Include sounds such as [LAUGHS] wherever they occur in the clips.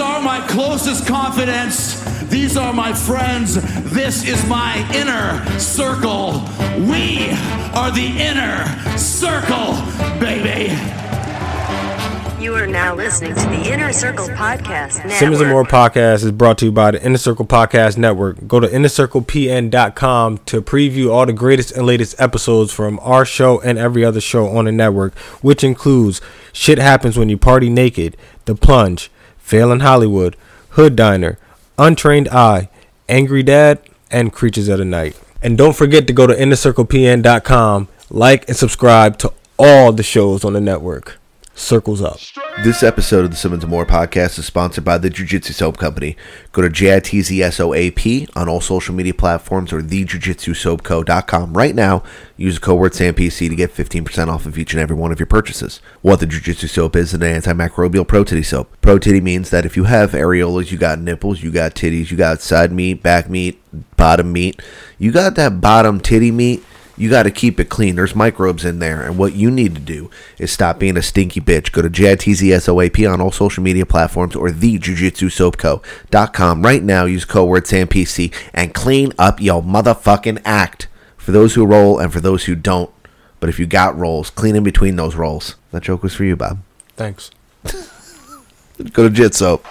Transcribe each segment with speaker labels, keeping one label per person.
Speaker 1: are my closest confidants. These are my friends. This is my inner circle. We are the inner circle, baby.
Speaker 2: You are now listening to the Inner Circle Podcast Network.
Speaker 3: Simmons and More podcast is brought to you by the Inner Circle Podcast Network. Go to innercirclepn.com to preview all the greatest and latest episodes from our show and every other show on the network, which includes Shit Happens When You Party Naked, The Plunge, Fail in Hollywood, Hood Diner, Untrained Eye, Angry Dad, and Creatures of the Night. And don't forget to go to innercirclepn.com, like and subscribe to all the shows on the network. Circles up.
Speaker 4: This episode of the Simmons and More podcast is sponsored by the Jiu Jitsu Soap Company. Go to JITZSOAP on all social media platforms or thejujitsusoapco.com right now. Use the code word SAMPC to get 15% off of each and every one of your purchases. What the Jiu Jitsu Soap is an antimicrobial pro titty soap. Pro titty means that if you have areolas, you got nipples, you got titties, you got side meat, back meat, bottom meat, you got that bottom titty meat you got to keep it clean. There's microbes in there, and what you need to do is stop being a stinky bitch. Go to JADTZSOAP on all social media platforms or thejujitsusoapco.com right now. Use code word SAMPC and clean up your motherfucking act for those who roll and for those who don't. But if you got rolls, clean in between those rolls. That joke was for you, Bob.
Speaker 3: Thanks.
Speaker 4: Go to Jitsoap.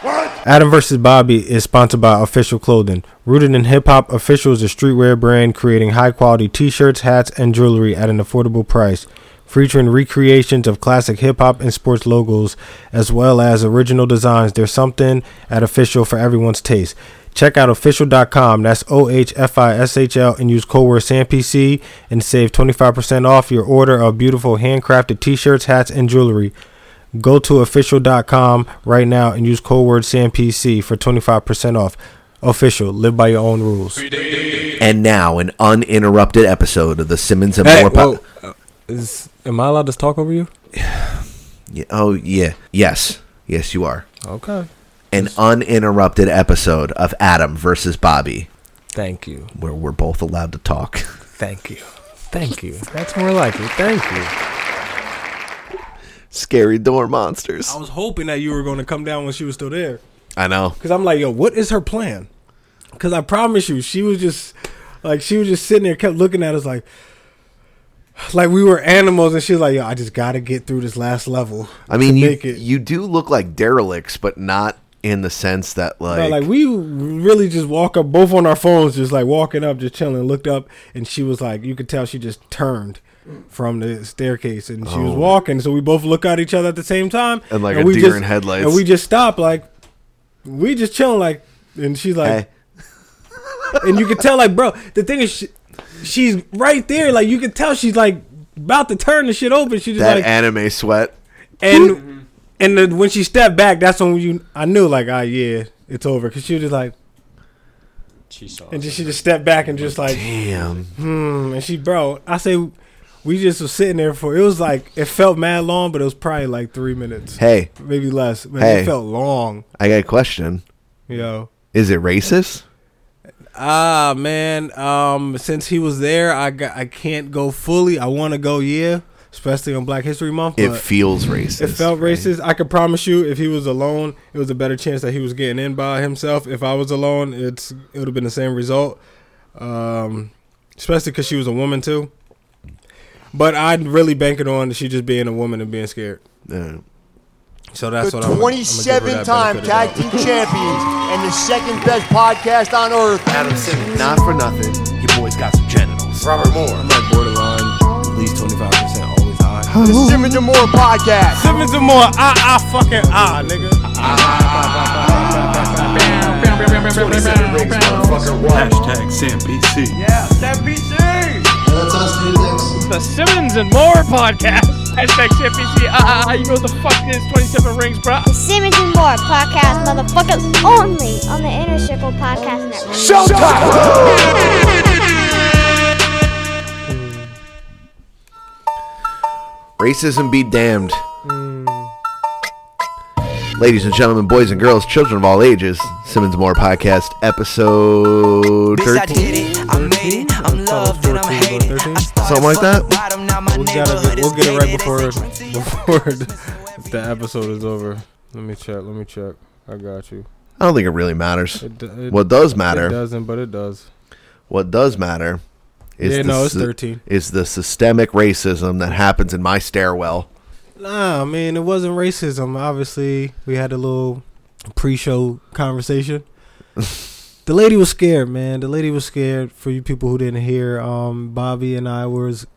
Speaker 3: Adam vs. Bobby is sponsored by Official Clothing. Rooted in hip hop, Official is a streetwear brand creating high quality t shirts, hats, and jewelry at an affordable price. Featuring recreations of classic hip hop and sports logos, as well as original designs, there's something at Official for everyone's taste. Check out official.com, that's O H F I S H L, and use code word SAMPC and save 25% off your order of beautiful handcrafted t shirts, hats, and jewelry. Go to official.com right now and use code word SAMPC for 25% off. Official, live by your own rules.
Speaker 4: And now, an uninterrupted episode of the Simmons and
Speaker 3: Hey,
Speaker 4: More
Speaker 3: whoa,
Speaker 4: podcast.
Speaker 3: uh, is, am I allowed to talk over you?
Speaker 4: Yeah, oh, yeah. Yes. Yes, you are.
Speaker 3: Okay.
Speaker 4: An uninterrupted episode of Adam versus Bobby.
Speaker 3: Thank you.
Speaker 4: where we're both allowed to talk. [LAUGHS]
Speaker 3: Thank you. Thank [LAUGHS] you. That's more likely. Thank you.
Speaker 4: Scary door monsters.
Speaker 3: I was hoping that you were going to come down when she was still there.
Speaker 4: I know.
Speaker 3: Because I'm like, yo, what is her plan? Because I promise you, she was just like, she was just sitting there, kept looking at us like, like we were animals, and she was like, yo, I just got to get through this last level.
Speaker 4: I mean,
Speaker 3: to
Speaker 4: you,
Speaker 3: make it.
Speaker 4: you do look like derelicts, but not in the sense that
Speaker 3: No,
Speaker 4: like,
Speaker 3: like we really just walk up, both on our phones, just like walking up, just chilling. Looked up, and she was like, you could tell she just turned from the staircase, and she was walking. So we both look at each other at the same time,
Speaker 4: Oh. And like a
Speaker 3: we
Speaker 4: deer
Speaker 3: just-
Speaker 4: in headlights.
Speaker 3: And we just stop, like we just chilling, like, and she's like,
Speaker 4: hey,
Speaker 3: [LAUGHS] and you could tell, like, bro, the thing is, she, she's right there, like you could tell she's like about to turn the shit open. She just
Speaker 4: that
Speaker 3: like
Speaker 4: anime sweat.
Speaker 3: and and then when she stepped back, that's when you I knew like ah yeah it's over because she was just like
Speaker 5: She saw.
Speaker 3: and just, she just stepped back and just like
Speaker 4: Damn.
Speaker 3: mm, and she bro I say we just was sitting there for it was like it felt mad long but it was probably like three minutes
Speaker 4: Hey,
Speaker 3: maybe less but
Speaker 4: Hey.
Speaker 3: it felt long
Speaker 4: I got a question.
Speaker 3: you know
Speaker 4: Is it racist?
Speaker 3: ah man um since he was there I got I can't go fully I want to go yeah especially on Black History Month
Speaker 4: It feels racist.
Speaker 3: It felt racist. I could promise you, if he was alone, it was a better chance that he was getting in by himself. If I was alone, it's it would have been the same result. Um, especially because she was a woman too. But I'd really bank it on she just being a woman and being scared.
Speaker 4: Uh,
Speaker 3: So that's what
Speaker 6: the
Speaker 3: I'm.
Speaker 6: 27 time tag team champions and the second best podcast on earth.
Speaker 4: Adam Simmons, not for nothing. Your boy's got some genitals. Robert Moore.
Speaker 3: Like borderline, at least twenty five percent, always high.
Speaker 6: The Simmons and More podcast.
Speaker 3: Simmons and more, ah ah fucking ah, nigga.
Speaker 7: Hashtag SamPC.
Speaker 8: The Simmons and More podcast. [LAUGHS] Hashtag CFPC. Ah, ah, ah, you know the fuck is 27 rings, bro.
Speaker 9: The Simmons and More podcast, motherfuckers, only on the Inner Circle Podcast Network.
Speaker 4: Racism be damned.
Speaker 3: Hmm.
Speaker 4: Ladies and gentlemen, boys and girls, children of all ages, Simmons Moore Podcast, episode 13. Something like that?
Speaker 3: We gotta get, we'll get [LAUGHS] it right before before the, the episode is over. Let me check. Let me check. I got you.
Speaker 4: I don't think it really matters.
Speaker 3: It, d- it,
Speaker 4: What does
Speaker 3: It
Speaker 4: matter,
Speaker 3: doesn't, but it does.
Speaker 4: what does matter, is
Speaker 3: yeah,
Speaker 4: the
Speaker 3: no, it's
Speaker 4: sy-
Speaker 3: thirteen.
Speaker 4: is the systemic racism that happens in my stairwell.
Speaker 3: Nah, I mean, it wasn't racism. Obviously, we had a little pre-show conversation. the lady was scared, man. The lady was scared. For you people who didn't hear, um, Bobby and I was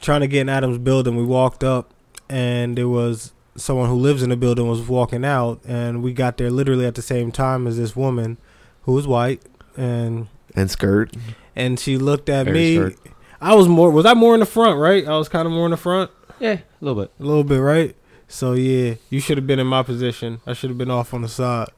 Speaker 3: trying to get in Adam's building. We walked up, and there was someone who lives in the building was walking out, and we got there literally at the same time as this woman, who was white, and
Speaker 4: And skirt.
Speaker 3: and she looked at
Speaker 5: Very
Speaker 3: me.
Speaker 5: short.
Speaker 3: I was more was I more in the front, right? I was kind of more in the front.
Speaker 5: Yeah, a little bit.
Speaker 3: A little bit, right? So yeah, you should have been in my position. I should have been off on the side.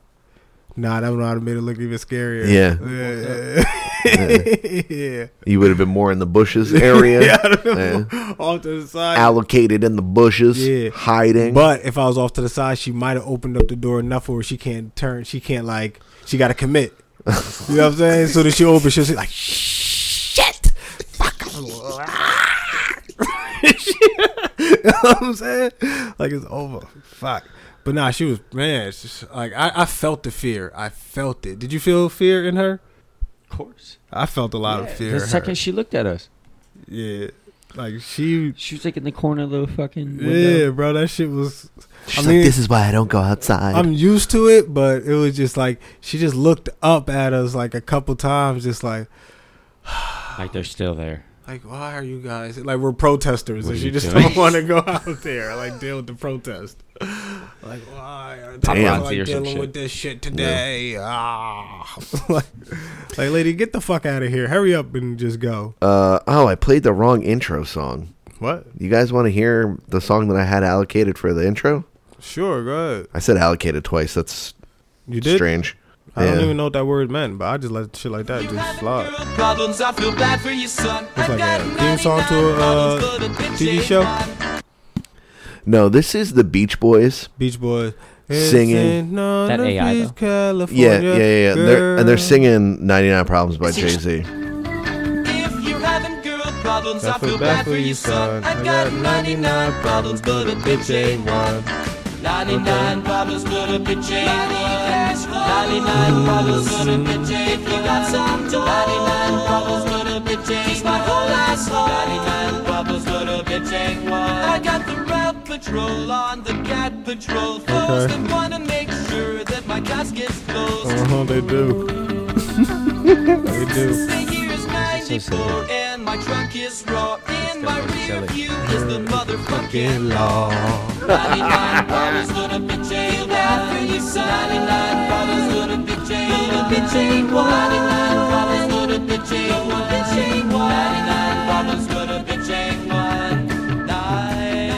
Speaker 3: Nah, that would have made it look even scarier.
Speaker 4: Yeah.
Speaker 3: Yeah. [LAUGHS] yeah.
Speaker 4: You would have been more in the
Speaker 3: [LAUGHS]
Speaker 4: bushes area. Yeah.
Speaker 3: Off to the side.
Speaker 4: Allocated in the bushes,
Speaker 3: Yeah.
Speaker 4: hiding.
Speaker 3: But if I was off to the side, she might have opened up the door enough where she can't turn. She can't like. She got to commit. You know what I'm saying? So then she opens. She'll say like, "Shit, fuck." [LAUGHS] you know what I'm saying? Like it's over. Fuck. But nah, she was man. It's just, like I, I felt the fear. I felt it. Did you feel fear in her?
Speaker 5: Of course.
Speaker 3: I felt a lot of fear.
Speaker 5: The
Speaker 3: in her.
Speaker 5: second she looked at us,
Speaker 3: yeah. Like she.
Speaker 5: she was like in the corner of the fucking window.
Speaker 3: Yeah, bro. That shit was.
Speaker 4: She's
Speaker 3: I mean-
Speaker 4: like, this is why I don't go outside.
Speaker 3: I'm used to it, but it was just like she just looked up at us like a couple times, just like [SIGHS]
Speaker 5: Like they're still there.
Speaker 3: like why are you guys like we're protesters
Speaker 5: What
Speaker 3: and
Speaker 5: are
Speaker 3: she
Speaker 5: you
Speaker 3: just
Speaker 5: doing?
Speaker 3: don't want to go out there like deal with the protest. Like why are they
Speaker 4: Damn.
Speaker 3: like
Speaker 5: Or some
Speaker 3: dealing
Speaker 5: shit.
Speaker 3: with this shit today? Ah, [LAUGHS] like, like lady, get the fuck out of here! Hurry up and just go.
Speaker 4: uh, oh, I played the wrong intro song.
Speaker 3: What?
Speaker 4: You guys want to hear the song that I had allocated for the intro?
Speaker 3: Sure, go ahead.
Speaker 4: I said allocated twice. That's
Speaker 3: You did.
Speaker 4: strange.
Speaker 3: I don't
Speaker 4: Yeah.
Speaker 3: even know what that word meant, but I just let shit like that just fly.
Speaker 10: Problems, I feel bad for you, son.
Speaker 3: It's like a theme song to a uh, TV show.
Speaker 4: No, this is the Beach Boys.
Speaker 3: Beach Boys
Speaker 4: Singing.
Speaker 5: That
Speaker 3: that
Speaker 5: AI though.
Speaker 3: California
Speaker 4: Yeah, yeah, yeah. yeah. They're, and they're
Speaker 3: girl.
Speaker 4: singing 99 Problems by Jay Z.
Speaker 10: If you're having girl problems,
Speaker 3: I feel bad for you, son. I got 99 problems, but a bitch ain't one.
Speaker 10: 99 problems, but a bitch ain't one. 99 problems, but a bitch ain't one. You got some dough. 99 problems, but a bitch ain't my whole ass 99 problems, but a bitch ain't one. I got the rat patrol on the cat patrol. Foes
Speaker 3: Okay.
Speaker 10: that wanna make sure that my casket flows.
Speaker 3: Uh-huh, they do. Uh-huh, [LAUGHS] they do.
Speaker 10: The year's 94 and my trunk is raw. In my rear view is the motherfucking law. 99 problems, little bitch ain't bad for you, son. 99 problems, little bitch ain't Little bitch ain't one. 99 problems, little bitch ain't one. Bitch ain't one. 99 problems, little bitch ain't one. Nine.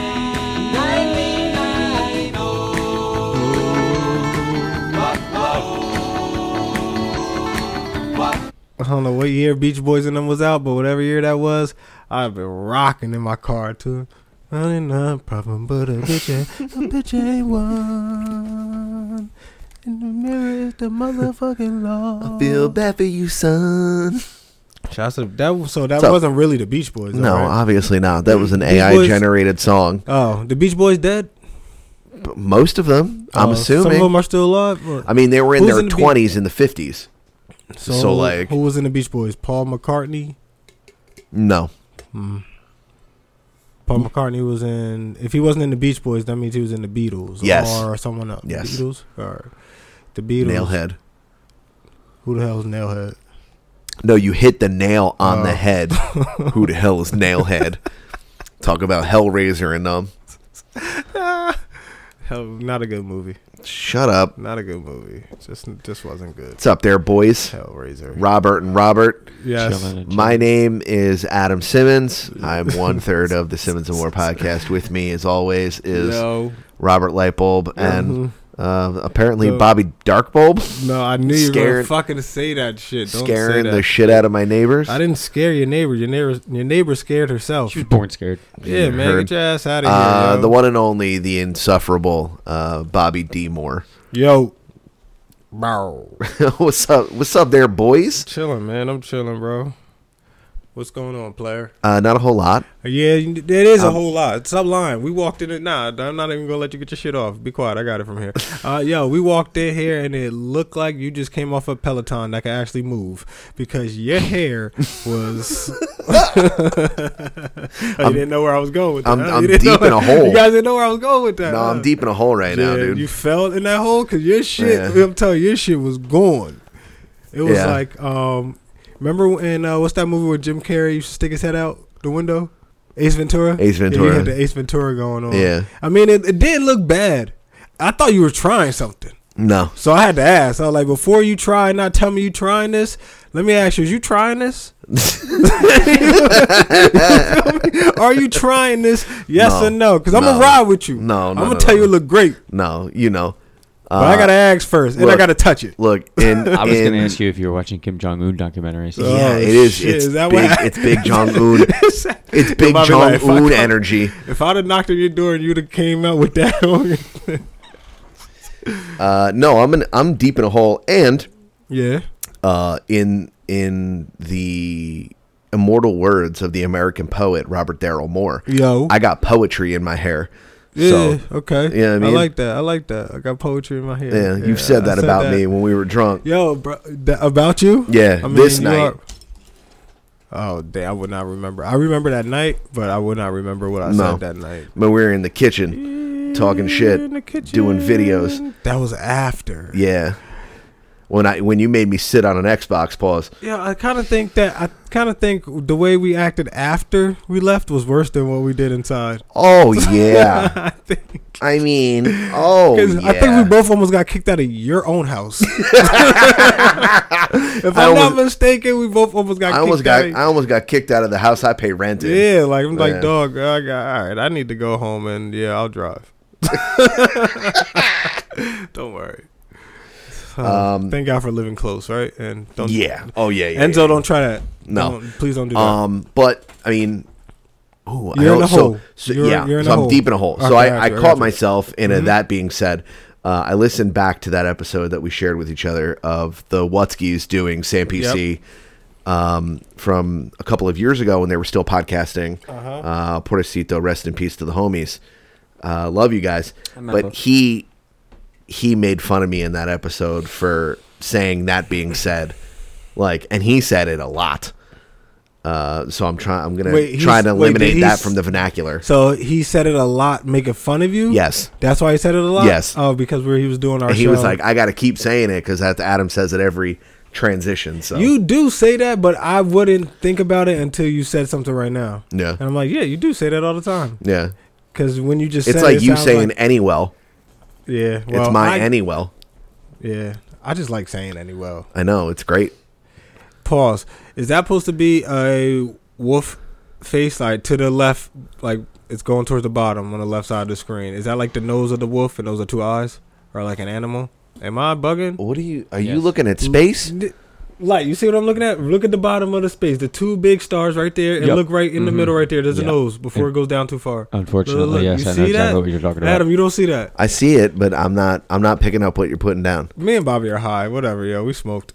Speaker 10: Ninety-nine. oh.
Speaker 3: I don't know what year Beach Boys and them was out, but whatever year that was, I've been rocking in my car too. 99 problem, but a bitch ain't, a bitch ain't one. In the mirror is the motherfucking law.
Speaker 4: Feel bad for you, son.
Speaker 3: Shouts to- that so that
Speaker 4: So-
Speaker 3: wasn't really the Beach Boys. though,
Speaker 4: No,
Speaker 3: right?
Speaker 4: obviously not. That was an
Speaker 3: Beach Boys-
Speaker 4: AI generated song.
Speaker 3: Oh, the Beach Boys dead.
Speaker 4: But most of them, I'm
Speaker 3: Oh, some of
Speaker 4: assuming.
Speaker 3: them are still alive. but-
Speaker 4: I mean, they were in
Speaker 3: Who's
Speaker 4: their
Speaker 3: in the Beach-
Speaker 4: 20s and the 50s.
Speaker 3: so,
Speaker 4: so, like-
Speaker 3: who was in the Beach Boys? Paul McCartney.
Speaker 4: No.
Speaker 3: Paul McCartney was in. If he wasn't in the Beach Boys, that means he was in the Beatles.
Speaker 4: Yes.
Speaker 3: or someone else.
Speaker 4: Yes.
Speaker 3: Beatles or the Beatles.
Speaker 4: Nailhead.
Speaker 3: Who the hell's Nailhead?
Speaker 4: No, you hit the nail on
Speaker 3: Oh. [LAUGHS]
Speaker 4: the head. Who the hell is Nailhead? Talk about Hellraiser and um.
Speaker 3: Hell, not a good movie.
Speaker 4: Shut up.
Speaker 3: Not a good movie. Just just wasn't good.
Speaker 4: What's up there, boys?
Speaker 3: Hellraiser.
Speaker 4: Robert and Robert.
Speaker 3: Yes.
Speaker 5: Chilling and
Speaker 4: My name is Adam Simmons. I'm one third of the Simmons and More podcast. With me, as always, is
Speaker 3: No,
Speaker 4: Robert Lightbulb and uh, apparently
Speaker 3: The-
Speaker 4: Bobby Darkbulb,
Speaker 3: no, I knew you were
Speaker 4: Scared-
Speaker 3: gonna fucking say that shit. Don't say
Speaker 4: scaring
Speaker 3: that.
Speaker 4: the shit out of my neighbors.
Speaker 3: I didn't scare your neighbor. Your neighbor, your neighbor scared herself.
Speaker 5: She was born scared.
Speaker 3: Yeah, man,
Speaker 4: heard.
Speaker 3: get your ass out of here.
Speaker 4: Uh,
Speaker 3: yo.
Speaker 4: the one and only, the insufferable uh, Bobby D. Moore. [LAUGHS]
Speaker 3: Yo. Bro.
Speaker 4: what's up? What's up there, boys?
Speaker 3: Chilling, man. I'm chilling, bro. What's going on, player?
Speaker 4: Uh, not a
Speaker 3: [LAUGHS]
Speaker 4: whole lot.
Speaker 3: Yeah, it is a whole lot. Stop lying. We walked in it. Nah, I'm not even gonna let you get your shit off. Be quiet. I got it from
Speaker 4: [LAUGHS]
Speaker 3: here. Uh, yo, we walked in here and it looked like you just came off a Peloton that could actually move because your hair
Speaker 4: [LAUGHS]
Speaker 3: was. [LAUGHS] you didn't know where I was going with that.
Speaker 4: I'm-
Speaker 3: huh?
Speaker 4: I'm
Speaker 3: You didn't
Speaker 4: deep
Speaker 3: know-
Speaker 4: in a hole.
Speaker 3: You guys didn't know where I was going with that.
Speaker 4: No,
Speaker 3: huh?
Speaker 4: I'm deep in a hole right now,
Speaker 3: Yeah,
Speaker 4: dude.
Speaker 3: You fell in that hole because your shit.
Speaker 4: Yeah.
Speaker 3: I'm telling you, your shit was gone. It was
Speaker 4: Yeah.
Speaker 3: like, um, remember when uh, what's that movie where Jim Carrey used to stick his head out the window? Ace Ventura.
Speaker 4: Ace
Speaker 3: Yeah,
Speaker 4: Ventura.
Speaker 3: you had the Ace Ventura going on.
Speaker 4: Yeah.
Speaker 3: I mean, it, it didn't look bad. I thought you were trying something,
Speaker 4: no,
Speaker 3: so I had to ask. I was like, before you try, not tell me you trying this. Let me ask you: Is you trying
Speaker 4: [LAUGHS]
Speaker 3: this? [LAUGHS] Are you trying this? Yes
Speaker 4: No.
Speaker 3: or no? Because I'm
Speaker 4: No.
Speaker 3: gonna ride with you.
Speaker 4: No, no,
Speaker 3: I'm gonna
Speaker 4: no,
Speaker 3: tell you
Speaker 4: no.
Speaker 3: it look great.
Speaker 4: no, you know.
Speaker 3: But I gotta ask first, and I
Speaker 4: look.
Speaker 3: gotta touch [LAUGHS] it.
Speaker 4: look. In,
Speaker 5: I was
Speaker 4: in,
Speaker 5: going to ask you if you were watching Kim Jong Un documentaries.
Speaker 4: Yeah,
Speaker 3: Oh,
Speaker 4: it is.
Speaker 3: shit,
Speaker 4: it's
Speaker 3: is that
Speaker 4: big.
Speaker 3: what happened? [LAUGHS]
Speaker 4: It's big Jong Un. it's big
Speaker 3: Nobody
Speaker 4: Jong
Speaker 3: like, [LAUGHS]
Speaker 4: Un
Speaker 3: fuck.
Speaker 4: energy.
Speaker 3: If I'd have knocked on your door and you'd have came out with that, [LAUGHS] on
Speaker 4: Uh, no, I'm in, I'm deep in a hole, and
Speaker 3: yeah,
Speaker 4: uh, in in the immortal words of the American poet Robert Darrell Moore,
Speaker 3: Yo.
Speaker 4: I got poetry in my hair.
Speaker 3: yeah,
Speaker 4: So,
Speaker 3: okay,
Speaker 4: Yeah, I
Speaker 3: I,
Speaker 4: mean-
Speaker 3: like that. I like that. I got poetry in my head.
Speaker 4: yeah, you've said
Speaker 3: I
Speaker 4: that about me when we were drunk.
Speaker 3: Yo, bro, that about you?
Speaker 4: Yeah, this
Speaker 3: you
Speaker 4: night.
Speaker 3: are- oh, damn, I would not remember. I remember that night, but I would not remember what I
Speaker 4: No.
Speaker 3: said that night.
Speaker 4: When we were in the kitchen, talking shit,
Speaker 3: In the kitchen.
Speaker 4: doing videos.
Speaker 3: That was after.
Speaker 4: Yeah. When I when you made me sit on an Xbox pause.
Speaker 3: Yeah, I kind of think that I kind of think the way we acted after we left was worse than what we did inside.
Speaker 4: Oh
Speaker 3: [LAUGHS]
Speaker 4: yeah.
Speaker 3: I think
Speaker 4: I mean, oh
Speaker 3: because
Speaker 4: yeah.
Speaker 3: I think we both almost got kicked out of your own
Speaker 4: [LAUGHS]
Speaker 3: house. if I'm
Speaker 4: I
Speaker 3: not
Speaker 4: almost-
Speaker 3: mistaken, we both almost got
Speaker 4: I
Speaker 3: kicked
Speaker 4: almost got
Speaker 3: out.
Speaker 4: I almost got kicked out of the house I pay rent in.
Speaker 3: yeah, like I'm
Speaker 4: Yeah.
Speaker 3: like dog. I got all right. I need to go home and yeah, I'll
Speaker 4: [LAUGHS]
Speaker 3: drive. don't worry. So,
Speaker 4: Um,
Speaker 3: thank God for living close, right? And don't
Speaker 4: Yeah. Oh yeah. yeah
Speaker 3: Enzo,
Speaker 4: yeah.
Speaker 3: don't try that.
Speaker 4: No.
Speaker 3: Don't- please don't do that.
Speaker 4: Um, but I mean, ooh, I
Speaker 3: You're in
Speaker 4: don't-
Speaker 3: a
Speaker 4: so-
Speaker 3: hole.
Speaker 4: So,
Speaker 3: You're-
Speaker 4: yeah,
Speaker 3: you're in
Speaker 4: so
Speaker 3: a
Speaker 4: I'm
Speaker 3: hole.
Speaker 4: deep in a hole. so
Speaker 3: Okay, Mm-hmm. I
Speaker 4: I,
Speaker 3: got
Speaker 4: I
Speaker 3: you, I
Speaker 4: caught
Speaker 3: got you.
Speaker 4: myself. And uh, that being said, uh, I listened back to that episode that we shared with each other of the Whatskis doing Sam PC. Um, from a couple of years ago when they were still podcasting, uh-huh. uh, Portocito, rest in peace to the homies. Uh, love you guys. But he he made fun of me in that episode for saying that being said, like, and he said it a lot. Uh, so I'm trying. I'm gonna
Speaker 3: Wait,
Speaker 4: try
Speaker 3: he's-
Speaker 4: to
Speaker 3: wait, did
Speaker 4: eliminate
Speaker 3: he
Speaker 4: that
Speaker 3: s-
Speaker 4: from the vernacular.
Speaker 3: So he said it a lot, making fun of you.
Speaker 4: Yes.
Speaker 3: that's why he said it a lot.
Speaker 4: Yes.
Speaker 3: oh, because where he was doing our
Speaker 4: and he
Speaker 3: show.
Speaker 4: was like, "I got to keep saying it because Adam says it every transition." So
Speaker 3: "You do say that, but I wouldn't think about it until you said something right now."
Speaker 4: Yeah.
Speaker 3: and I'm like, "Yeah, you do say that all the time."
Speaker 4: yeah,
Speaker 3: Because when you just
Speaker 4: it's
Speaker 3: said
Speaker 4: like
Speaker 3: it, it
Speaker 4: you
Speaker 3: sounds
Speaker 4: saying
Speaker 3: like-
Speaker 4: "Anywell."
Speaker 3: "Yeah, well,
Speaker 4: it's my
Speaker 3: I,
Speaker 4: "Anywell."
Speaker 3: Yeah, I just like saying any well.
Speaker 4: I know it's great.
Speaker 3: Pause. Is that supposed to be a wolf face like to the left, like it's going towards the bottom on the left side of the screen? Is that like the nose of the wolf and those are two eyes, or like an animal? Am I bugging?
Speaker 4: What are you? Are you
Speaker 5: Yes.
Speaker 4: looking at space?
Speaker 3: Like you see what I'm looking at? Look at the bottom of the space, the two big stars right there, and
Speaker 5: Yep.
Speaker 3: look right in the middle right there. There's a
Speaker 5: Yeah.
Speaker 3: nose before it goes down too far.
Speaker 5: Mm-hmm. Unfortunately, yes, I know exactly what you're talking about.
Speaker 3: Adam, you don't see that.
Speaker 4: I see it, but I'm not. I'm not picking up what you're putting
Speaker 3: [LAUGHS]
Speaker 4: down.
Speaker 3: Me and Bobby are high. Whatever, yo, we smoked.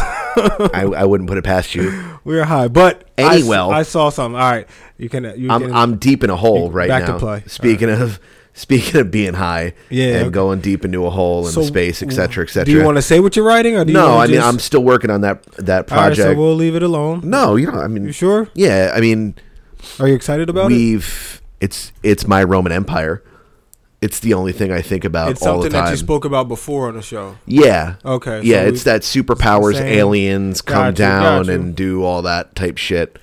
Speaker 4: I, I wouldn't put it past you.
Speaker 3: We are high, but I s-
Speaker 4: Anywell.
Speaker 3: I, saw something. All right, you can. You
Speaker 4: I'm
Speaker 3: can
Speaker 4: I'm deep in a hole
Speaker 3: Speak-
Speaker 4: right
Speaker 3: back
Speaker 4: now.
Speaker 3: to play.
Speaker 4: Speaking of speaking of being high
Speaker 3: Yeah,
Speaker 4: and
Speaker 3: okay.
Speaker 4: going deep into a hole in
Speaker 3: So,
Speaker 4: space, etc., cetera, etc.
Speaker 3: Do you want to say what you're writing, or do you
Speaker 4: no,
Speaker 3: wanna
Speaker 4: I mean
Speaker 3: just-
Speaker 4: I'm still working on that that
Speaker 3: All right,
Speaker 4: project.
Speaker 3: so we'll leave it alone.
Speaker 4: no, you know, I mean,
Speaker 3: You sure?
Speaker 4: yeah, I mean,
Speaker 3: Are you excited about it?
Speaker 4: we've it's it's my Roman Empire. It's the only thing I think about
Speaker 3: It's
Speaker 4: all the
Speaker 3: something
Speaker 4: time.
Speaker 3: that you spoke about before on the show.
Speaker 4: yeah.
Speaker 3: Okay, so
Speaker 4: Yeah,
Speaker 3: we-
Speaker 4: it's that superpowers,
Speaker 3: Same.
Speaker 4: aliens come
Speaker 3: Got you,
Speaker 4: down
Speaker 3: got you.
Speaker 4: and do all that type shit.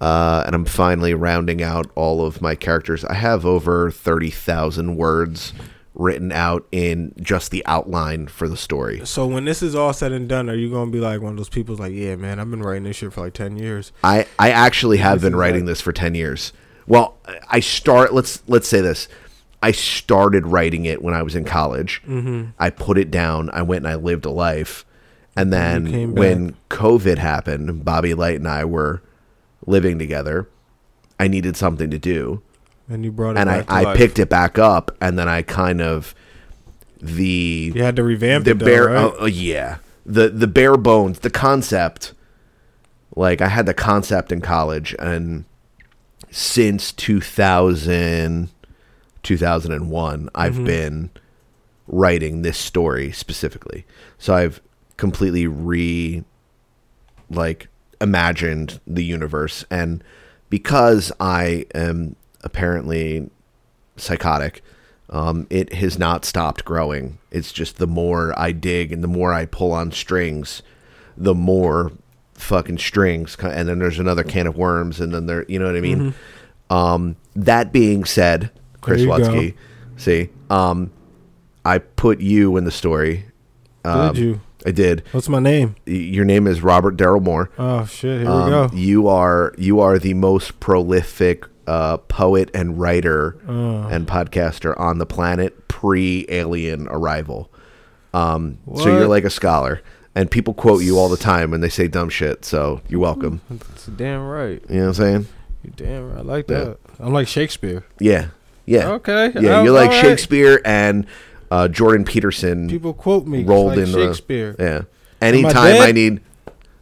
Speaker 4: Uh, and I'm finally rounding out all of my characters. I have over thirty thousand words written out in just the outline for the story.
Speaker 3: So when this is all said and done, are you gonna be like one of those people's like, yeah, man, I've been writing this shit for like ten years.
Speaker 4: I I actually have been
Speaker 3: is
Speaker 4: writing
Speaker 3: like-
Speaker 4: this for ten years. Well, I start. Let's let's say this. I started writing it when I was in college.
Speaker 3: Mm-hmm.
Speaker 4: I put it down. I went and I lived a life, and then
Speaker 3: came
Speaker 4: when COVID happened, Bobby Light and I were living together. I needed something to do
Speaker 3: And you brought it.
Speaker 4: and I,
Speaker 3: back to
Speaker 4: I
Speaker 3: life.
Speaker 4: picked it back up and then I kind of the
Speaker 3: You had to revamp
Speaker 4: the oh, uh,
Speaker 3: it, though,
Speaker 4: bare
Speaker 3: right?
Speaker 4: oh, oh, yeah the the bare bones the concept Like I had the concept in college, and since 2000, 2001, I've
Speaker 3: Mm-hmm.
Speaker 4: been writing this story specifically. So I've completely re like imagined the universe and because I am apparently psychotic, um, it has not stopped growing. It's just the more I dig and the more I pull on strings, the more fucking strings. co- And then there's another can of worms, and then there, you know what I mean? Um, that being said, Chris
Speaker 3: Mm-hmm. There you go.
Speaker 4: Watsky, see, um, I put you in the story. Um,
Speaker 3: you?
Speaker 4: I did.
Speaker 3: What's my name?
Speaker 4: Y- Your name is Robert Daryl Moore.
Speaker 3: Oh shit! Here we
Speaker 4: Um,
Speaker 3: go.
Speaker 4: You are you are the most prolific uh, poet and writer and podcaster on the planet pre alien arrival. Um, so you're
Speaker 3: What?
Speaker 4: like a scholar, and people quote you all the time, and they say dumb shit. So you're welcome.
Speaker 3: That's damn right.
Speaker 4: You know what I'm saying?
Speaker 3: You damn right. I like
Speaker 4: Yeah.
Speaker 3: that. I'm like Shakespeare.
Speaker 4: Yeah, yeah.
Speaker 3: Okay,
Speaker 4: Yeah,
Speaker 3: um,
Speaker 4: you're like
Speaker 3: all right.
Speaker 4: Shakespeare and uh, Jordan Peterson
Speaker 3: People quote me
Speaker 4: rolled
Speaker 3: like
Speaker 4: in
Speaker 3: Shakespeare.
Speaker 4: The, yeah. Anytime I,
Speaker 3: dead?
Speaker 4: need,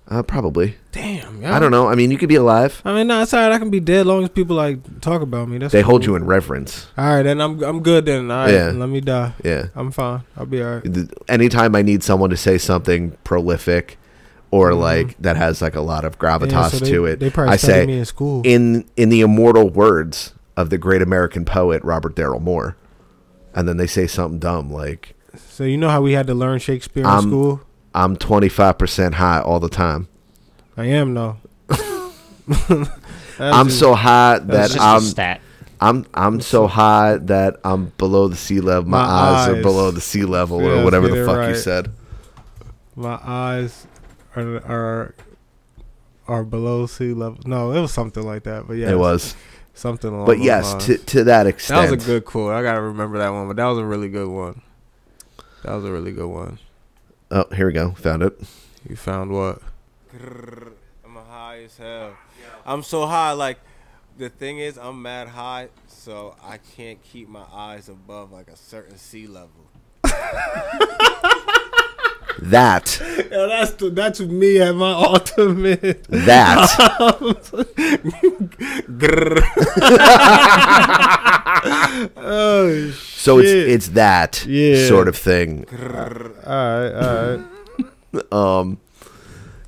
Speaker 4: uh, probably.
Speaker 3: Damn.
Speaker 4: I don't know. I mean, you could be alive.
Speaker 3: I mean, no, it's alright. I can be dead long as people like talk about me. That's
Speaker 4: They hold
Speaker 3: cool.
Speaker 4: you in reverence.
Speaker 3: All right, then I'm I'm good then. All right,
Speaker 4: Yeah.
Speaker 3: let me die.
Speaker 4: Yeah.
Speaker 3: I'm fine. I'll be all right.
Speaker 4: th- anytime I need someone to say something prolific or like that has like a lot of gravitas
Speaker 3: Mm-hmm. Yeah, so they-
Speaker 4: to it,
Speaker 3: they probably
Speaker 4: I
Speaker 3: studied
Speaker 4: say
Speaker 3: me in school.
Speaker 4: in in the immortal words of the great American poet Robert Darrell Moore, and then they say something dumb like
Speaker 3: So you know how we had to learn Shakespeare in
Speaker 4: I'm-
Speaker 3: school?
Speaker 4: "I'm 25 percent high all the time.
Speaker 3: I am though.
Speaker 4: [LAUGHS]
Speaker 3: [LAUGHS]
Speaker 4: I'm so high that
Speaker 5: It's just a
Speaker 4: I'm
Speaker 5: stat.
Speaker 4: I'm I'm so high that I'm below the sea level. My,
Speaker 3: My
Speaker 4: eyes, are
Speaker 3: eyes.
Speaker 4: below the sea level,
Speaker 3: Yeah,
Speaker 4: or whatever
Speaker 3: get
Speaker 4: the
Speaker 3: it
Speaker 4: fuck you
Speaker 3: right.
Speaker 4: said.
Speaker 3: My eyes are are are below sea level. No, it was something like that. But yeah,
Speaker 4: It was,
Speaker 3: something along.
Speaker 4: but
Speaker 3: those
Speaker 4: yes,
Speaker 3: lines.
Speaker 4: to to that extent.
Speaker 3: that was a good quote. I gotta remember that one. But that was a really good one. That was a really good one.
Speaker 4: oh, here we go. Found it.
Speaker 3: You found what? I'm high as hell. I'm so high. Like the thing is, I'm mad high, so I can't keep my eyes above like a certain sea level.
Speaker 4: That
Speaker 3: Yeah, that's the, that's me at my [LAUGHS] ultimate. [LAUGHS]
Speaker 4: that. [LAUGHS]
Speaker 3: oh
Speaker 4: So it's
Speaker 3: Shit.
Speaker 4: it's that
Speaker 3: Yeah.
Speaker 4: sort of thing.
Speaker 3: Alright, alright.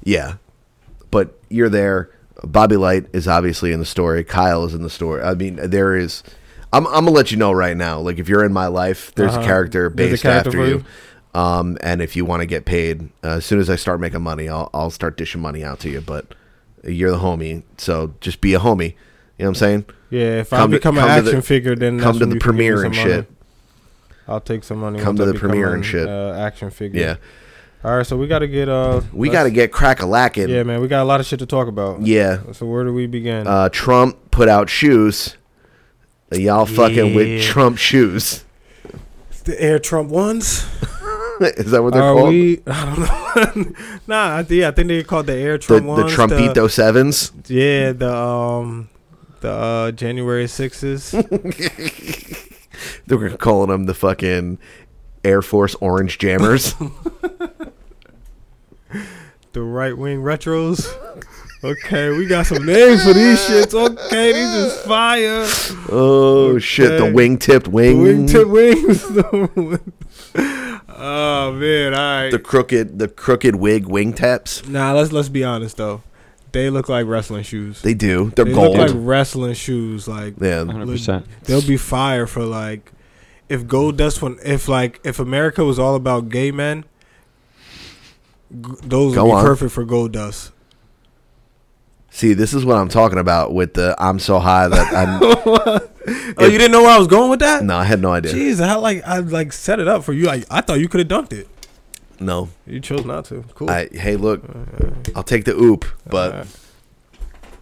Speaker 4: Yeah. But you're there. Bobby Light is obviously in the story. Kyle is in the story. I mean, there is I'm I'm going to let you know right now. Like if you're in my life, there's a
Speaker 3: Uh-huh.
Speaker 4: character
Speaker 3: There's a
Speaker 4: based
Speaker 3: character
Speaker 4: after
Speaker 3: for
Speaker 4: you. Um and if you want to get paid, uh, as soon as I start making money, I'll I'll start dishing money out to you, but you're the homie. So just be a homie. You know what I'm saying?
Speaker 3: Yeah, if
Speaker 4: Come
Speaker 3: I
Speaker 4: to-
Speaker 3: become an
Speaker 4: come to
Speaker 3: action
Speaker 4: the-
Speaker 3: figure, then
Speaker 4: Come
Speaker 3: that's
Speaker 4: to
Speaker 3: when
Speaker 4: the
Speaker 3: you can give me
Speaker 4: premiere and
Speaker 3: some money.
Speaker 4: shit.
Speaker 3: I'll take some money.
Speaker 4: Come
Speaker 3: once
Speaker 4: to
Speaker 3: I
Speaker 4: the
Speaker 3: become
Speaker 4: premiere and
Speaker 3: an,
Speaker 4: shit.
Speaker 3: Uh, action figure.
Speaker 4: Yeah.
Speaker 3: All right, so we got to get uh.
Speaker 4: We
Speaker 3: let's-
Speaker 4: got to get crack a lacking.
Speaker 3: Yeah, man, we got a lot of shit to talk about.
Speaker 4: yeah.
Speaker 3: So where do we begin?
Speaker 4: uh, Trump put out shoes. Y'all fucking with
Speaker 3: Yeah.
Speaker 4: Trump shoes.
Speaker 3: the Air Trump ones.
Speaker 4: [LAUGHS] Is that what they're
Speaker 3: Are
Speaker 4: called?
Speaker 3: we? [LAUGHS] I don't know. [LAUGHS] nah, I think, I think they called the Air
Speaker 4: the,
Speaker 3: Trump
Speaker 4: the
Speaker 3: ones.
Speaker 4: Trumpito sevens.
Speaker 3: The, yeah, the um, the uh, January
Speaker 4: [LAUGHS]
Speaker 3: sixes.
Speaker 4: They were calling them the fucking Air Force Orange
Speaker 3: [LAUGHS]
Speaker 4: Jammers.
Speaker 3: the right wing retros. [LAUGHS] Okay, we got some names for these shits. Okay, these is fire.
Speaker 4: oh shit! The
Speaker 3: Okay.
Speaker 4: wing tipped
Speaker 3: The
Speaker 4: wing.
Speaker 3: wing tip wings.
Speaker 4: [LAUGHS]
Speaker 3: oh man, all
Speaker 4: The
Speaker 3: right.
Speaker 4: crooked the crooked wig wing taps.
Speaker 3: Nah, let's let's be honest though. They look like wrestling shoes.
Speaker 4: They do. They're
Speaker 3: They
Speaker 4: gold.
Speaker 3: look like wrestling shoes. Like
Speaker 4: yeah.
Speaker 5: 100%.
Speaker 3: they'll be fire for like if gold dust when if like if America was all about gay men, g- those
Speaker 4: Go
Speaker 3: would be
Speaker 4: on.
Speaker 3: perfect for gold dust.
Speaker 4: See, this is what I'm talking about with the I'm so high that
Speaker 3: [LAUGHS]
Speaker 4: I'm.
Speaker 3: Oh, you didn't know where I was going with that?
Speaker 4: no, I had no idea.
Speaker 3: Jeez, I like I like set it up for you. I I thought you could have dunked it.
Speaker 4: No.
Speaker 3: You chose not to. Cool.
Speaker 4: I, hey, look, I'll take the oop, but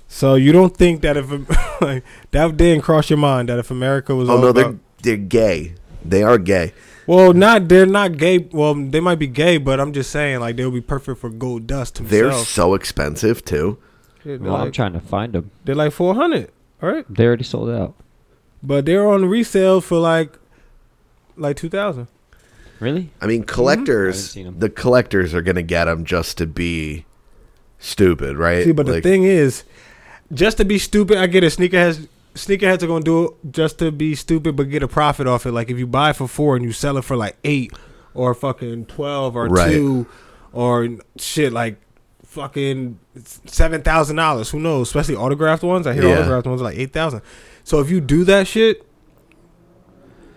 Speaker 3: So you don't think that if [LAUGHS] like, that didn't cross your mind that if America was
Speaker 4: oh
Speaker 3: all
Speaker 4: no,
Speaker 3: about,
Speaker 4: they're they're gay. They are gay.
Speaker 3: well, not they're not gay. Well, they might be gay, but I'm just saying like they'll be perfect for gold dust
Speaker 4: They're
Speaker 3: themselves.
Speaker 4: so expensive too.
Speaker 3: They're,
Speaker 5: Well, I'm
Speaker 3: like,
Speaker 5: trying to find them.
Speaker 3: they're like 400, all right?
Speaker 5: They already sold out.
Speaker 3: But they're on resale for like like 2,000.
Speaker 5: Really?
Speaker 4: I mean,
Speaker 5: Mm-hmm. I haven't
Speaker 4: collectors.
Speaker 5: seen 'em.
Speaker 4: The collectors are gonna get them just to be stupid, right?
Speaker 3: See, but the
Speaker 4: Like,
Speaker 3: thing is, just to be stupid, I get it. Sneakerheads, sneakerheads are gonna do it just to be stupid, but get a profit off it. Like if you buy for four and you sell it for like eight or fucking twelve or
Speaker 4: Right.
Speaker 3: two or shit like fucking seven thousand dollars. Who knows? Especially autographed ones. I hear
Speaker 4: Yeah.
Speaker 3: autographed ones are like eight thousand. So if you do that shit,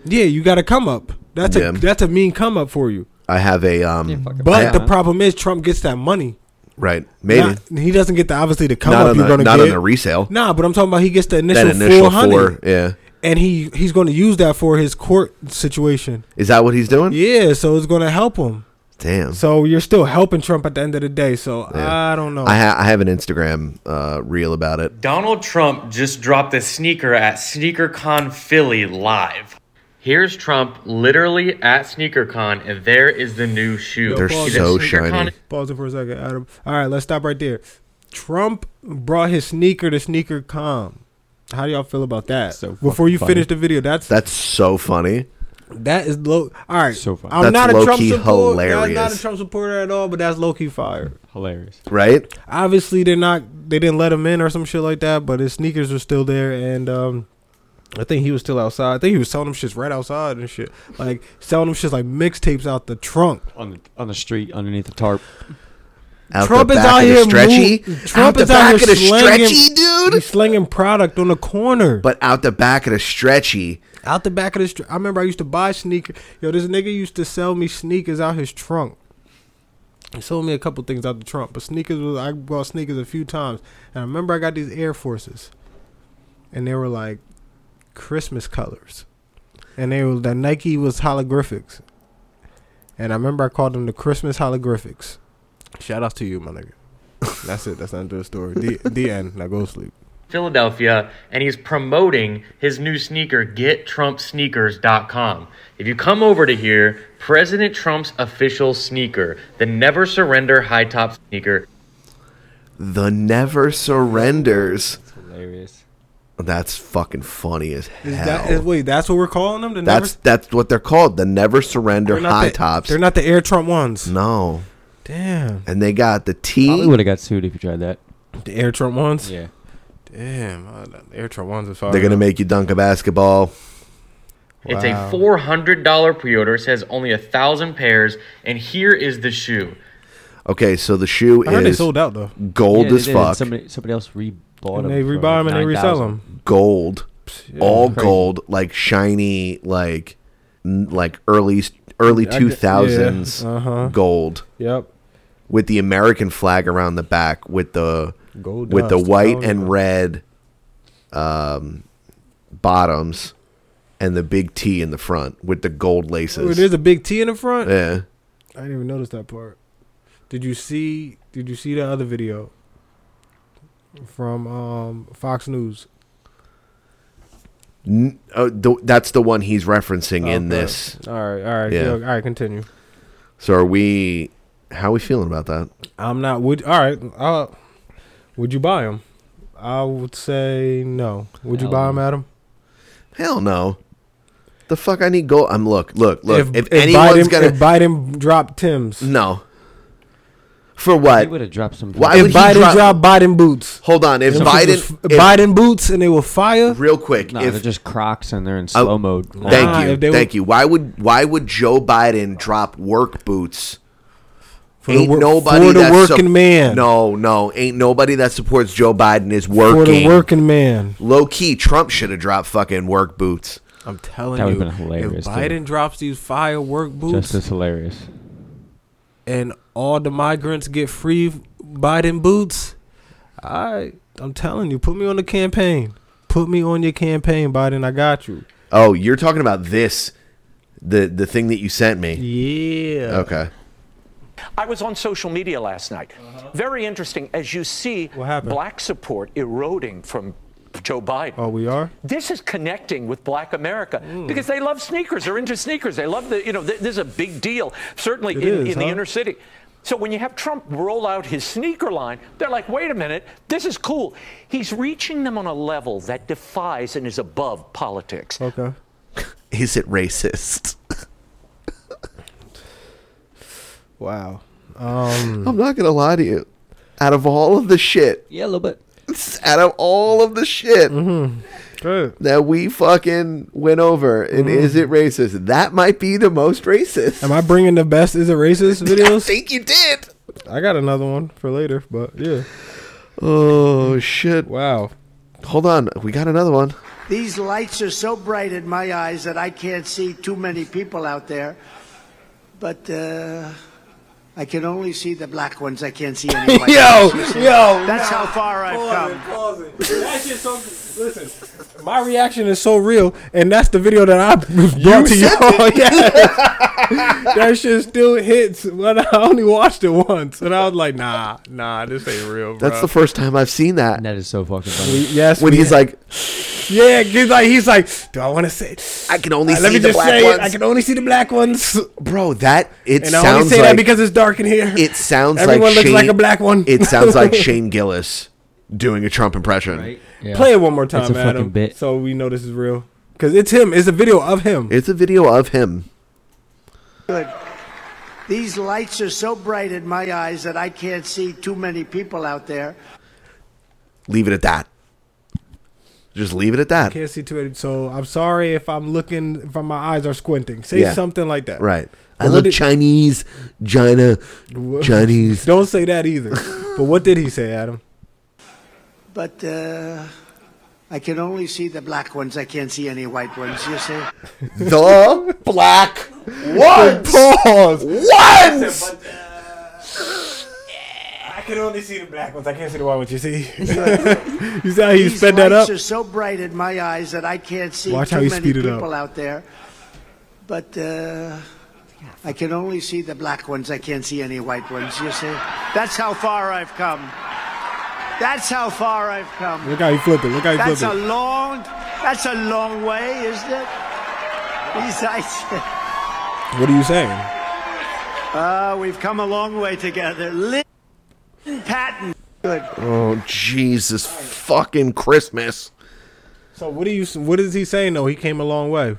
Speaker 3: yeah, you got to come up. That's
Speaker 4: Yeah.
Speaker 3: a that's a mean come up for you.
Speaker 4: I have a um,
Speaker 3: But
Speaker 4: I-
Speaker 3: the problem is Trump gets that money.
Speaker 4: right, maybe
Speaker 3: Not- he doesn't get the obviously the come
Speaker 4: not
Speaker 3: up
Speaker 4: on
Speaker 3: you're
Speaker 4: the,
Speaker 3: gonna
Speaker 4: not
Speaker 3: get.
Speaker 4: on the resale.
Speaker 3: Nah, but I'm talking about he gets the initial,
Speaker 4: that initial
Speaker 3: 400
Speaker 4: four, yeah.
Speaker 3: and he he's going to use that for his court situation.
Speaker 4: Is that what he's doing?
Speaker 3: Yeah, so it's going to help him.
Speaker 4: Damn.
Speaker 3: So you're still helping Trump at the end of the day. So
Speaker 4: Yeah.
Speaker 3: I don't know.
Speaker 4: I, ha- I have an Instagram uh, reel about it.
Speaker 11: Donald Trump just dropped a sneaker at SneakerCon Philly live. Here's Trump literally at SneakerCon, and there is the new shoe.
Speaker 4: They're
Speaker 11: He's at
Speaker 4: so
Speaker 11: SneakerCon
Speaker 4: shiny.
Speaker 3: Pause it for a second, Adam. All right, let's stop right there. Trump brought his sneaker to sneaker com. How do y'all feel about that?
Speaker 5: So
Speaker 3: Before you
Speaker 5: fucking funny.
Speaker 3: finish the video, that's
Speaker 4: That's so funny.
Speaker 3: that is low. All right,
Speaker 5: So funny.
Speaker 3: I'm
Speaker 4: That's
Speaker 3: not a Trump
Speaker 4: low-key
Speaker 3: supporter. I'm not a
Speaker 4: hilarious.
Speaker 3: Trump supporter at all, but that's low key fire.
Speaker 5: Hilarious.
Speaker 4: Right?
Speaker 3: obviously they're not they didn't let him in or some shit like that but his sneakers were still there and um I think he was still outside. I think he was selling them shits right outside and shit. Like selling them shits like mixtapes out the trunk.
Speaker 5: On the on the street underneath the tarp.
Speaker 4: Out
Speaker 3: Trump
Speaker 4: the
Speaker 3: is
Speaker 4: back
Speaker 3: out
Speaker 4: of the
Speaker 3: here
Speaker 4: stretchy.
Speaker 3: move- Trump
Speaker 4: out the
Speaker 3: is out
Speaker 4: back
Speaker 3: here
Speaker 4: of the
Speaker 3: slanging-
Speaker 4: stretchy, dude.
Speaker 3: He's slinging product on the corner.
Speaker 4: But out the back of the stretchy.
Speaker 3: out the back of the street. I remember I used to buy sneakers. Yo, this nigga used to sell me sneakers out his trunk. He sold me a couple things out the trunk, but sneakers was I bought sneakers a few times, and I remember I got these Air Forces, and they were like Christmas colors, and they were the Nike was holographics, and I remember I called them the Christmas holographics. Shout out to you, my nigga. [LAUGHS] That's it. That's the end of the story. The, the end. Now go to sleep.
Speaker 11: Philadelphia, and he's promoting his new sneaker, GetTrumpSneakers.com. If you come over to here, President Trump's official sneaker, the Never Surrender high top sneaker,
Speaker 4: The never surrenders.
Speaker 5: Hilarious.
Speaker 4: That's fucking funny as hell.
Speaker 3: Is that, is, wait, that's what we're calling them? The never-
Speaker 4: that's that's what they're called. The never surrender
Speaker 3: They're not
Speaker 4: high
Speaker 3: the-
Speaker 4: tops.
Speaker 3: They're not the Air Trump ones.
Speaker 4: No.
Speaker 3: Damn.
Speaker 4: And they got the
Speaker 5: Probably
Speaker 4: T.
Speaker 5: would have got sued if you tried that.
Speaker 3: The Air Trump ones?
Speaker 5: Yeah.
Speaker 3: Damn. uh, the Air Trump ones are fire.
Speaker 4: They're gonna make you dunk a basketball.
Speaker 11: It's a four hundred dollar pre-order. It says only a thousand pairs, and here is the shoe.
Speaker 4: Okay, so the shoe
Speaker 3: I heard they
Speaker 4: is
Speaker 3: sold out, though.
Speaker 4: gold
Speaker 5: Yeah, they
Speaker 4: as
Speaker 5: did, and
Speaker 4: fuck.
Speaker 5: Somebody somebody else rebought
Speaker 3: And
Speaker 5: them.
Speaker 3: they
Speaker 5: for
Speaker 3: rebuy them and they resell
Speaker 5: 9,000.
Speaker 3: them.
Speaker 4: gold, all
Speaker 5: Crazy.
Speaker 4: gold, like shiny, like n- like early early
Speaker 3: I
Speaker 4: two
Speaker 3: get-
Speaker 4: thousands
Speaker 3: yeah, uh-huh.
Speaker 4: gold
Speaker 3: Yep.
Speaker 4: with the American flag around the back with the
Speaker 3: Gold
Speaker 4: with the
Speaker 3: dust.
Speaker 4: white
Speaker 3: Oh, yeah.
Speaker 4: and red um, bottoms and the big T in the front with the gold
Speaker 3: Oh,
Speaker 4: laces.
Speaker 3: there's a big T in the front?
Speaker 4: yeah,
Speaker 3: I didn't even notice that part. Did you see did you see the other video from um, Fox News?
Speaker 4: N- oh, th- that's the one he's referencing in
Speaker 3: Okay.
Speaker 4: this.
Speaker 3: All right, all right.
Speaker 4: Yeah.
Speaker 3: Yeah. all right, continue.
Speaker 4: So are we? How are we feeling about that?
Speaker 3: I'm not would all right. Uh, would you buy them? I would say no. Would you
Speaker 5: Hell
Speaker 3: buy
Speaker 5: no.
Speaker 3: them, Adam?
Speaker 4: Hell no. The fuck I need gold. I'm look, look, look. If, anyone's
Speaker 3: Biden,
Speaker 4: gonna
Speaker 3: if Biden dropped Tim's,
Speaker 4: no, for
Speaker 5: They
Speaker 4: what?
Speaker 5: would have dropped some.
Speaker 4: Why
Speaker 3: if
Speaker 4: would he
Speaker 3: Biden
Speaker 4: drop-
Speaker 3: dropped Biden boots,
Speaker 4: Hold on. If
Speaker 3: Them shits was
Speaker 4: Biden,
Speaker 3: f-
Speaker 4: if-
Speaker 3: Biden boots, and they were fire.
Speaker 4: real quick.
Speaker 5: No, they're
Speaker 4: if
Speaker 5: just Crocs and they're in slow mode.
Speaker 4: thank
Speaker 3: Nah,
Speaker 4: you,
Speaker 3: if they
Speaker 4: thank
Speaker 3: were-
Speaker 4: you. Why would why would Joe Biden drop work boots?
Speaker 3: For
Speaker 4: ain't
Speaker 3: wor-
Speaker 4: nobody
Speaker 3: for the
Speaker 4: that sup-
Speaker 3: working man.
Speaker 4: No, no, ain't nobody that supports Joe Biden is working.
Speaker 3: for the working man.
Speaker 4: Low key, Trump should have dropped fucking work boots.
Speaker 3: I'm telling
Speaker 5: That
Speaker 3: you,
Speaker 5: would've been hilarious,
Speaker 3: if
Speaker 5: too.
Speaker 3: Biden drops these firework boots
Speaker 5: Just as hilarious.
Speaker 3: and all the migrants get free Biden boots, I I'm telling you, put me on the campaign. Put me on your campaign, Biden. I got you.
Speaker 4: Oh, you're talking about this, the the thing that you sent me.
Speaker 3: Yeah.
Speaker 4: Okay.
Speaker 12: I was on social media last night. Very interesting. As you see,
Speaker 3: Uh-huh. What happened?
Speaker 12: black support eroding from Joe Biden.
Speaker 3: Oh, we
Speaker 5: [LAUGHS]
Speaker 3: are.
Speaker 12: This is connecting with black America because they love sneakers. They're into sneakers. They love the, you know, th- this is a big deal, certainly
Speaker 3: It
Speaker 12: in,
Speaker 3: is,
Speaker 12: in the
Speaker 3: huh?
Speaker 12: inner city. So when you have Trump roll out his sneaker line, they're like, wait a minute, this is cool. He's reaching them on a level that defies and is above politics.
Speaker 3: Okay.
Speaker 4: Is it racist?
Speaker 3: Wow. Um.
Speaker 4: I'm not gonna lie to you. Out of all of
Speaker 3: [LAUGHS]
Speaker 4: the shit,
Speaker 5: Yeah, a little bit.
Speaker 4: out of all of the shit
Speaker 3: Mm-hmm.
Speaker 4: that we fucking went over, and
Speaker 3: Mhm.
Speaker 4: is it racist? That might be the most racist.
Speaker 3: Am I bringing the best is it racist
Speaker 4: I [LAUGHS]
Speaker 3: videos?
Speaker 4: think you did.
Speaker 3: I got another one for later, but yeah.
Speaker 4: Oh shit!
Speaker 3: Wow.
Speaker 4: Hold on, we got another one.
Speaker 13: These lights are so bright in my eyes that I can't see too many people out there. But uh, I can only see the black ones. I can't see any white
Speaker 3: Yo,
Speaker 13: ones. You see?
Speaker 3: yo.
Speaker 13: That's how far I've
Speaker 3: Pause it,
Speaker 13: come.
Speaker 3: Listen, my reaction is so real, and that's the video that I [LAUGHS] brought to
Speaker 10: sent
Speaker 3: y'all. [LAUGHS]
Speaker 4: [LAUGHS]
Speaker 3: Yeah, that shit still hits, but I only watched it once, and I was like, nah, nah, this ain't real, bro.
Speaker 4: That's the first time I've seen that.
Speaker 5: That is so fucking
Speaker 3: funny. We- yes,
Speaker 4: when
Speaker 3: we-
Speaker 4: he's like,
Speaker 3: Yeah, he's like, he's like, do I want to say?
Speaker 4: I can only
Speaker 3: Uh,
Speaker 4: see the black
Speaker 3: say
Speaker 4: ones.
Speaker 3: It, I can only see the black ones.
Speaker 4: bro, that it
Speaker 3: and
Speaker 4: sounds
Speaker 3: I only say
Speaker 4: like
Speaker 3: that because it's dark in here.
Speaker 4: it sounds
Speaker 3: Everyone
Speaker 4: like
Speaker 3: looks
Speaker 4: Shane,
Speaker 3: like a black one.
Speaker 4: it
Speaker 3: [LAUGHS]
Speaker 4: sounds like Shane Gillis doing a Trump impression.
Speaker 3: Play it one more
Speaker 5: It's
Speaker 3: time,
Speaker 5: a fucking
Speaker 3: Adam,
Speaker 5: bit.
Speaker 3: so we know this is real. Cause it's him. It's a video of him.
Speaker 4: It's a video of him.
Speaker 13: Good. These lights are so bright in my eyes that I can't see too many people out there.
Speaker 4: Leave it at that. Just leave it at
Speaker 3: I
Speaker 4: that.
Speaker 3: can't see too many. So I'm sorry if I'm looking, if my eyes are squinting. Say
Speaker 4: Yeah.
Speaker 3: something like that.
Speaker 4: Right.
Speaker 3: But
Speaker 4: I
Speaker 3: what
Speaker 4: love
Speaker 3: did-
Speaker 4: Chinese, China,
Speaker 3: [LAUGHS]
Speaker 4: Chinese.
Speaker 3: Don't say that
Speaker 4: [LAUGHS]
Speaker 3: either. but what did he say, Adam?
Speaker 13: But uh, I can only see the black ones. I can't see any white ones. You see?
Speaker 4: the black ones.
Speaker 3: [LAUGHS] Pause.
Speaker 4: Ones.
Speaker 3: I can only see the black ones. I can't see the white ones. [LAUGHS] You see? you see how he sped that
Speaker 13: lights
Speaker 3: up?
Speaker 13: are so bright in my eyes that I can't see
Speaker 3: Watch
Speaker 13: too
Speaker 3: how he
Speaker 13: many
Speaker 3: speed it up.
Speaker 13: people out there. But uh, I can only see the black ones. I can't see any white ones. You see? That's how far I've come. That's how far I've come.
Speaker 3: Look how he flipped it. Look how he
Speaker 13: that's a
Speaker 3: flipped it.
Speaker 13: long. That's a long way, isn't it? These lights.
Speaker 3: What are you saying?
Speaker 13: Uh, we've come a long way together. Lynn Patton. Good.
Speaker 4: Oh Jesus fucking Christmas.
Speaker 3: So what do you? What is he saying though? He came a long way.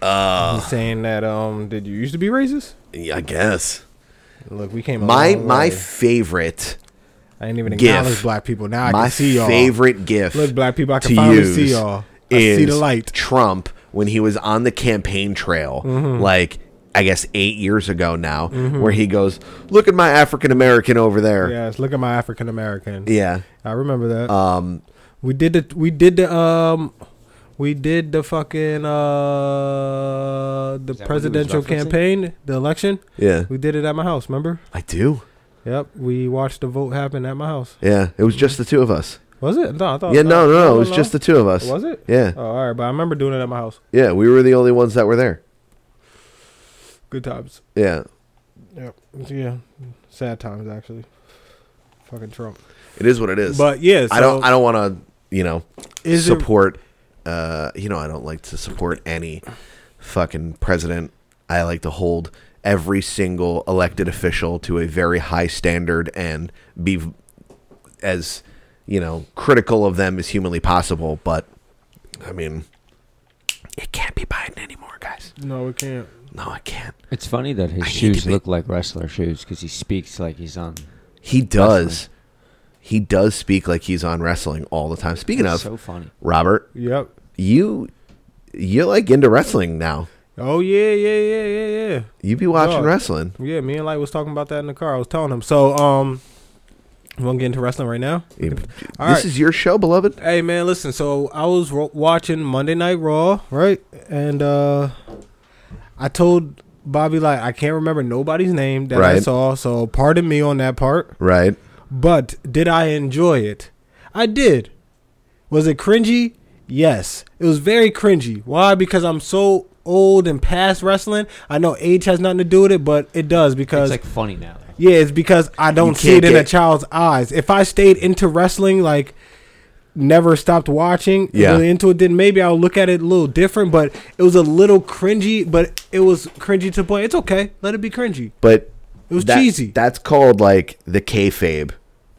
Speaker 4: Uh,
Speaker 3: He's saying that um, did you used to be racist?
Speaker 4: yeah, I guess
Speaker 3: Look, we came a
Speaker 4: my
Speaker 3: long
Speaker 4: my
Speaker 3: way.
Speaker 4: favorite.
Speaker 3: I didn't even
Speaker 4: gif.
Speaker 3: acknowledge black people. Now I
Speaker 4: my
Speaker 3: can see y'all.
Speaker 4: favorite gift.
Speaker 3: Look, black people, I can finally see y'all. I see the light.
Speaker 4: Trump when he was on the campaign trail,
Speaker 3: Mhm.
Speaker 4: like I guess eight years ago now,
Speaker 3: Mhm.
Speaker 4: where he goes, "Look at my African American over there." Yeah.
Speaker 3: Yes, look at my African American. I remember that. Um, we did the we did the um, we did the fucking uh the
Speaker 5: was
Speaker 3: presidential
Speaker 5: referencing?
Speaker 3: campaign, the election.
Speaker 4: Yeah.
Speaker 3: we did it at my house. Remember?
Speaker 4: I do.
Speaker 3: Yep, we watched the vote happen at my house.
Speaker 4: Yeah, it was just the two of us.
Speaker 3: Was it? Oh, No, I thought.
Speaker 4: Yeah, no, no, no, it was just the two of us.
Speaker 3: Was it?
Speaker 4: Yeah.
Speaker 3: Oh, all right, but I remember doing it at my house.
Speaker 4: Yeah, we were the only ones that were there.
Speaker 3: Good times.
Speaker 4: Yeah,
Speaker 3: Yep. Yeah. Sad times actually. Fucking Trump.
Speaker 4: it is what it is.
Speaker 3: But, yeah,
Speaker 4: I don't.
Speaker 3: so-
Speaker 4: I don't want to. You know,
Speaker 3: Is it-
Speaker 4: support. uh, you know, I don't like to support any fucking president. I like to hold every single elected official to a very high standard and be v- as you know critical of them as humanly possible. But I mean, it can't be Biden anymore, guys.
Speaker 3: No, it can't.
Speaker 4: No, I can't.
Speaker 5: It's funny that his
Speaker 4: I need
Speaker 5: shoes
Speaker 4: to be-
Speaker 5: look like wrestler shoes because he speaks like he's on.
Speaker 4: He does. He does speak like he's on wrestling all the time. Speaking
Speaker 5: That's
Speaker 4: of,
Speaker 5: so funny.
Speaker 4: Robert.
Speaker 3: Yep.
Speaker 4: You, you're like into wrestling now.
Speaker 3: Oh yeah, yeah, yeah, yeah, yeah.
Speaker 4: You be watching
Speaker 3: Dog.
Speaker 4: wrestling.
Speaker 3: Yeah, me and Light was talking about that in the car. I was telling him. So, um, you want to get into wrestling right now?
Speaker 4: You-
Speaker 3: All
Speaker 4: this
Speaker 3: right.
Speaker 4: is your show, beloved.
Speaker 3: Hey man, listen. So I was ro- watching Monday Night Raw, right? And uh I told Bobby like I can't remember nobody's name that I
Speaker 4: Right.
Speaker 3: saw. So pardon me on that part.
Speaker 4: Right.
Speaker 3: But did I enjoy it? I did. Was it cringy? Yes. It was very cringy. Why? Because I'm so old and past wrestling. I know age has nothing to do with it, but it does because
Speaker 5: It's like funny now.
Speaker 3: yeah, it's because I don't see it
Speaker 4: can't
Speaker 3: in a
Speaker 4: get-
Speaker 3: child's eyes. If I stayed into wrestling, like never stopped watching,
Speaker 4: Yeah.
Speaker 3: really into it, then maybe I'll look at it a little different. But it was a little cringy, but it was cringy to play. It's okay. Let it be cringy.
Speaker 4: But
Speaker 3: It was
Speaker 4: that-
Speaker 3: cheesy.
Speaker 4: That's called like the kayfabe,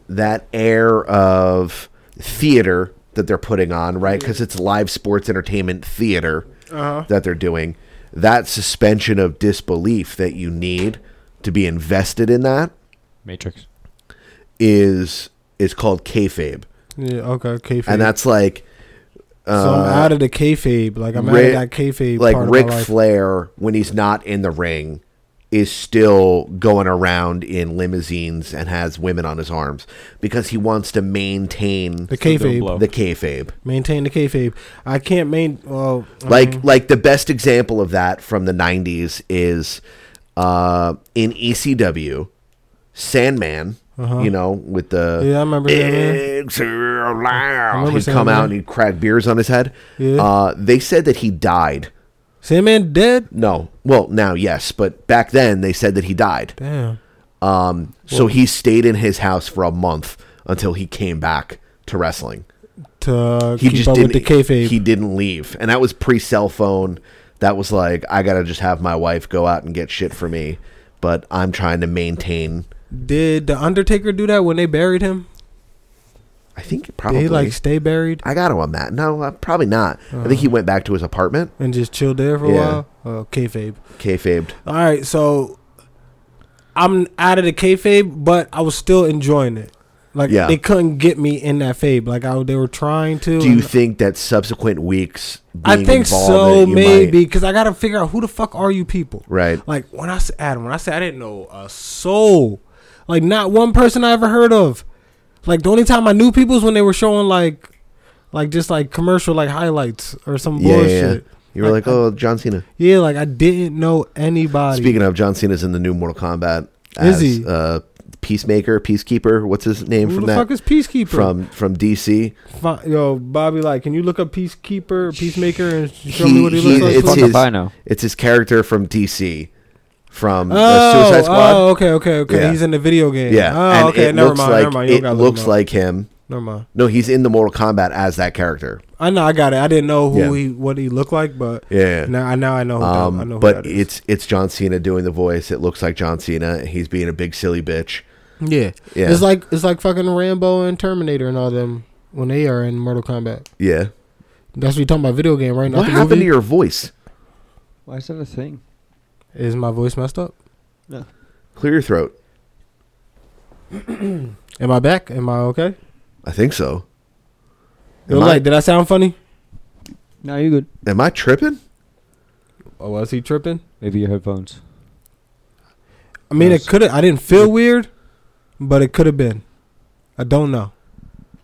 Speaker 4: that air of theater that they're putting on, right? Because it's live sports entertainment theater
Speaker 3: Uh-huh.
Speaker 4: that they're doing. That suspension of disbelief that you need to be invested in that
Speaker 5: Matrix.
Speaker 4: is is called kayfabe,
Speaker 3: Yeah, okay, kayfabe.
Speaker 4: and that's like.
Speaker 3: so I'm
Speaker 4: uh,
Speaker 3: out of the kayfabe. Like I'm
Speaker 4: Ric-
Speaker 3: out of that kayfabe.
Speaker 4: Like
Speaker 3: part of my
Speaker 4: Ric
Speaker 3: life.
Speaker 4: Flair, when he's not in the ring, is still going around in limousines and has women on his arms because he wants to maintain
Speaker 3: The kayfabe. Mm-hmm. Blow.
Speaker 4: The kayfabe.
Speaker 3: Maintain the kayfabe. I can't main. Well, I
Speaker 4: Like
Speaker 3: mean,
Speaker 4: like the best example of that from the '90s is uh, in ECW, Sandman.
Speaker 3: Uh-huh.
Speaker 4: You know, with the
Speaker 3: Yeah, I remember that, man.
Speaker 4: It's loud.
Speaker 3: remember
Speaker 4: He'd come
Speaker 3: Sandman.
Speaker 4: out and he'd crack beers on his head.
Speaker 3: Yeah.
Speaker 4: Uh, they said that he died.
Speaker 3: Sandman dead?
Speaker 4: No. Well, now yes, but back then they said that he died.
Speaker 3: Damn.
Speaker 4: Um, so
Speaker 3: Well-
Speaker 4: he stayed in his house for a month until he came back to wrestling.
Speaker 3: to
Speaker 4: He
Speaker 3: keep
Speaker 4: just
Speaker 3: up
Speaker 4: didn't.
Speaker 3: with the kayfabe.
Speaker 4: He didn't leave, and that was pre-cell phone. That was like I gotta just have my wife go out and get shit for me, but I'm trying to maintain.
Speaker 3: Did the Undertaker do that when they buried him?
Speaker 4: I think probably
Speaker 3: Did he like stay buried
Speaker 4: I got him on that. No, uh, probably not. I think he
Speaker 3: Oh.
Speaker 4: went back to his apartment.
Speaker 3: and just chill there for
Speaker 4: Yeah.
Speaker 3: a while? Uh, kayfabe.
Speaker 4: Kayfabed.
Speaker 3: All right, so I'm out of the kayfabe, but I was still enjoying it. Like
Speaker 4: Yeah.
Speaker 3: they couldn't get me in that fabe. Like I, they were trying to.
Speaker 4: Do you
Speaker 3: and-
Speaker 4: think that subsequent weeks?
Speaker 3: Oh, I
Speaker 4: being
Speaker 3: think
Speaker 4: involved
Speaker 3: so,
Speaker 4: in it, you might-
Speaker 3: maybe, because I gotta figure out who the fuck are you people.
Speaker 4: Right.
Speaker 3: Like when I said Adam, when I said I didn't know a soul, like not one person I ever heard of. Like the only time I knew people is when they were showing like, like just like commercial like highlights or some
Speaker 4: Yeah, yeah, yeah.
Speaker 3: bullshit.
Speaker 4: You were like, oh, John Cena.
Speaker 3: Yeah, like I didn't know anybody.
Speaker 4: Speaking of, John Cena's in the new Mortal Kombat.
Speaker 3: Is he?
Speaker 4: Uh, Peacemaker, Peacekeeper. What's his name
Speaker 3: Who
Speaker 4: from
Speaker 3: the
Speaker 4: that?
Speaker 3: fuck is Peacekeeper?
Speaker 4: From from DC.
Speaker 3: Fi- yo, Bobby, like, can you look up Peacekeeper, Peacemaker, and show
Speaker 4: He-
Speaker 3: me what he,
Speaker 4: he-
Speaker 3: looks
Speaker 4: it's
Speaker 3: like?
Speaker 4: his, uh,
Speaker 3: please?
Speaker 4: it's his character from DC, from uh,
Speaker 3: Oh,
Speaker 4: Suicide Squad.
Speaker 3: oh, okay, okay, okay. He's in the video game.
Speaker 4: Yeah.
Speaker 3: Oh,
Speaker 4: and
Speaker 3: okay,
Speaker 4: It
Speaker 3: never
Speaker 4: looks
Speaker 3: mind,
Speaker 4: Like,
Speaker 3: never mind. You
Speaker 4: It
Speaker 3: gotta look
Speaker 4: looks
Speaker 3: him up.
Speaker 4: like him.
Speaker 3: Never mind.
Speaker 4: No, he's in the Mortal Kombat as that character.
Speaker 3: I know, I got it. I didn't know who
Speaker 4: Yeah.
Speaker 3: he, what he looked like, but
Speaker 4: Yeah.
Speaker 3: now I now I know. Who
Speaker 4: Um,
Speaker 3: that, I know who
Speaker 4: but
Speaker 3: that is.
Speaker 4: it's it's John Cena doing the voice. It looks like John Cena. He's being a big silly bitch.
Speaker 3: yeah,
Speaker 4: Yeah.
Speaker 3: It's like it's like fucking Rambo and Terminator and all them when they are in Mortal Kombat.
Speaker 4: Yeah.
Speaker 3: That's what you're talking about video game, right? Not
Speaker 4: What
Speaker 3: the
Speaker 4: happened
Speaker 3: movie?
Speaker 4: to your voice?
Speaker 5: Why is that a thing?
Speaker 3: Is my voice messed up?
Speaker 5: No.
Speaker 4: Clear your throat.
Speaker 3: Am I back? Am I okay?
Speaker 4: I think so.
Speaker 3: Yo,
Speaker 4: Am I-
Speaker 3: like, did I sound funny?
Speaker 5: No, you're good.
Speaker 4: Am I tripping? Oh,
Speaker 3: Or was he tripping?
Speaker 5: Maybe your headphones.
Speaker 3: I mean, it could have. I didn't feel weird, but it could have been. I don't know.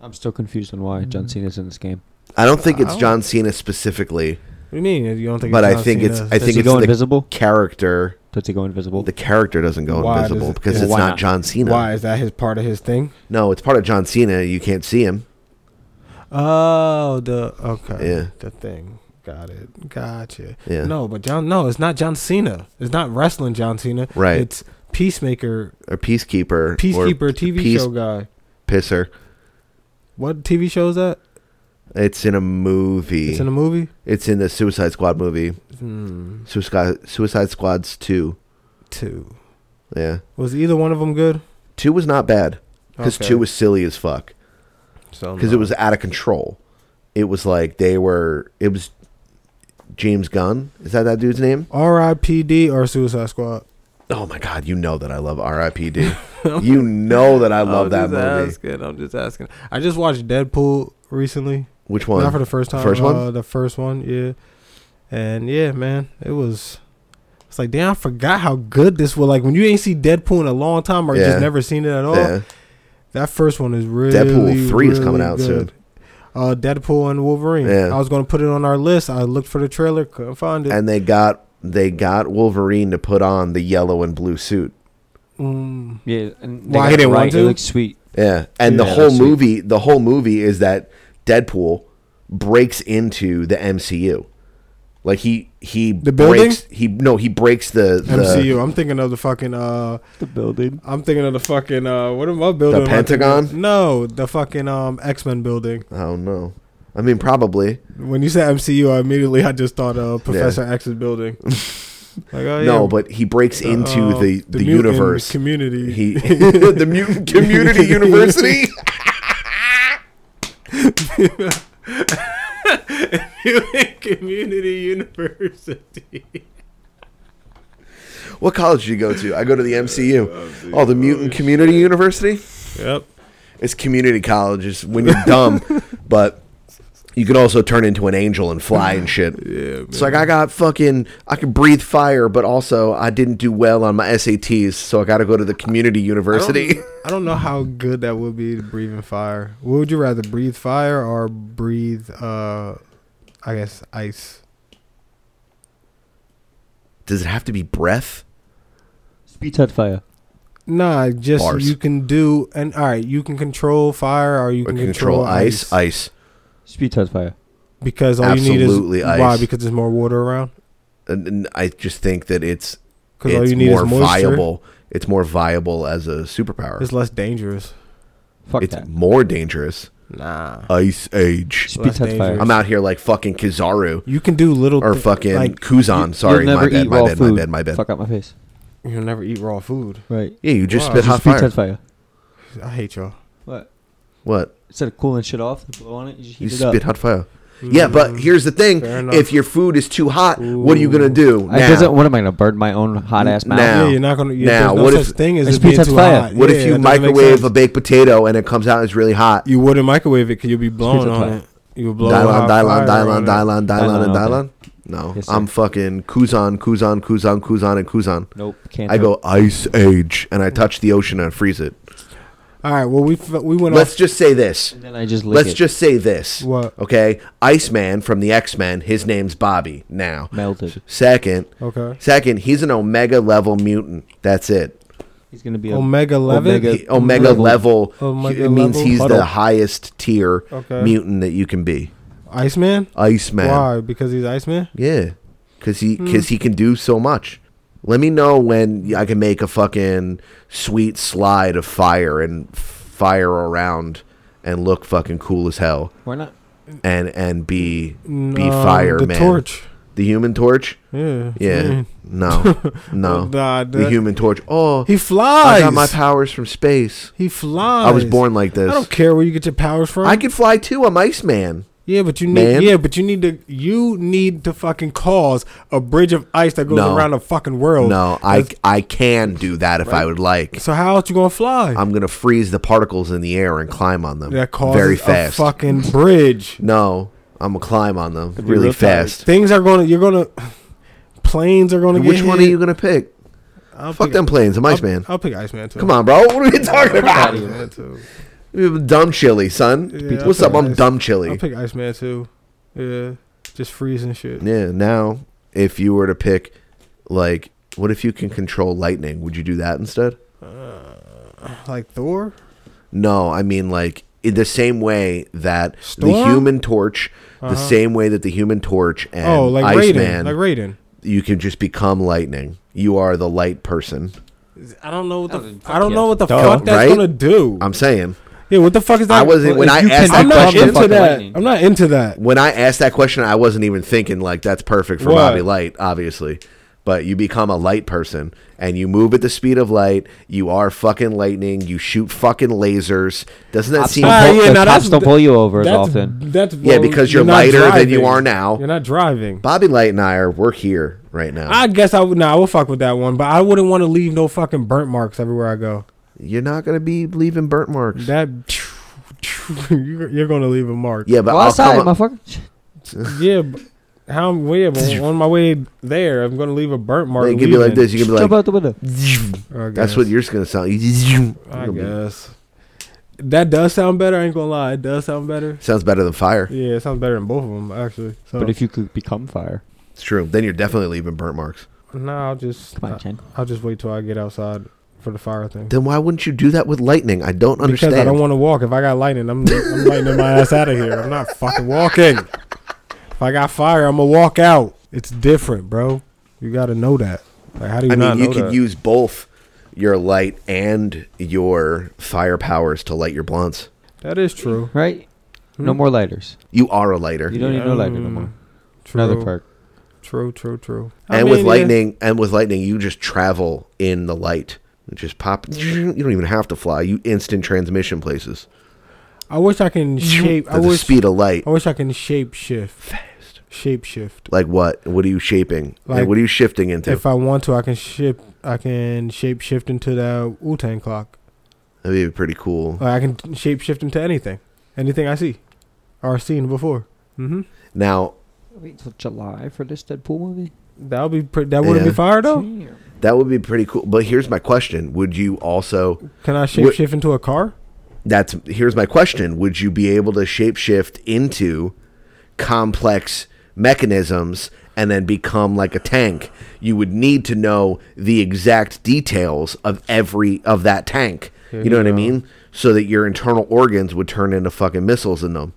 Speaker 5: I'm still confused on why
Speaker 4: Mm.
Speaker 5: John Cena's in this game.
Speaker 4: I don't think it's
Speaker 3: Wow.
Speaker 4: John Cena specifically,
Speaker 3: What do you mean? You don't think?
Speaker 4: but
Speaker 3: it's
Speaker 4: I
Speaker 3: John
Speaker 4: think it's
Speaker 3: Cena?
Speaker 4: I
Speaker 5: Does
Speaker 4: think
Speaker 5: he
Speaker 4: it's
Speaker 5: go
Speaker 4: the
Speaker 5: invisible?
Speaker 4: character.
Speaker 5: Does he go invisible?
Speaker 4: The character doesn't go
Speaker 3: Why does
Speaker 4: invisible
Speaker 3: it-
Speaker 4: because
Speaker 3: yeah,
Speaker 4: it's
Speaker 3: why
Speaker 4: not,
Speaker 3: not?
Speaker 4: John Cena.
Speaker 3: Why is that his part of his thing?
Speaker 4: No, it's part of John Cena. You can't see him.
Speaker 3: Oh, the okay.
Speaker 4: Yeah.
Speaker 3: The thing. Got it. Gotcha.
Speaker 4: Yeah.
Speaker 3: No, but John. No, it's not John Cena. It's not wrestling John Cena.
Speaker 4: Right.
Speaker 3: It's Peacemaker,
Speaker 4: Or Peacekeeper. or
Speaker 3: Peacekeeper TV
Speaker 4: Peace
Speaker 3: show guy.
Speaker 4: Pisser.
Speaker 3: What TV show is that?
Speaker 4: It's in a movie.
Speaker 3: It's in a movie.
Speaker 4: It's in the Suicide Squad movie.
Speaker 3: Hmm.
Speaker 4: Suicide Suicide Squad's two.
Speaker 3: Two.
Speaker 4: Yeah,
Speaker 3: Was either one of them good?
Speaker 4: two was not bad because
Speaker 3: Okay.
Speaker 4: two was silly as fuck
Speaker 3: So
Speaker 4: because it
Speaker 3: no.
Speaker 4: was out of control. It was like they were. It was James Gunn. Is that that dude's name?
Speaker 3: R.I.P.D. or Suicide Squad.
Speaker 4: Oh my god! You know that I love R.I.P.D. you know that I love that
Speaker 3: I'm
Speaker 4: movie.
Speaker 3: just Asking, I'm just asking. I just watched Deadpool recently.
Speaker 4: Which one?
Speaker 3: Not for the first time.
Speaker 4: First
Speaker 3: Uh,
Speaker 4: one.
Speaker 3: the first one, yeah. And yeah, man, it was. It's like damn, I forgot how good this was. Like when you ain't seen Deadpool in a long time, or
Speaker 4: Yeah.
Speaker 3: just never seen it at all.
Speaker 4: Yeah.
Speaker 3: That first one is really
Speaker 4: Deadpool 3 is coming
Speaker 3: really
Speaker 4: out
Speaker 3: good.
Speaker 4: soon.
Speaker 3: Uh, Deadpool and Wolverine.
Speaker 4: Yeah.
Speaker 3: I was gonna put it on our list. I looked for the trailer, couldn't find it.
Speaker 4: And they got they got Wolverine to put on the yellow and blue suit.
Speaker 3: Mm,
Speaker 5: Yeah, and
Speaker 3: Why
Speaker 5: got
Speaker 3: he
Speaker 5: it
Speaker 3: didn't want
Speaker 5: right. It
Speaker 3: to?
Speaker 5: looks sweet.
Speaker 4: Yeah, and the
Speaker 5: Yeah,
Speaker 4: whole
Speaker 5: that's sweet.
Speaker 4: movie, the whole movie is that Deadpool breaks into the MCU. Like he he
Speaker 3: The building?
Speaker 4: breaks he no he breaks the, the
Speaker 3: MCU. I'm thinking of the fucking uh,
Speaker 5: The building.
Speaker 3: I'm thinking of the fucking uh, what am I building?
Speaker 4: The
Speaker 3: Am I thinking
Speaker 4: Pentagon?
Speaker 3: of- No, the fucking um X Men building.
Speaker 4: Oh no, I mean probably
Speaker 3: When you said MCU, I immediately I just thought of Professor X's
Speaker 4: [LAUGHS]
Speaker 3: building. Like, oh,
Speaker 4: no,
Speaker 3: yeah,
Speaker 4: but he breaks
Speaker 3: the,
Speaker 4: into
Speaker 3: uh,
Speaker 4: the the,
Speaker 3: mutant
Speaker 4: universe
Speaker 3: community.
Speaker 4: He [LAUGHS] the
Speaker 3: [LAUGHS]
Speaker 4: mutant community university.
Speaker 3: Mutant [LAUGHS] community
Speaker 5: [LAUGHS]
Speaker 3: university. [LAUGHS]
Speaker 4: Oh, What college do you go to? I go to the MCU. Oh, the mutant community university.
Speaker 3: Yep.
Speaker 4: It's community college. It's when you're
Speaker 3: [LAUGHS]
Speaker 4: dumb, but you can also turn into an angel and fly and
Speaker 3: [LAUGHS]
Speaker 4: shit. Yeah, It's like I got fucking I can breathe fire, but also I didn't do well on my SATs, so I got to go to the community
Speaker 3: I
Speaker 4: university.
Speaker 3: don't, I don't know how good that would be to breathing fire. What would you rather breathe fire or breathe uh I guess ice?
Speaker 4: [LAUGHS] Does it have to be breath?
Speaker 5: Speed at fire.
Speaker 3: Nah, just
Speaker 4: Bars.
Speaker 3: you can do and all right, you can control fire or you can control, ice.
Speaker 4: ice.
Speaker 5: Speed touch fire.
Speaker 3: Because all
Speaker 4: Absolutely
Speaker 3: you need is why
Speaker 4: ice.
Speaker 3: because there's more water around.
Speaker 4: And- and I just think that it's
Speaker 3: 'Cause all
Speaker 4: it's
Speaker 3: you need is
Speaker 4: more
Speaker 3: moisture.
Speaker 4: viable. It's more viable as a superpower.
Speaker 3: It's less dangerous.
Speaker 5: Fuck
Speaker 4: it's more dangerous.
Speaker 3: Nah.
Speaker 4: Ice Age.
Speaker 3: Speed That's touch fire. dangerous.
Speaker 4: I'm out here like fucking Kizaru.
Speaker 3: You can do little
Speaker 4: or
Speaker 3: thi-
Speaker 4: fucking
Speaker 3: like,
Speaker 4: Kuzan.
Speaker 3: you-
Speaker 4: Sorry,
Speaker 5: You'll
Speaker 4: my
Speaker 5: never
Speaker 4: bad,
Speaker 5: eat
Speaker 4: my
Speaker 5: raw
Speaker 4: bad,
Speaker 5: food.
Speaker 4: my bad, my bad,
Speaker 5: Fuck out my face.
Speaker 3: You'll never eat raw food.
Speaker 5: Right.
Speaker 4: Yeah, you just
Speaker 3: Wow.
Speaker 4: spit hot
Speaker 5: Speed
Speaker 4: fire.
Speaker 5: touch fire.
Speaker 3: I hate y'all.
Speaker 5: What?
Speaker 4: What?
Speaker 5: Instead of cooling shit off, blow on it. You just heat
Speaker 4: You
Speaker 5: it up.
Speaker 4: spit hot fire.
Speaker 3: Mm-hmm.
Speaker 4: Yeah, but here's the thing:
Speaker 5: Fair enough.
Speaker 4: if your food is too hot, what are you gonna do?
Speaker 5: I
Speaker 4: now?
Speaker 5: doesn't. What am I gonna burn my own hot ass mouth?
Speaker 4: Now,
Speaker 3: Yeah, you're not gonna- yeah,
Speaker 4: now,
Speaker 3: there's no
Speaker 4: what
Speaker 3: such
Speaker 4: if
Speaker 3: thing as
Speaker 5: It's
Speaker 3: it being
Speaker 5: pizza's
Speaker 3: too
Speaker 5: fire.
Speaker 3: hot.
Speaker 4: what
Speaker 3: Yeah,
Speaker 4: if
Speaker 3: that
Speaker 4: you
Speaker 3: doesn't make
Speaker 4: microwave
Speaker 3: sense.
Speaker 4: a baked potato and it comes out and it's really hot?
Speaker 3: You wouldn't microwave it because you'd be blowing on
Speaker 4: fire.
Speaker 3: it. You would blow
Speaker 4: Dylon,
Speaker 3: hot
Speaker 4: Dylon,
Speaker 3: fire on
Speaker 4: Dylon,
Speaker 3: it.
Speaker 4: Dylon, Dylon, and
Speaker 5: Dylon,
Speaker 4: Dylon.
Speaker 5: okay.
Speaker 4: No,
Speaker 5: Yes, sir.
Speaker 4: I'm fucking Kuzan, Kuzan, Kuzan, Kuzan, and Kuzan.
Speaker 5: Nope, can't
Speaker 4: I
Speaker 5: do
Speaker 4: go
Speaker 5: it.
Speaker 4: Ice Age and I touch the ocean and freeze it.
Speaker 3: All right. Well, we f- we went
Speaker 4: Let's
Speaker 3: off.
Speaker 4: just say this. And
Speaker 5: then I just lick
Speaker 4: Let's
Speaker 5: it.
Speaker 4: just say this.
Speaker 3: What?
Speaker 4: Okay. Iceman from the X Men, his name's Bobby now.
Speaker 5: Melted.
Speaker 4: Second.
Speaker 3: Okay.
Speaker 4: Second, he's an Omega level mutant. That's it.
Speaker 5: He's gonna be a
Speaker 3: Omega level.
Speaker 4: He- Omega level.
Speaker 3: Omega
Speaker 4: it means
Speaker 3: level?
Speaker 4: he's
Speaker 3: Huddle.
Speaker 4: the highest tier
Speaker 3: Okay.
Speaker 4: mutant that you can be.
Speaker 3: Iceman.
Speaker 4: Iceman.
Speaker 3: Why? Because he's Iceman.
Speaker 4: Yeah, because he
Speaker 3: Hmm.
Speaker 4: because he can do so much. Let me know when I can make a fucking sweet slide of fire and fire around and look fucking cool as hell.
Speaker 5: Why not?
Speaker 4: And and be be
Speaker 3: No,
Speaker 4: fire
Speaker 3: the
Speaker 4: man.
Speaker 3: torch.
Speaker 4: The human torch.
Speaker 3: Yeah, that's
Speaker 4: Yeah.
Speaker 3: what I mean. [LAUGHS]
Speaker 4: No. No.
Speaker 3: Nah,
Speaker 4: the
Speaker 3: that-
Speaker 4: human torch. Oh,
Speaker 3: He
Speaker 4: I
Speaker 3: flies.
Speaker 4: got my powers from space.
Speaker 3: he flies.
Speaker 4: I was born like this.
Speaker 3: I don't care where you get your powers from.
Speaker 4: I can fly too. I'm Iceman.
Speaker 3: Yeah, but you need.
Speaker 4: Man.
Speaker 3: Yeah, but you need to. You need to fucking cause a bridge of ice that goes
Speaker 4: No.
Speaker 3: around the fucking world.
Speaker 4: No, I
Speaker 3: Oh. That's-
Speaker 4: I can do that if I would like.
Speaker 3: So how else you gonna fly?
Speaker 4: I'm gonna freeze the particles in the air and climb on them.
Speaker 3: that causes
Speaker 4: very fast.
Speaker 3: a fucking bridge.
Speaker 4: no, I'm gonna climb on them
Speaker 5: be
Speaker 4: really
Speaker 5: real
Speaker 4: fast.
Speaker 3: Things are gonna. You're gonna. Planes are gonna.
Speaker 4: Which
Speaker 3: get
Speaker 4: one are
Speaker 3: hit.
Speaker 4: you gonna pick?
Speaker 3: I'll
Speaker 4: Fuck
Speaker 3: pick-
Speaker 4: them planes. I'm
Speaker 3: I'll-
Speaker 4: Iceman.
Speaker 3: I'll, pick Iceman too.
Speaker 4: Come on, bro. [LAUGHS] What are we talking about?
Speaker 3: Iceman too.
Speaker 4: Dumb chili, son.
Speaker 3: Yeah, I'll
Speaker 4: What's
Speaker 3: pick
Speaker 4: up? I'm
Speaker 3: Ice-
Speaker 4: dumb
Speaker 3: I'll
Speaker 4: chili.
Speaker 3: pick Iceman too. Yeah, just freezing shit.
Speaker 4: Yeah. Now, if you were to pick, like, what if you can control lightning? Would you do that instead?
Speaker 3: Like Thor.
Speaker 4: No, I mean like in the same way that the
Speaker 3: Storm?
Speaker 4: Human Torch,
Speaker 3: Uh-huh.
Speaker 4: the same way that the Human Torch and
Speaker 3: Oh, like Raiden,
Speaker 4: Iceman,
Speaker 3: like Raiden.
Speaker 4: you can just become lightning. You are the light person,
Speaker 3: I don't know what the. f- I don't know what the
Speaker 4: Duh.
Speaker 3: fuck that's
Speaker 4: Right?
Speaker 3: gonna do.
Speaker 4: I'm saying.
Speaker 3: Yeah, what the fuck is that?
Speaker 4: I wasn't when I asked
Speaker 3: I'm
Speaker 4: that
Speaker 3: not
Speaker 4: question.
Speaker 3: into that. I'm not into that.
Speaker 4: When I asked that question, I wasn't even thinking like that's perfect for
Speaker 3: What?
Speaker 4: Bobby Light, obviously. But you become a light person and you move at the speed of light. You are fucking lightning. You shoot fucking lasers. Doesn't that
Speaker 5: Cops
Speaker 4: seem?
Speaker 5: don't
Speaker 3: Ah,
Speaker 5: pull-
Speaker 3: yeah,
Speaker 5: the
Speaker 3: now
Speaker 5: cops
Speaker 3: that's-
Speaker 5: don't pull you over as
Speaker 3: that's-
Speaker 5: often.
Speaker 3: That's
Speaker 4: Yeah,
Speaker 3: well,
Speaker 4: because you're,
Speaker 3: not
Speaker 4: lighter than you
Speaker 3: driving.
Speaker 4: are now.
Speaker 3: You're not driving.
Speaker 4: Bobby Light and I are we're here right now.
Speaker 3: I guess I would. Nah, I will fuck with that one, but I wouldn't want to leave no fucking burnt marks everywhere I go.
Speaker 4: You're not gonna be leaving burnt marks.
Speaker 3: That [LAUGHS] you're you're gonna leave a mark.
Speaker 4: Yeah, but
Speaker 5: Go
Speaker 4: I'll
Speaker 5: outside,
Speaker 4: come up-
Speaker 5: motherfucker.
Speaker 3: Yeah. But, how well, yeah, but on my way there, I'm gonna leave a burnt mark.
Speaker 4: Well, you can be like
Speaker 3: leaving.
Speaker 4: this. You can be
Speaker 5: Jump
Speaker 4: like,
Speaker 5: out the window.
Speaker 3: I
Speaker 4: that's
Speaker 3: guess.
Speaker 4: what yours gonna sound.
Speaker 3: I guess that does sound better. I ain't gonna lie, it does sound better.
Speaker 4: Sounds better than fire.
Speaker 3: Yeah, it sounds better than both of them actually. So,
Speaker 5: But if you could become fire,
Speaker 4: It's true. Then you're definitely leaving burnt marks.
Speaker 3: nah, I'll just
Speaker 5: come on, Chen.
Speaker 3: I'll just wait till I get outside for the fire thing.
Speaker 4: Then why wouldn't you do that with lightning? I don't
Speaker 3: Because
Speaker 4: understand.
Speaker 3: I don't want to walk. If I got lightning, I'm, I'm lightning my ass out of here. I'm not fucking walking. If I got fire, I'm gonna walk out. It's different, bro. You gotta know that. Like, how do you
Speaker 4: I
Speaker 3: not
Speaker 4: mean, you
Speaker 3: know
Speaker 4: could
Speaker 3: that?
Speaker 4: use both your light and your fire powers to light your blunts.
Speaker 3: that is true.
Speaker 5: Right? No more lighters.
Speaker 4: You are a lighter,
Speaker 5: You don't need no lighter no
Speaker 3: Mm,
Speaker 5: more.
Speaker 3: True,
Speaker 5: Another perk.
Speaker 3: True, true, true. I
Speaker 4: and with
Speaker 3: mean, yeah.
Speaker 4: lightning, and with lightning, you just travel in the light. You just pop. You don't even have to fly. You instant transmission places
Speaker 3: I wish I can shape. I
Speaker 4: at the
Speaker 3: wish.
Speaker 4: speed of light.
Speaker 3: I wish I can shape shift. Fast. Shape shift.
Speaker 4: Like what? What are you shaping? Like,
Speaker 3: Like,
Speaker 4: what are you shifting into?
Speaker 3: If I want to, I can ship. I can shape shift into the Wu Tang clock.
Speaker 4: That'd be pretty cool.
Speaker 3: Uh, I can t- shape shift into anything, anything I see, or seen before. Mm-hmm.
Speaker 4: Now
Speaker 5: Wait till July for this Deadpool movie.
Speaker 3: That would be pretty. That wouldn't
Speaker 4: Yeah.
Speaker 3: be fire though.
Speaker 4: that would be pretty cool. But here's my question: Would you also?
Speaker 3: Can I shape
Speaker 4: Would-
Speaker 3: shift into a car?
Speaker 4: That's here's my question: Would you be able to shapeshift into complex mechanisms and then become like a tank? You would need to know the exact details of every of that tank.
Speaker 3: There
Speaker 4: you know
Speaker 3: you
Speaker 4: what I
Speaker 3: go.
Speaker 4: mean? So that your internal organs would turn into fucking missiles in them.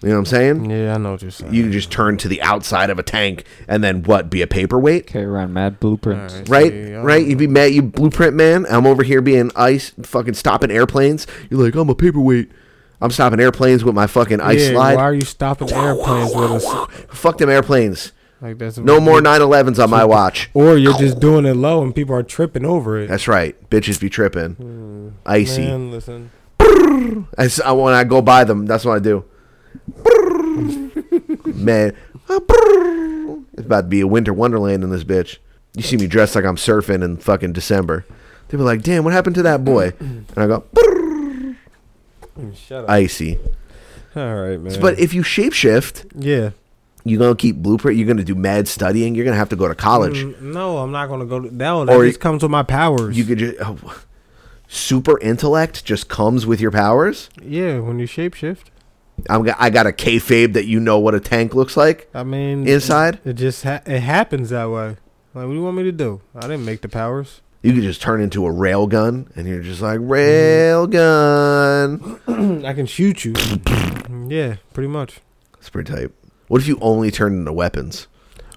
Speaker 4: You know what I'm saying?
Speaker 3: Yeah, I know what you're saying.
Speaker 4: You can just turn to the outside of a tank and then what? Be a paperweight?
Speaker 5: Carry around mad blueprints.
Speaker 4: Right, right. You'd be mad. You blueprint man. I'm over here being ice, fucking stopping airplanes. You're like, I'm a paperweight. I'm stopping airplanes with my fucking ice
Speaker 3: yeah,
Speaker 4: slide.
Speaker 3: Why are you stopping airplanes with us?
Speaker 4: Fuck them airplanes.
Speaker 3: Like that's
Speaker 4: No more 911s on my watch.
Speaker 3: Or you're just doing it low and people are tripping over it.
Speaker 4: That's right. Bitches be tripping. Icy.
Speaker 3: Hmm. Man, listen.
Speaker 4: I, s- I- when I go by them, that's what
Speaker 3: [LAUGHS]
Speaker 4: I do. Man, it's about to be a winter wonderland in this bitch. You see me dressed like I'm surfing in fucking December. They were like, "Damn, what happened to
Speaker 3: [CLEARS THROAT]
Speaker 4: that boy?" And I go,
Speaker 3: Shut up.
Speaker 4: "Icy."
Speaker 3: All right, man.
Speaker 4: But if you shapeshift,
Speaker 3: yeah.
Speaker 4: you're gonna keep blueprint. You're gonna do mad studying. You're gonna have to go to college.
Speaker 3: Mm, no, I'm not gonna go. To, that that
Speaker 4: Or
Speaker 3: just comes with my powers.
Speaker 4: You could just super intellect just comes with your powers.
Speaker 3: yeah, when you shapeshift.
Speaker 4: I'm g- I got a kayfabe that you know what a tank looks like.
Speaker 3: I mean,
Speaker 4: Inside?
Speaker 3: it just ha- it happens that way. Like, what do you want me to do? I didn't make the powers.
Speaker 4: You could just turn into a rail gun, and you're just like rail gun.
Speaker 3: I can shoot [COUGHS] you. yeah, pretty much.
Speaker 4: That's pretty tight. What if you only turn into weapons?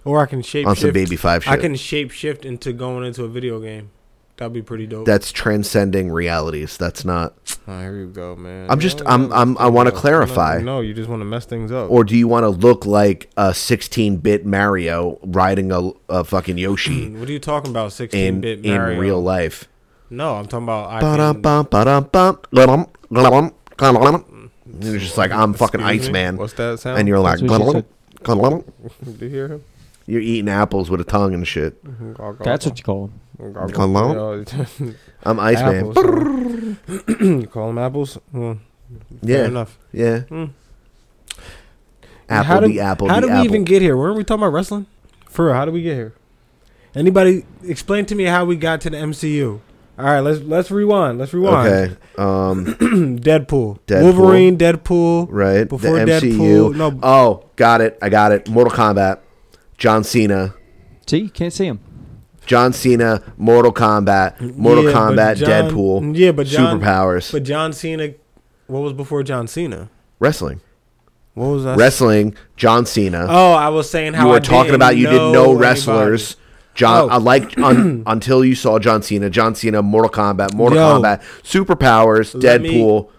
Speaker 3: Or I can shape
Speaker 4: On some Baby Five
Speaker 3: I
Speaker 4: shit.
Speaker 3: can shape shift into going into a video game. That'd be pretty dope.
Speaker 4: That's transcending realities. That's not.
Speaker 3: Oh, here you go, man.
Speaker 4: I'm just- I'm- I'm- I wanna clarify.
Speaker 3: No, you just want to mess things up.
Speaker 4: Or do you want to look like a 16-bit Mario riding a, a fucking Yoshi
Speaker 3: what are you talking about? Sixteen
Speaker 4: in
Speaker 3: bit
Speaker 4: in
Speaker 3: Mm, Mario.
Speaker 4: real life?
Speaker 3: No, I'm talking about. I
Speaker 4: Ba-dum,
Speaker 3: can-
Speaker 4: bum, ba-dum, bum, glum, glum, glum. And You're just like I'm fucking
Speaker 3: Excuse
Speaker 4: Ice
Speaker 3: me?
Speaker 4: Man.
Speaker 3: What's that sound?
Speaker 4: And you're like
Speaker 3: That's what she said.
Speaker 4: glum, glum.
Speaker 3: Do you hear him?
Speaker 4: You're eating apples with a tongue and shit.
Speaker 5: That's what you call him.
Speaker 4: Glum. I'm Ice Man.
Speaker 3: Man. [LAUGHS] you call them apples? Hmm. Well,
Speaker 4: Yeah.
Speaker 3: Fair enough.
Speaker 4: Yeah.
Speaker 3: Mm.
Speaker 4: Apple
Speaker 3: how did,
Speaker 4: the apple.
Speaker 3: How
Speaker 4: the
Speaker 3: did
Speaker 4: apple.
Speaker 3: we even get here? Weren't we talking about wrestling? For real, how did we get here? Anybody explain to me how we got to the MCU? All right, let's let's rewind. Let's rewind.
Speaker 4: Okay.
Speaker 3: [COUGHS]
Speaker 4: Um.
Speaker 3: [CLEARS THROAT] Deadpool.
Speaker 4: Deadpool.
Speaker 3: Wolverine, Deadpool.
Speaker 4: Right.
Speaker 3: Before
Speaker 4: the MCU.
Speaker 3: Deadpool. No,
Speaker 4: Oh, got it. I got it. Mortal Kombat. John Cena.
Speaker 5: See, you can't see him.
Speaker 4: John Cena. Mortal Kombat. Mortal
Speaker 3: yeah, but
Speaker 4: Kombat.
Speaker 3: John-
Speaker 4: Deadpool.
Speaker 3: Yeah, but John,
Speaker 4: superpowers.
Speaker 3: But John Cena. What was before John Cena?
Speaker 4: wrestling.
Speaker 3: What was that?
Speaker 4: Wrestling. John Cena.
Speaker 3: Oh, I was saying how
Speaker 4: you were
Speaker 3: I
Speaker 4: talking
Speaker 3: didn't
Speaker 4: about you didn't know
Speaker 3: anybody.
Speaker 4: wrestlers.
Speaker 3: Oh.
Speaker 4: John, I
Speaker 3: [CLEARS THROAT]
Speaker 4: liked un, until you saw John Cena. John Cena, Mortal Kombat, Mortal
Speaker 3: Yo.
Speaker 4: Kombat, superpowers,
Speaker 3: Let me-
Speaker 4: Deadpool,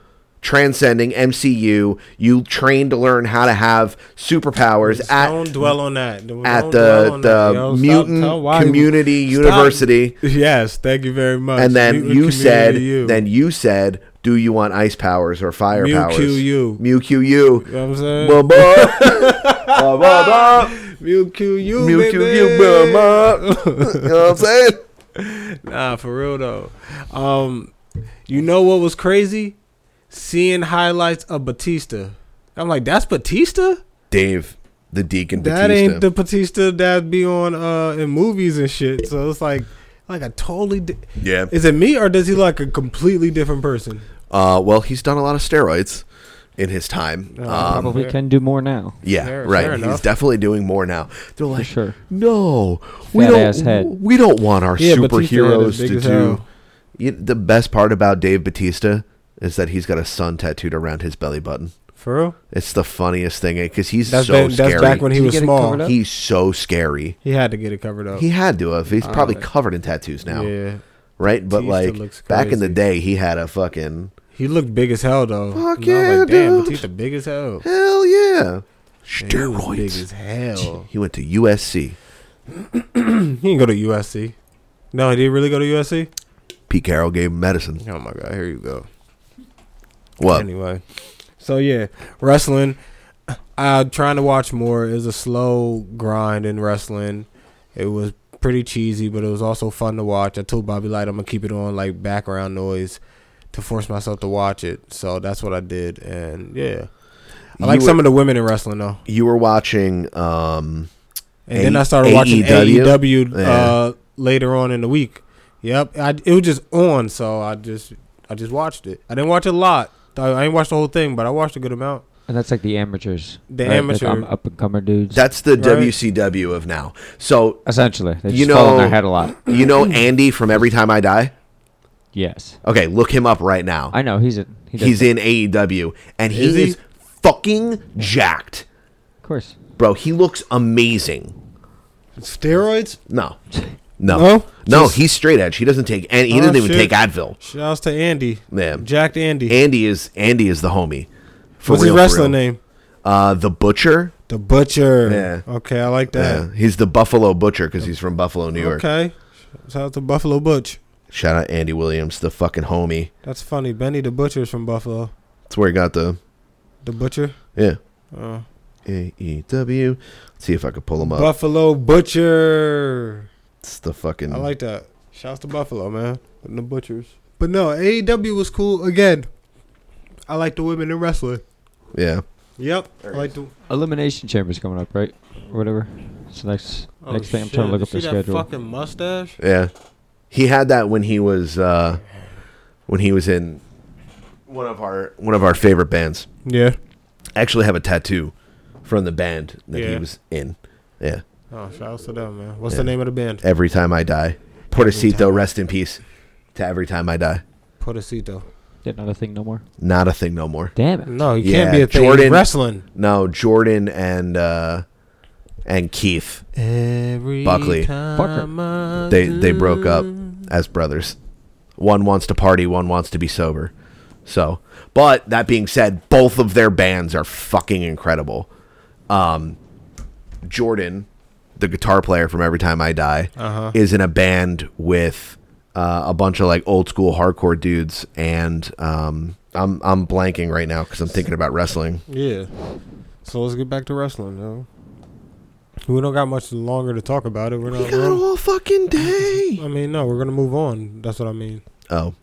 Speaker 4: transcending MCU. You trained to learn how to have superpowers at
Speaker 3: don't dwell on that. Don't
Speaker 4: at
Speaker 3: dwell
Speaker 4: the
Speaker 3: on that,
Speaker 4: the
Speaker 3: yo. Stop
Speaker 4: mutant
Speaker 3: telling- why-
Speaker 4: community
Speaker 3: Stop.
Speaker 4: university,
Speaker 3: Yes, thank you very much.
Speaker 4: and then
Speaker 3: Mutant
Speaker 4: you said,
Speaker 3: Community U.
Speaker 4: then you said, do you want ice powers or fire
Speaker 3: Mew
Speaker 4: powers?
Speaker 3: QU.
Speaker 4: Mew QU.
Speaker 3: You know what I'm saying? [LAUGHS]
Speaker 4: Blah, blah. Blah, blah, blah.
Speaker 3: Mew Q U.
Speaker 4: Mew
Speaker 3: baby.
Speaker 4: QU, blah, blah. You know what I'm saying?
Speaker 3: [LAUGHS] Nah, for real though. Um, you know what was crazy? Seeing highlights of Batista. I'm like, that's Batista.
Speaker 4: Dave, the Deacon
Speaker 3: That
Speaker 4: Batista.
Speaker 3: ain't the Batista that be on uh in movies and shit. So it's like, like a totally. Di-
Speaker 4: yeah.
Speaker 3: Is it me or does he look like a completely different person?
Speaker 4: Uh, well, he's done a lot of steroids in his time.
Speaker 5: He
Speaker 4: um,
Speaker 5: probably can do more now.
Speaker 4: yeah,
Speaker 3: Oh, Fair-
Speaker 4: right.
Speaker 3: fair
Speaker 4: he's
Speaker 3: enough.
Speaker 4: definitely doing more now. They're
Speaker 5: For
Speaker 4: like,
Speaker 5: sure.
Speaker 4: no, we
Speaker 5: Fat
Speaker 4: don't.
Speaker 5: ass head.
Speaker 4: We don't want our
Speaker 3: Yeah, Batista head is
Speaker 4: superheroes
Speaker 3: big
Speaker 4: to
Speaker 3: as
Speaker 4: do.
Speaker 3: hell.
Speaker 4: You, the best part about Dave Batista is that he's got a sun tattooed around his belly button.
Speaker 3: For real?
Speaker 4: It's the funniest thing because he's
Speaker 3: That's
Speaker 4: so
Speaker 3: ba- that's
Speaker 4: scary.
Speaker 3: back when he
Speaker 5: Did he
Speaker 3: was
Speaker 5: get it
Speaker 3: small.
Speaker 5: covered up?
Speaker 4: he's so scary.
Speaker 3: He had to get it covered up.
Speaker 4: He had to have. He's
Speaker 3: Uh,
Speaker 4: probably covered in tattoos now,
Speaker 3: Yeah.
Speaker 4: right? But
Speaker 3: Batista looks
Speaker 4: like back in the
Speaker 3: crazy.
Speaker 4: day, he had a fucking
Speaker 3: He looked big as hell though.
Speaker 4: Fuck
Speaker 3: And I was
Speaker 4: yeah,
Speaker 3: like, damn,
Speaker 4: dude.
Speaker 3: Batista big as hell.
Speaker 4: hell yeah,
Speaker 3: Yeah, he was Big as
Speaker 4: steroids.
Speaker 3: hell.
Speaker 4: He went to USC.
Speaker 3: he didn't go to USC. No, he didn't really go to USC.
Speaker 4: Pete Carroll gave him medicine.
Speaker 3: Oh my god, here you go.
Speaker 4: What?
Speaker 3: Anyway, so yeah, wrestling. I'm trying to watch more. It was a slow grind in wrestling. It was pretty cheesy, but it was also fun to watch. I told Bobby Light I'm gonna keep it on like background noise. to force myself to watch it. So that's what I did, and yeah, I
Speaker 4: You
Speaker 3: like some
Speaker 4: were-
Speaker 3: of the women in wrestling though.
Speaker 4: You were watching. Um,
Speaker 3: And then I started
Speaker 4: E
Speaker 3: watching AEW uh, later on in the week. Yep, I, it was just on, so I just I just watched it. I didn't watch a lot. I, I didn't watch the whole thing, but I watched a good amount.
Speaker 5: And that's like the amateurs.
Speaker 3: The
Speaker 5: Like,
Speaker 3: amateur-
Speaker 5: I'm up and comer dudes.
Speaker 4: That's the
Speaker 5: Right.
Speaker 4: WCW of now. So
Speaker 5: Essentially, they
Speaker 4: you
Speaker 5: just fall
Speaker 4: know,
Speaker 5: on their head a lot.
Speaker 4: You know Andy from Every Time I Die.
Speaker 5: Yes.
Speaker 4: Okay, look him up right now.
Speaker 5: I know he's a, he does
Speaker 4: he's
Speaker 5: that.
Speaker 4: in AEW, and
Speaker 5: Is
Speaker 4: he
Speaker 5: he?
Speaker 4: is fucking jacked.
Speaker 5: Of course.
Speaker 4: Bro, he looks amazing.
Speaker 3: Steroids?
Speaker 4: No. No.
Speaker 3: No?
Speaker 4: No,
Speaker 3: Just-
Speaker 4: he's straight edge. He doesn't take any he
Speaker 3: Oh,
Speaker 4: doesn't even
Speaker 3: shit.
Speaker 4: take Advil.
Speaker 3: Shouts to Andy.
Speaker 4: Yeah.
Speaker 3: Jacked Andy.
Speaker 4: Andy is Andy is the homie. For
Speaker 3: What's his
Speaker 4: real, for
Speaker 3: wrestling
Speaker 4: real.
Speaker 3: name?
Speaker 4: Uh the Butcher.
Speaker 3: The Butcher.
Speaker 4: Yeah.
Speaker 3: Okay, I like that.
Speaker 4: Yeah. Uh, He's the Buffalo Butcher because he's from Buffalo, New York.
Speaker 3: Okay, shout out to Buffalo Butch.
Speaker 4: Shout out Andy Williams, the fucking homie.
Speaker 3: That's funny. Benny the Butcher is from Buffalo.
Speaker 4: That's where he got the
Speaker 3: The Butcher.
Speaker 4: Yeah.
Speaker 3: Oh.
Speaker 4: AEW. Let's see if I could pull him up.
Speaker 3: Buffalo Butcher.
Speaker 4: It's the fucking
Speaker 3: I like that. Shouts to Buffalo, man. And the Butchers. But no, AEW was cool. Again, I like the women in wrestling.
Speaker 4: Yeah.
Speaker 3: Yep. I like the.
Speaker 5: Elimination Chamber's coming up, right? Or whatever. So next
Speaker 3: Oh,
Speaker 5: next thing I'm
Speaker 3: shit.
Speaker 5: trying to look up
Speaker 3: See
Speaker 5: the
Speaker 3: that
Speaker 5: schedule.
Speaker 3: fucking mustache?
Speaker 4: Yeah. He had that when he was uh when he was in one of our one of our favorite bands.
Speaker 3: Yeah.
Speaker 4: I actually have a tattoo from the band that
Speaker 3: Yeah.
Speaker 4: he was in. Yeah.
Speaker 3: Oh, shouts to them, man. What's
Speaker 4: Yeah.
Speaker 3: the name of the band?
Speaker 4: Every time I die. Portecito, rest in peace. To every time I die.
Speaker 3: Podacito.
Speaker 5: Yeah, not a thing no more.
Speaker 4: Not a thing no more.
Speaker 5: Damn it.
Speaker 3: No, you can't be a thing. Wrestling.
Speaker 4: No, Jordan and uh and Keith.
Speaker 3: Every
Speaker 4: Buckley.
Speaker 3: time I
Speaker 4: They they broke up as brothers. One wants to party, one wants to be sober. So, but that being said, both of their bands are fucking incredible. Um, Jordan, the guitar player from Every Time I Die,
Speaker 3: Uh-huh.
Speaker 4: is in a band with uh, a bunch of like old school hardcore dudes, and um, I'm I'm blanking right now because I'm thinking about wrestling.
Speaker 3: Yeah. So let's get back to wrestling, though. We don't got much longer to talk about it. We're not. we're-
Speaker 4: all fucking day.
Speaker 3: I mean, no, we're gonna move on. That's what I mean.
Speaker 4: Oh.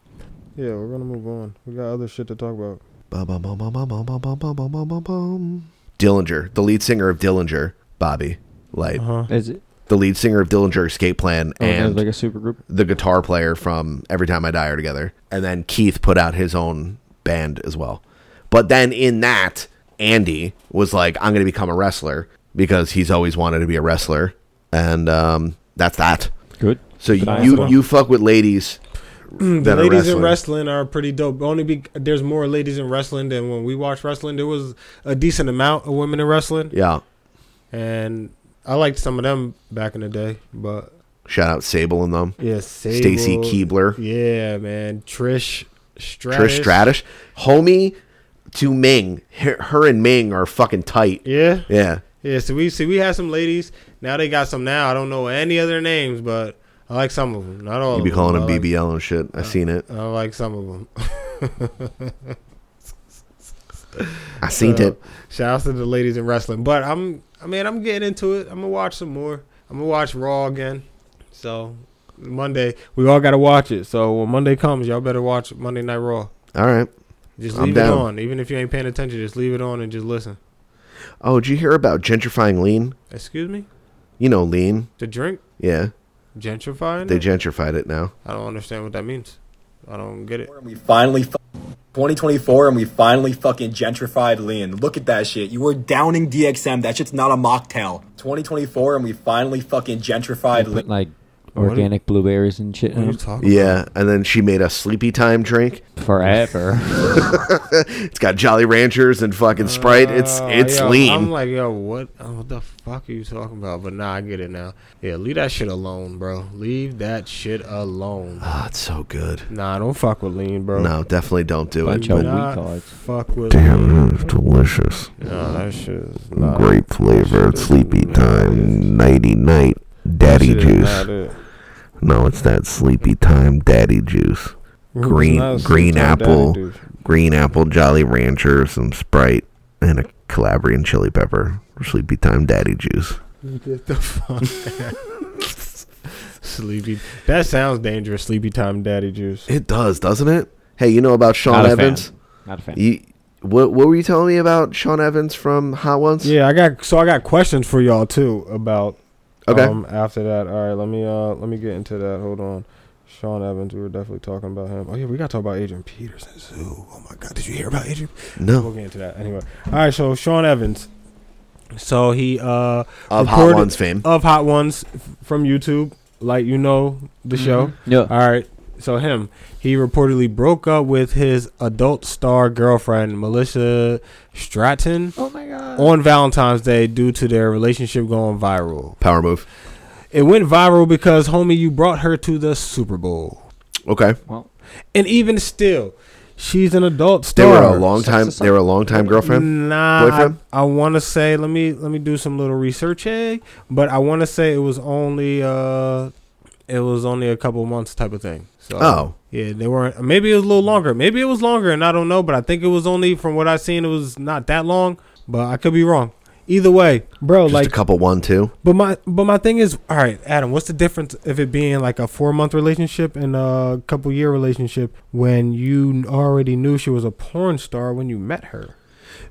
Speaker 3: Yeah, we're gonna move on. We got other shit to talk about.
Speaker 4: Bum, bum, bum, bum, bum, bum, bum, bum, bum, bum, bum, bum. Dillinger, the lead singer of Dillinger, Bobby Light.
Speaker 5: Uh-huh. Is it-
Speaker 4: The lead singer of Dillinger Escape Plan
Speaker 5: Oh, they're
Speaker 4: and
Speaker 5: like a supergroup?
Speaker 4: the guitar player from Every Time I Die are together. And then Keith put out his own band as well. But then in that, Andy was like, I'm going to become a wrestler because he's always wanted to be a wrestler. And um, that's that.
Speaker 5: Good.
Speaker 4: So
Speaker 5: Good
Speaker 4: you,
Speaker 5: answer.
Speaker 4: you, fuck with
Speaker 5: [CLEARS THROAT]
Speaker 4: ladies
Speaker 3: Mm,
Speaker 4: that
Speaker 3: the
Speaker 4: are
Speaker 3: ladies in
Speaker 4: wrestling.
Speaker 3: wrestling are pretty dope. Only be there's more ladies in wrestling than when we watched wrestling. There was a decent amount of women in wrestling,
Speaker 4: yeah.
Speaker 3: and I liked some of them back in the day. But
Speaker 4: Shout out Sable and them.
Speaker 3: yeah,
Speaker 4: Stacy
Speaker 3: Sable-
Speaker 4: Keebler.
Speaker 3: yeah, man, Trish Stratus,
Speaker 4: Trish Stratus, homie to Ming. Her, her and Ming are fucking tight.
Speaker 3: yeah,
Speaker 4: Yeah.
Speaker 3: yeah. So we see we had some ladies. Now they got some. Now I don't know any other names, but I like some of them. Not all.
Speaker 4: You be
Speaker 3: of them,
Speaker 4: calling them
Speaker 3: but I like-
Speaker 4: BBL and shit. I seen it.
Speaker 3: I like some of them.
Speaker 4: I seen
Speaker 3: So,
Speaker 4: it.
Speaker 3: [LAUGHS] Shout out to the ladies in wrestling. But I'm, I mean, I'm getting into it. I'm gonna watch some more. I'm gonna watch Raw again. So Monday, we all gotta watch it. So when Monday comes, y'all better watch Monday Night Raw.
Speaker 4: All right.
Speaker 3: Just
Speaker 4: I'm
Speaker 3: leave it
Speaker 4: down.
Speaker 3: on, even if you ain't paying attention. Just leave it on and just listen.
Speaker 4: Oh, did you hear about gentrifying lean?
Speaker 3: Excuse me,
Speaker 4: You know lean.
Speaker 3: the drink
Speaker 4: Yeah.
Speaker 3: gentrifying.
Speaker 4: They
Speaker 3: it?
Speaker 4: gentrified it now.
Speaker 3: I don't understand what that means. I don't get it.
Speaker 14: We finally, fu- 2024, and we finally fucking gentrified Lean. Look at that shit. You were downing DXM. That shit's not a mocktail. 2024, and we finally fucking gentrified
Speaker 5: Put
Speaker 14: Lean.
Speaker 5: like organic blueberries and shit. in them.
Speaker 4: Yeah, and then she made a sleepy time drink.
Speaker 5: Forever.
Speaker 3: [LAUGHS]
Speaker 4: it's got Jolly Ranchers and fucking Sprite. It's
Speaker 3: Oh,
Speaker 4: it's
Speaker 3: yo,
Speaker 4: lean.
Speaker 3: I'm like, yo, what, oh, what the fuck are you talking about? But nah, I get it now. Yeah, leave that shit alone, bro. Leave that shit alone.
Speaker 4: Ah, it's so good.
Speaker 3: Nah, don't fuck with lean, bro.
Speaker 4: No, definitely don't do it.
Speaker 5: Bunch of
Speaker 4: but-
Speaker 5: weak
Speaker 3: Not
Speaker 5: cards.
Speaker 3: fuck with
Speaker 4: Damn, it's delicious.
Speaker 3: No, that shit is not.
Speaker 4: Grape flavor, sleepy time, nighty night, daddy
Speaker 3: Shit is
Speaker 4: juice.
Speaker 3: not it.
Speaker 4: No, it's that sleepy time daddy juice.
Speaker 3: It's not
Speaker 4: Green
Speaker 3: a Sleepy
Speaker 4: green
Speaker 3: Time Daddy
Speaker 4: apple,
Speaker 3: juice.
Speaker 4: green apple Jolly Rancher, some Sprite, and a Calabrian chili pepper. Sleepy time daddy juice.
Speaker 3: Get the [LAUGHS] fuck. Sleepy. That sounds dangerous. Sleepy time, daddy juice.
Speaker 4: It does, doesn't it? Hey, you know about Sean
Speaker 5: Not a fan.
Speaker 4: Evans?
Speaker 5: Not a fan.
Speaker 4: You, what what were you telling me about Sean Evans from Hot Ones?
Speaker 3: Yeah, I got so I got questions for y'all too about.
Speaker 4: Okay.
Speaker 3: Um, after that, all right. Let me uh let me get into that. Hold on, Sean Evans. We were definitely talking about him. Oh yeah, we got to talk about Adrian Peterson. too. Oh my God, did you hear about Adrian?
Speaker 4: No.
Speaker 3: We'll get into that anyway. All right, so Sean Evans. So he uh
Speaker 4: Of Hot
Speaker 3: reported-
Speaker 4: Ones fame.
Speaker 3: of Hot Ones f- from YouTube, like you know the show.
Speaker 5: Mhm.
Speaker 4: Mm-hmm.
Speaker 5: Yeah.
Speaker 3: All right. So him, he reportedly broke up with his adult star girlfriend Melissa
Speaker 4: Oh,
Speaker 3: Stratton
Speaker 5: Oh
Speaker 3: on Valentine's Day due to their relationship going viral.
Speaker 4: Power move.
Speaker 3: It went viral because homie, you brought her to the Super Bowl,
Speaker 4: Okay.
Speaker 3: and even still, she's an adult
Speaker 4: They
Speaker 3: star. Mm,
Speaker 4: were a long time. They were a long time girlfriend.
Speaker 3: Nah,
Speaker 4: Boyfriend?
Speaker 3: I, want to say let me let me do some little research, eh? But I want to say it was only uh, it was only a couple months type of thing. So
Speaker 4: Oh.
Speaker 3: yeah, they weren't. Maybe it was a little longer. Maybe it was longer, and I don't know. But I think it was only from what I seen, it was not that long. But I could be wrong. Either way, bro,
Speaker 4: Just a
Speaker 3: like
Speaker 4: couple. One two.
Speaker 3: but my but my thing is, all right, Adam, what's the difference if it being like a four month relationship and a couple year relationship when you already knew she was a porn star when you met her?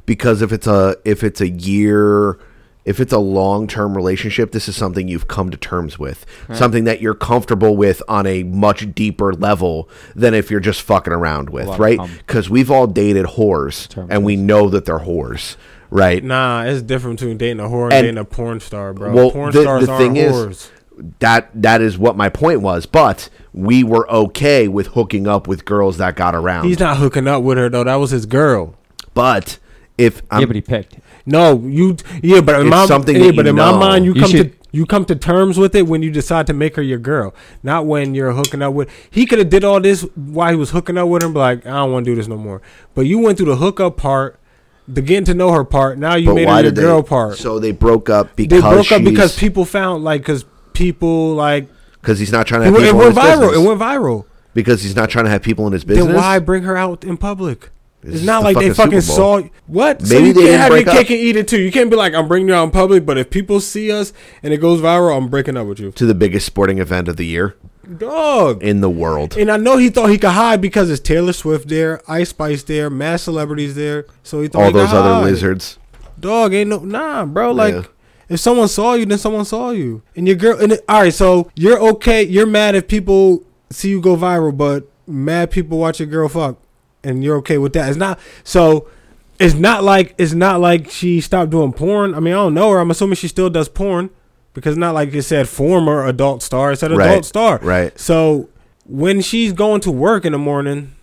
Speaker 4: Because if it's a if it's a year, if it's a long term relationship, this is something you've come to terms with.
Speaker 5: Right.
Speaker 4: Something that you're comfortable with on a much deeper level than if you're just fucking around with,
Speaker 3: lot of
Speaker 4: right?
Speaker 3: cum.
Speaker 4: Because we've all dated whores, and we know that they're whores, right?
Speaker 3: Nah, it's different between dating a whore and,
Speaker 4: And-
Speaker 3: dating a porn star, bro.
Speaker 4: Well,
Speaker 3: porn
Speaker 4: the,
Speaker 3: stars
Speaker 4: the
Speaker 3: aren't
Speaker 4: thing
Speaker 3: whores.
Speaker 4: is, that that is what my point was. But we were okay with hooking up with girls that got around.
Speaker 3: He's not hooking up with her though. That was his girl.
Speaker 4: But if I'm,
Speaker 5: but he picked.
Speaker 3: No, you. Yeah, but in
Speaker 4: It's
Speaker 3: my
Speaker 4: something
Speaker 3: yeah,
Speaker 4: that
Speaker 3: but
Speaker 4: you
Speaker 3: in my
Speaker 4: know.
Speaker 3: mind, you,
Speaker 4: You
Speaker 3: come
Speaker 4: should-
Speaker 3: to you come to terms with it when you decide to make her your girl, not when you're hooking up with. He could have did all this while he was hooking up with her, and be like, I don't want to do this no more. But you went through the hookup part, the getting to know her part. Now you
Speaker 4: but
Speaker 3: made
Speaker 4: why
Speaker 3: her your
Speaker 4: did they,
Speaker 3: girl part.
Speaker 4: So they broke up
Speaker 3: they
Speaker 4: because
Speaker 3: broke up because
Speaker 4: she's-
Speaker 3: people found like because people like
Speaker 4: because he's not trying to
Speaker 3: it
Speaker 4: have
Speaker 3: went, it
Speaker 4: people in
Speaker 3: went
Speaker 4: his
Speaker 3: viral.
Speaker 4: business.
Speaker 3: It went viral.
Speaker 4: because he's not trying to have people in his business.
Speaker 3: Then why bring her out in public?
Speaker 4: It's
Speaker 3: It's,
Speaker 4: just
Speaker 3: not
Speaker 4: the
Speaker 3: like they
Speaker 4: fucking
Speaker 3: fucking
Speaker 4: Super Bowl.
Speaker 3: saw what. so
Speaker 4: Maybe
Speaker 3: you
Speaker 4: they
Speaker 3: can't
Speaker 4: didn't
Speaker 3: have
Speaker 4: break
Speaker 3: your
Speaker 4: up.
Speaker 3: cake and eat it too. You can't be like, I'm bringing you out in public, but if people see us and it goes viral, I'm breaking up with you,
Speaker 4: to the biggest sporting event of the year
Speaker 3: dog.
Speaker 4: in the world?
Speaker 3: And I know he thought he could hide because it's Taylor Swift there, Ice Spice there, mass celebrities there. So he thought
Speaker 4: All
Speaker 3: he could
Speaker 4: those other
Speaker 3: hide.
Speaker 4: lizards.
Speaker 3: Dog ain't no nah, bro. Like
Speaker 4: Yeah.
Speaker 3: if someone saw you, then someone saw you. And your girl. And it- all right, so you're okay. You're mad if people see you go viral, but mad people watch your girl fuck, and you're okay with that. It's not so. It's not like it's not like she stopped doing porn. I mean, I don't know her. I'm assuming she still does porn because it's not like it said former adult star. It said adult
Speaker 4: Right,
Speaker 3: star.
Speaker 4: right.
Speaker 3: So when she's going to work in the morning,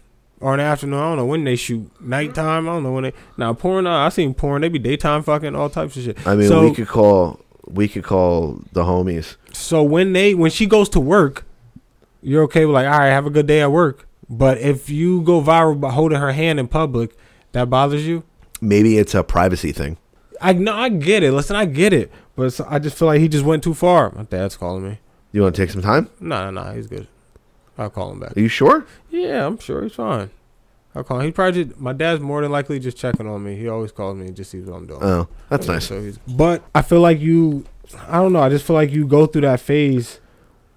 Speaker 3: or in the afternoon. I don't know when they shoot. Nighttime. I don't know when they. Now porn. Uh, I seen porn. They be daytime fucking all types of shit.
Speaker 4: I mean,
Speaker 3: so
Speaker 4: we could call we could call the homies.
Speaker 3: so when they when she goes to work, you're okay with like, all right, have a good day at work. But if you go viral by holding her hand in public, that bothers you.
Speaker 4: Maybe it's a privacy thing.
Speaker 3: I no, I get it. Listen, I get it. But it's- I just feel like he just went too far. My dad's calling me.
Speaker 4: You want to take some time?
Speaker 3: No, no, no. He's good. I'll call him back.
Speaker 4: Are you sure?
Speaker 3: Yeah, I'm sure he's fine. I'll call him. He probably just, my dad's more than likely just checking on me. He always calls me and just sees what I'm doing.
Speaker 4: Oh, that's nice.
Speaker 3: So he's, but I feel like you, I don't know. I just feel like you go through that phase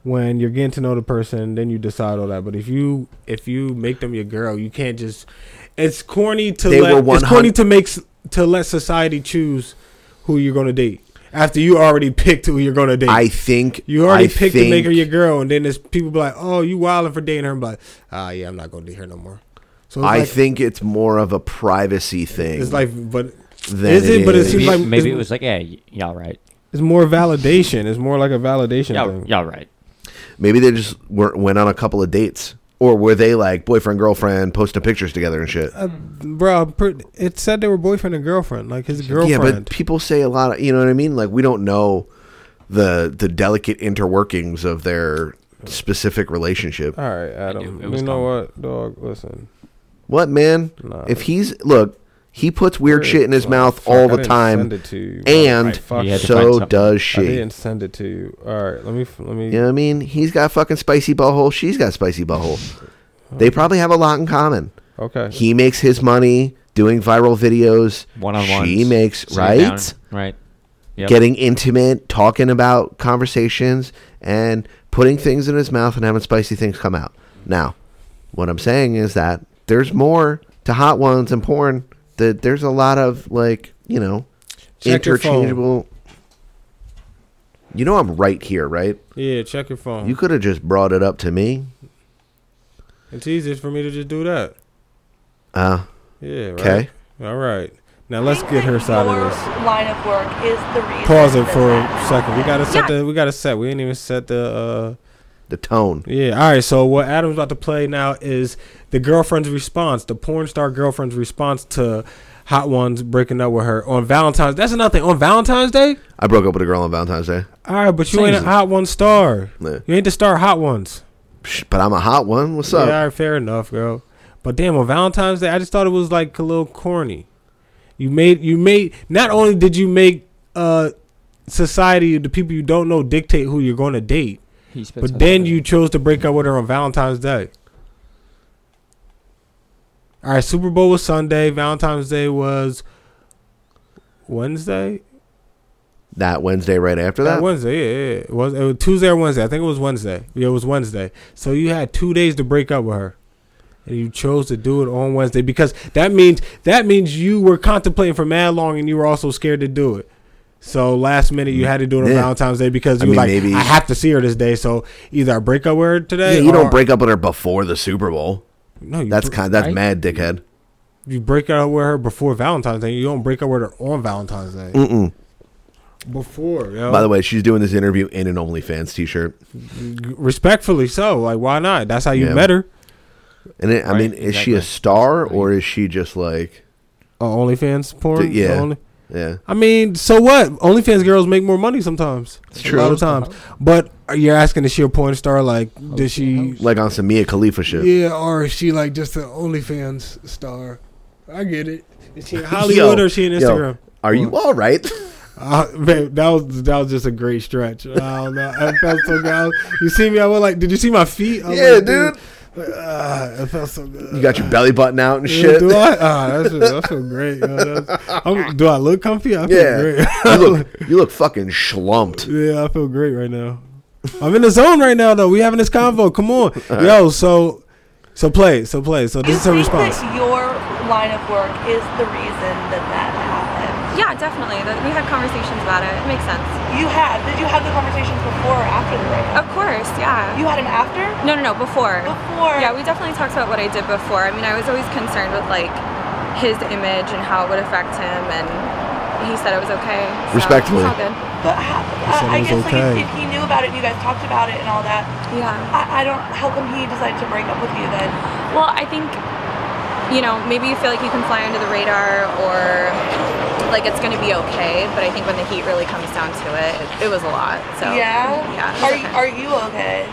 Speaker 3: when you're getting to know the person, then you decide all that. But if you if you make them your girl, you can't just. It's corny to
Speaker 4: They were
Speaker 3: let. It's
Speaker 4: 100
Speaker 3: corny to make s- to let society choose who you're gonna date after you already picked who you're gonna date.
Speaker 4: I think
Speaker 3: you already
Speaker 4: I
Speaker 3: picked to make her
Speaker 4: think-
Speaker 3: your girl, and then there's people be like, "Oh, you wilding for dating her," and be like, "Ah, yeah, I'm not gonna date her no more." So it's
Speaker 4: I
Speaker 3: like,
Speaker 4: think it's more of a privacy thing.
Speaker 3: it's like, but
Speaker 4: than
Speaker 3: is it? But it
Speaker 4: is-
Speaker 3: seems
Speaker 5: Maybe,
Speaker 3: like
Speaker 5: maybe
Speaker 3: it's-
Speaker 5: it was like, yeah, y- y'all right.
Speaker 3: It's more validation. It's more like a validation
Speaker 5: Y'all,
Speaker 3: thing.
Speaker 5: y'all right.
Speaker 4: maybe they just were, went on a couple of dates, or were they like boyfriend girlfriend posting pictures together and shit?
Speaker 3: Bro, I'm pretty- it said they were boyfriend and girlfriend, like his girlfriend.
Speaker 4: Yeah, but people say a lot of you know what I mean. Like we don't know the the delicate interworkings of their specific relationship.
Speaker 3: All right, Adam.
Speaker 5: it
Speaker 3: You
Speaker 5: was
Speaker 3: know what, dog? Listen,
Speaker 4: What man?
Speaker 3: Nah.
Speaker 4: If he's look, he puts weird
Speaker 3: Where-
Speaker 4: shit in his
Speaker 3: oh,
Speaker 4: mouth
Speaker 3: fuck,
Speaker 4: all
Speaker 3: I
Speaker 4: the
Speaker 3: didn't send
Speaker 4: time,
Speaker 3: it to you.
Speaker 4: and
Speaker 3: Alright, fuck.
Speaker 5: You had to find
Speaker 4: so
Speaker 5: something.
Speaker 4: does
Speaker 3: I
Speaker 4: she.
Speaker 3: didn't send it to you. All right, let me f- let me.
Speaker 4: You know what I mean? He's got fucking spicy butthole. She's got spicy butthole. They probably have a lot in common.
Speaker 3: Okay.
Speaker 4: He makes his money doing viral videos.
Speaker 5: One on one.
Speaker 4: She makes right,
Speaker 5: Right. Yep.
Speaker 4: getting intimate, talking about conversations, and putting things in his mouth and having spicy things come out. Now, what I'm saying is that there's more to hot ones and porn. That there's a lot of like you know
Speaker 3: Check your phone.
Speaker 4: interchangeable. You know I'm right here, right?
Speaker 3: Yeah, check your phone.
Speaker 4: You could have just brought it up to me.
Speaker 3: It's easier for me to just do that.
Speaker 4: Uh,
Speaker 3: Yeah. Right?
Speaker 4: 'Kay.
Speaker 3: All right. Now let's get her side of this.
Speaker 15: line of work is the reason.
Speaker 3: Pause it for a second. We gotta set the. We gotta set. We ain't even set the. uh
Speaker 4: The tone.
Speaker 3: Yeah. All right. So what Adam's about to play now is the girlfriend's response, the porn star girlfriend's response to Hot Ones breaking up with her on Valentine's. That's another thing. On Valentine's Day.
Speaker 4: I broke up with a girl on Valentine's Day.
Speaker 3: All right, but you ain't a
Speaker 4: Same.
Speaker 3: Hot One star.
Speaker 4: Yeah.
Speaker 3: You ain't the star of Hot Ones.
Speaker 4: Psh, But I'm a hot one. What's
Speaker 3: Yeah,
Speaker 4: up?
Speaker 3: all right, fair enough, girl. But damn, on Valentine's Day, I just thought it was like a little corny. You made you made not only did you make uh society the people you don't know dictate who you're going to date,
Speaker 5: He spent
Speaker 3: but
Speaker 5: time
Speaker 3: then you chose to break up with her on Valentine's Day. All right, Super Bowl was Sunday. Valentine's Day was Wednesday.
Speaker 4: That Wednesday right after
Speaker 3: That
Speaker 4: that.
Speaker 3: Wednesday, yeah, yeah. It was, it was Tuesday or Wednesday. I think it was Wednesday. Yeah, it was Wednesday. So you had two days to break up with her, and you chose to do it on Wednesday because that means that means you were contemplating for mad long, and you were also scared to do it. So last minute you had to do it on
Speaker 4: Mm, Yeah.
Speaker 3: Valentine's Day because
Speaker 4: I
Speaker 3: you were
Speaker 4: mean,
Speaker 3: like,
Speaker 4: maybe-
Speaker 3: I have to see her this day. So either I break up with her today,
Speaker 4: Yeah, you
Speaker 3: or-
Speaker 4: don't break up with her before the Super Bowl.
Speaker 3: No, you
Speaker 4: that's
Speaker 3: br-
Speaker 4: kind. That's
Speaker 3: right?
Speaker 4: mad, dickhead.
Speaker 3: You break up with her before Valentine's Day. You don't break up with her on Valentine's Day.
Speaker 4: Mm-mm.
Speaker 3: Before, yo.
Speaker 4: By the way, she's doing this interview in an OnlyFans T-shirt.
Speaker 3: respectfully so. Like, why not? That's how you
Speaker 4: Yeah.
Speaker 3: met her.
Speaker 4: And it, I
Speaker 3: Right,
Speaker 4: mean, is she a
Speaker 3: exactly.
Speaker 4: star or is she just like?
Speaker 3: Oh, OnlyFans porn.
Speaker 4: Th- yeah.
Speaker 3: Only-
Speaker 4: Yeah.
Speaker 3: I mean, so what? OnlyFans girls make more money sometimes. It's
Speaker 4: true.
Speaker 3: A lot of times. But uh, you're asking, is she a porn star? Like, did she?
Speaker 4: Like on some Mia Khalifa shit.
Speaker 16: Yeah, or is she like just an OnlyFans star? I get it. Is she
Speaker 4: [LAUGHS]
Speaker 16: in
Speaker 3: Hollywood or she in Instagram?
Speaker 4: are you all right? [LAUGHS]
Speaker 3: Uh, man, that was that was just a great stretch. I don't know. I felt so good. I was- You see me? I was like, did you see my feet? I was
Speaker 16: Yeah,
Speaker 3: like,
Speaker 16: dude.
Speaker 3: Like, ah, it felt so good.
Speaker 4: You got your belly button out and
Speaker 3: Yeah,
Speaker 4: shit.
Speaker 3: Do I? Ah, that's, I feel great. yo. That's- I'm- do I look comfy? I feel [LAUGHS]
Speaker 4: yeah.
Speaker 3: great.
Speaker 4: you look. You look
Speaker 15: [LAUGHS]
Speaker 4: fucking schlumped.
Speaker 3: Yeah, I feel great right now. I'm in the zone right now though. We having this convo. Come
Speaker 4: [LAUGHS]
Speaker 3: on, yo. So, so play, so play. So this is her response.
Speaker 15: That your line of work is the reason that that happened.
Speaker 17: Yeah, definitely. That- We had conversations about it. It makes sense.
Speaker 15: You had? Did you have the conversations before or after the breakup?
Speaker 17: Of course, yeah.
Speaker 15: You had an after?
Speaker 17: No, no, no, before. Before. Yeah, we definitely talked about what I did before. I mean, I was always concerned with like his image and how it would affect him, and he said it was okay. So
Speaker 4: Respectfully.
Speaker 17: It's all good.
Speaker 15: But how,
Speaker 4: said
Speaker 15: I, I
Speaker 4: it was
Speaker 15: guess like
Speaker 4: okay.
Speaker 15: if, if he knew about it and you guys talked about it and all that.
Speaker 17: Yeah.
Speaker 15: I, I don't. How come he decided to break up with you then?
Speaker 17: Well, I think, you know, maybe you feel like you can fly under the radar or like it's going to be okay, but I think when the heat really comes down to it, it, it was a lot. So
Speaker 15: yeah.
Speaker 17: yeah.
Speaker 15: Are you, are you okay?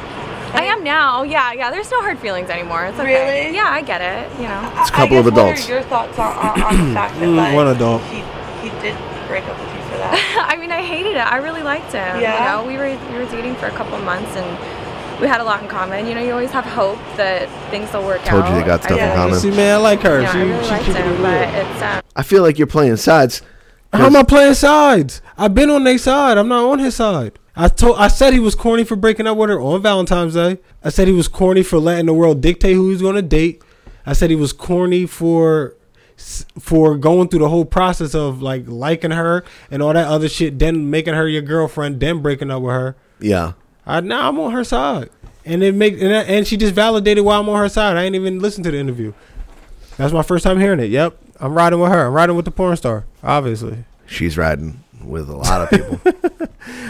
Speaker 17: I am now. Yeah, yeah. There's no hard feelings anymore. It's okay.
Speaker 15: Really?
Speaker 17: Yeah, I get it. You know.
Speaker 4: It's a couple of adults.
Speaker 15: What are your thoughts on, on, on the fact that
Speaker 3: Mm,
Speaker 15: like,
Speaker 3: one adult.
Speaker 15: He, he did break up with you for that.
Speaker 17: I mean, I hated it. I really liked him.
Speaker 15: Yeah?
Speaker 17: You know, we were we were dating for a couple months and we had a lot in common. You know, you always have hope that things will work
Speaker 4: Told
Speaker 17: out.
Speaker 4: you they got stuff in
Speaker 17: I-
Speaker 4: common.
Speaker 3: See, man, I like her.
Speaker 17: Yeah,
Speaker 3: she,
Speaker 17: I really
Speaker 3: she
Speaker 17: liked
Speaker 3: keeping
Speaker 17: him,
Speaker 3: it
Speaker 17: but
Speaker 3: real.
Speaker 17: it's um,
Speaker 4: I feel like you're playing sides.
Speaker 3: How am I playing sides? I've been on their side. I'm not on his side. I told, I said he was corny for breaking up with her on Valentine's Day. I said he was corny for letting the world dictate who he's going to date. I said he was corny for s- for going through the whole process of like liking her and all that other shit, then making her your girlfriend, then breaking up with her.
Speaker 4: Yeah.
Speaker 3: I now I'm on her side, and it make and, I- and she just validated why I'm on her side. I ain't even listened to the interview. That's my first time hearing it. Yep, I'm riding with her. I'm riding with the porn star, obviously.
Speaker 4: She's riding with a lot
Speaker 3: [LAUGHS]
Speaker 4: of people.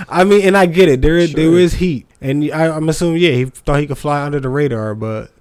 Speaker 3: I mean, and I get it. There is there is heat, and I, I'm assuming yeah, he thought he could fly under the radar, but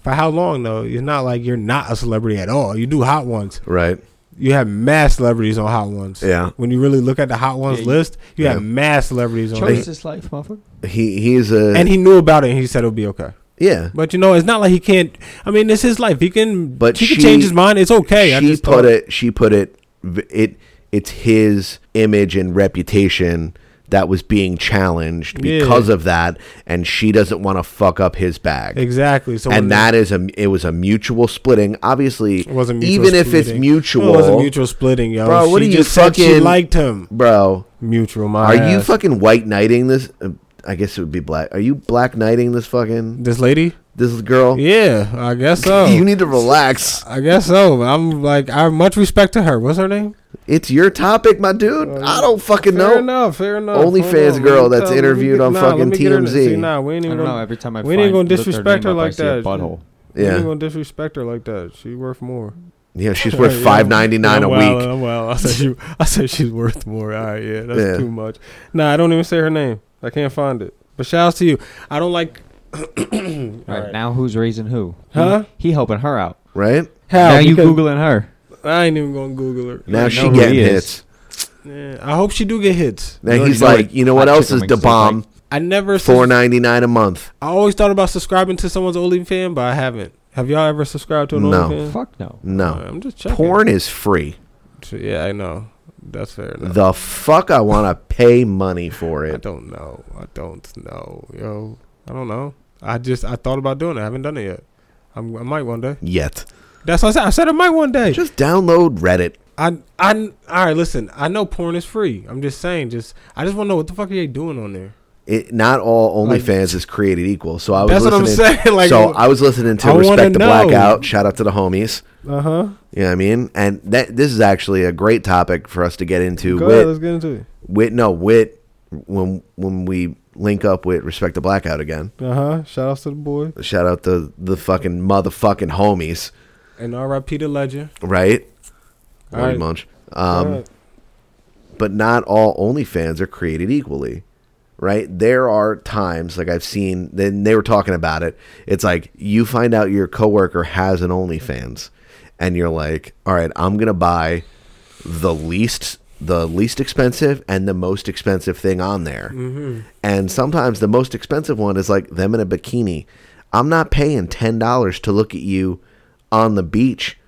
Speaker 3: for how long though? It's not like you're not a celebrity at all. You do hot ones,
Speaker 4: right.
Speaker 3: You have mass celebrities on hot ones.
Speaker 4: Yeah.
Speaker 3: When you really look at the hot ones
Speaker 5: Yeah, you-
Speaker 3: list, you
Speaker 4: Yeah.
Speaker 3: have mass celebrities on.
Speaker 5: Chose
Speaker 3: it.
Speaker 5: his life, motherfucker.
Speaker 4: He he's a
Speaker 3: and he knew about it, and he said it'll be okay.
Speaker 4: Yeah.
Speaker 3: But you know, it's not like he can't. I mean, it's his life. He can.
Speaker 4: but
Speaker 3: he
Speaker 4: she
Speaker 3: can change his mind. It's okay.
Speaker 4: She
Speaker 3: I just
Speaker 4: put
Speaker 3: thought-
Speaker 4: it. She put it. v- It. It's his image and reputation that was being challenged
Speaker 3: Yeah.
Speaker 4: because of that, and she doesn't want to fuck up his bag.
Speaker 3: exactly. So when
Speaker 4: and
Speaker 3: the-
Speaker 4: that is a. It was a mutual splitting. Obviously,
Speaker 3: it wasn't mutual
Speaker 4: even if it's
Speaker 3: splitting.
Speaker 4: mutual.
Speaker 3: it wasn't mutual splitting, yo.
Speaker 4: Bro, what
Speaker 3: she
Speaker 4: are you
Speaker 3: just said She
Speaker 4: fucking-
Speaker 3: liked him,
Speaker 4: bro.
Speaker 3: Mutual.
Speaker 4: Are
Speaker 3: My
Speaker 4: you
Speaker 3: ass.
Speaker 4: fucking white knighting this? uh, I guess it would be black. Are you black knighting this fucking
Speaker 3: this lady?
Speaker 4: This girl.
Speaker 3: Yeah, I guess so.
Speaker 4: You need to relax.
Speaker 3: I guess so. I'm like, I have much respect to her. What's her name?
Speaker 4: It's your topic, my dude. I don't fucking
Speaker 3: Uh, fair
Speaker 4: know.
Speaker 3: enough. Fair enough.
Speaker 4: OnlyFans girl that's interviewed on fucking TMZ.
Speaker 3: nah, we ain't
Speaker 5: I
Speaker 3: even
Speaker 5: don't
Speaker 3: gonna,
Speaker 5: know, every time I
Speaker 3: we ain't
Speaker 5: find-
Speaker 3: gonna
Speaker 5: look her
Speaker 3: disrespect
Speaker 5: name
Speaker 3: her
Speaker 5: up, I
Speaker 3: like
Speaker 5: see a
Speaker 3: that.
Speaker 5: butthole.
Speaker 3: We
Speaker 4: Yeah.
Speaker 3: ain't gonna disrespect her like that. She worth more. [LAUGHS]
Speaker 4: Yeah, she's worth
Speaker 3: Yeah,
Speaker 4: $5.99
Speaker 3: I'm
Speaker 4: a
Speaker 3: wildin',
Speaker 4: week.
Speaker 3: I'm wildin'. I said she, [LAUGHS] I said she's worth more. All right, yeah, that's
Speaker 4: Yeah.
Speaker 3: too much. Nah, I don't even say her name. I can't find it. But shouts to you. I don't like.
Speaker 5: All right, now who's raising who? He-
Speaker 3: Huh?
Speaker 5: He, helping her out.
Speaker 4: Right?
Speaker 3: How?
Speaker 5: Now you
Speaker 3: Because-
Speaker 5: googling her.
Speaker 3: I ain't even gonna Google her.
Speaker 4: Now
Speaker 5: You
Speaker 4: she
Speaker 5: know who
Speaker 4: getting
Speaker 5: he is.
Speaker 4: hits.
Speaker 3: Yeah, I hope she do get hits.
Speaker 4: Now
Speaker 5: You already
Speaker 4: he's
Speaker 5: know
Speaker 4: like,
Speaker 5: what
Speaker 4: you know what
Speaker 5: hot
Speaker 4: else
Speaker 5: chicken
Speaker 4: is
Speaker 5: wings
Speaker 4: the
Speaker 5: look
Speaker 4: bomb?
Speaker 3: I never.
Speaker 4: Four ninety nine a month.
Speaker 3: I always thought about subscribing to someone's OnlyFans, but I haven't. Have y'all ever subscribed to an
Speaker 4: No.
Speaker 3: OnlyFans?
Speaker 5: Fuck no.
Speaker 4: No.
Speaker 3: Alright, I'm just checking.
Speaker 4: Porn is free.
Speaker 3: So, yeah, I know. That's fair enough.
Speaker 4: The fuck I want to pay money for
Speaker 3: I
Speaker 4: it.
Speaker 3: don't know. I don't know, yo. I don't know. I just I thought about doing it. I haven't done it yet. I'm, I might one day.
Speaker 4: Yet.
Speaker 3: That's what I said. I said I might one day.
Speaker 4: Just download Reddit.
Speaker 3: I I all right. Listen, I know porn is free. I'm just saying. Just I just want to know what the fuck are they doing on there.
Speaker 4: It, not all
Speaker 3: Like-
Speaker 4: OnlyFans is created equal. So I was
Speaker 3: That's what I'm
Speaker 4: listening.
Speaker 3: saying, [LAUGHS] like,
Speaker 4: so I was listening to
Speaker 3: I wanna
Speaker 4: Respect the
Speaker 3: know.
Speaker 4: Blackout. Shout out to the homies.
Speaker 3: Uh huh.
Speaker 4: You know what I mean? And that this is actually a great topic for us to get into.
Speaker 3: Go
Speaker 4: with,
Speaker 3: ahead. Let's get into it.
Speaker 4: with no wit when when we link up with Respect the Blackout again.
Speaker 3: Uh huh. Shout outs to the boy
Speaker 4: Shout out to the fucking motherfucking homies,
Speaker 3: and R.I.P. the legend.
Speaker 4: right?
Speaker 3: All
Speaker 4: Pretty
Speaker 3: right.
Speaker 4: much. Um,
Speaker 3: All right.
Speaker 4: But not all OnlyFans are created equally, right? There are times like I've seen. Then they were talking about it. It's like you find out your coworker has an OnlyFans, and you're like, all right, I'm gonna buy the least the least expensive and the most expensive thing on there.
Speaker 3: Mm-hmm.
Speaker 4: And sometimes the most expensive one is like them in a bikini. I'm not paying ten dollars to look at you on the beach.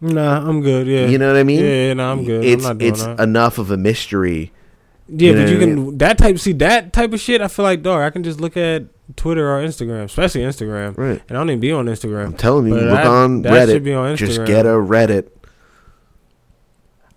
Speaker 3: Nah, I'm good. Yeah.
Speaker 4: You know what I mean?
Speaker 3: Yeah. yeah nah, I'm good.
Speaker 4: It's
Speaker 3: I'm not doing
Speaker 4: it's
Speaker 3: that.
Speaker 4: enough of a mystery.
Speaker 3: Yeah,
Speaker 4: you know
Speaker 3: but you
Speaker 4: what I
Speaker 3: can that type. See that type of shit. I feel like dog. I can just look at Twitter or Instagram, especially Instagram.
Speaker 4: Right.
Speaker 3: And I don't even be on Instagram.
Speaker 4: I'm telling you,
Speaker 3: But
Speaker 4: look
Speaker 3: that-
Speaker 4: on
Speaker 3: that
Speaker 4: Reddit.
Speaker 3: should be on
Speaker 4: Just
Speaker 3: Instagram.
Speaker 4: get a Reddit.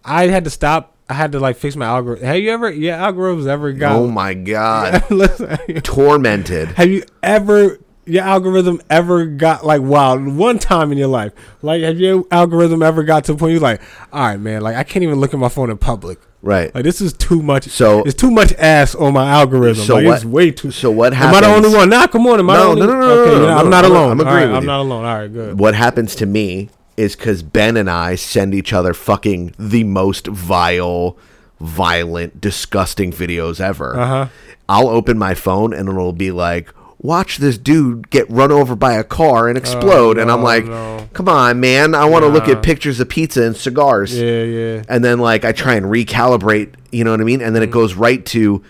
Speaker 3: I had to stop. I had to like fix my algorithm. Have you ever? Yeah, algorithms ever got. [LAUGHS]
Speaker 4: Oh my god,
Speaker 3: Listen,
Speaker 4: tormented.
Speaker 3: have you ever? Your algorithm ever got like wild one time in your life? Like, have your algorithm ever got to the point you're like, all right, man, like I can't even look at my phone in public.
Speaker 4: Right.
Speaker 3: Like this is too much.
Speaker 4: So-
Speaker 3: it's too much ass on my algorithm.
Speaker 4: So
Speaker 3: like,
Speaker 4: what?
Speaker 3: It's way too.
Speaker 4: so what
Speaker 3: Am
Speaker 4: happens?
Speaker 3: I the only one? Nah, come on. Am I the
Speaker 4: No,
Speaker 3: only
Speaker 4: no, no, no, no,
Speaker 3: Okay,
Speaker 4: no,
Speaker 3: you know,
Speaker 4: no,
Speaker 3: I'm not
Speaker 4: I'm-
Speaker 3: alone.
Speaker 4: I'm
Speaker 3: All right,
Speaker 4: agreeing with
Speaker 3: I'm
Speaker 4: you.
Speaker 3: not alone. All right, good.
Speaker 4: What happens to me is because Ben and I send each other fucking the most vile, violent, disgusting videos ever.
Speaker 3: Uh-huh.
Speaker 4: I'll open my phone and it'll be like, "Watch this dude get run over by a car and explode," and I'm
Speaker 3: Oh, no,
Speaker 4: like,
Speaker 3: no.
Speaker 4: "Come on, man! I want to look
Speaker 3: Nah.
Speaker 4: at pictures of pizza and cigars."
Speaker 3: Yeah, yeah.
Speaker 4: and then like I try and recalibrate, you know what I mean? And then
Speaker 3: Mm-hmm.
Speaker 4: it goes right to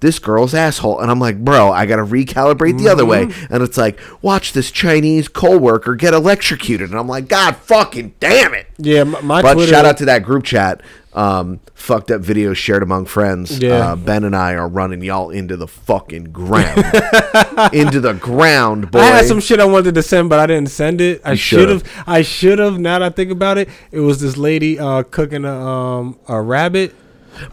Speaker 4: this girl's asshole, and I'm like, bro, I gotta recalibrate the other way.
Speaker 3: Mm-hmm.
Speaker 4: And it's like, watch this Chinese co-worker get electrocuted, and I'm like, God fucking damn it!
Speaker 3: Yeah, my, my
Speaker 4: But
Speaker 3: Twitter.
Speaker 4: shout out to that group chat, um, fucked up videos shared among friends.
Speaker 3: Yeah.
Speaker 4: Uh, ben and I are running y'all into the
Speaker 3: [LAUGHS]
Speaker 4: fucking ground, into the ground, boy.
Speaker 3: I had some shit I wanted to send, but I didn't send it. I
Speaker 4: You
Speaker 3: should
Speaker 4: should've.
Speaker 3: have. I should have. Now that I think about it, it was this lady uh, cooking a um, a rabbit.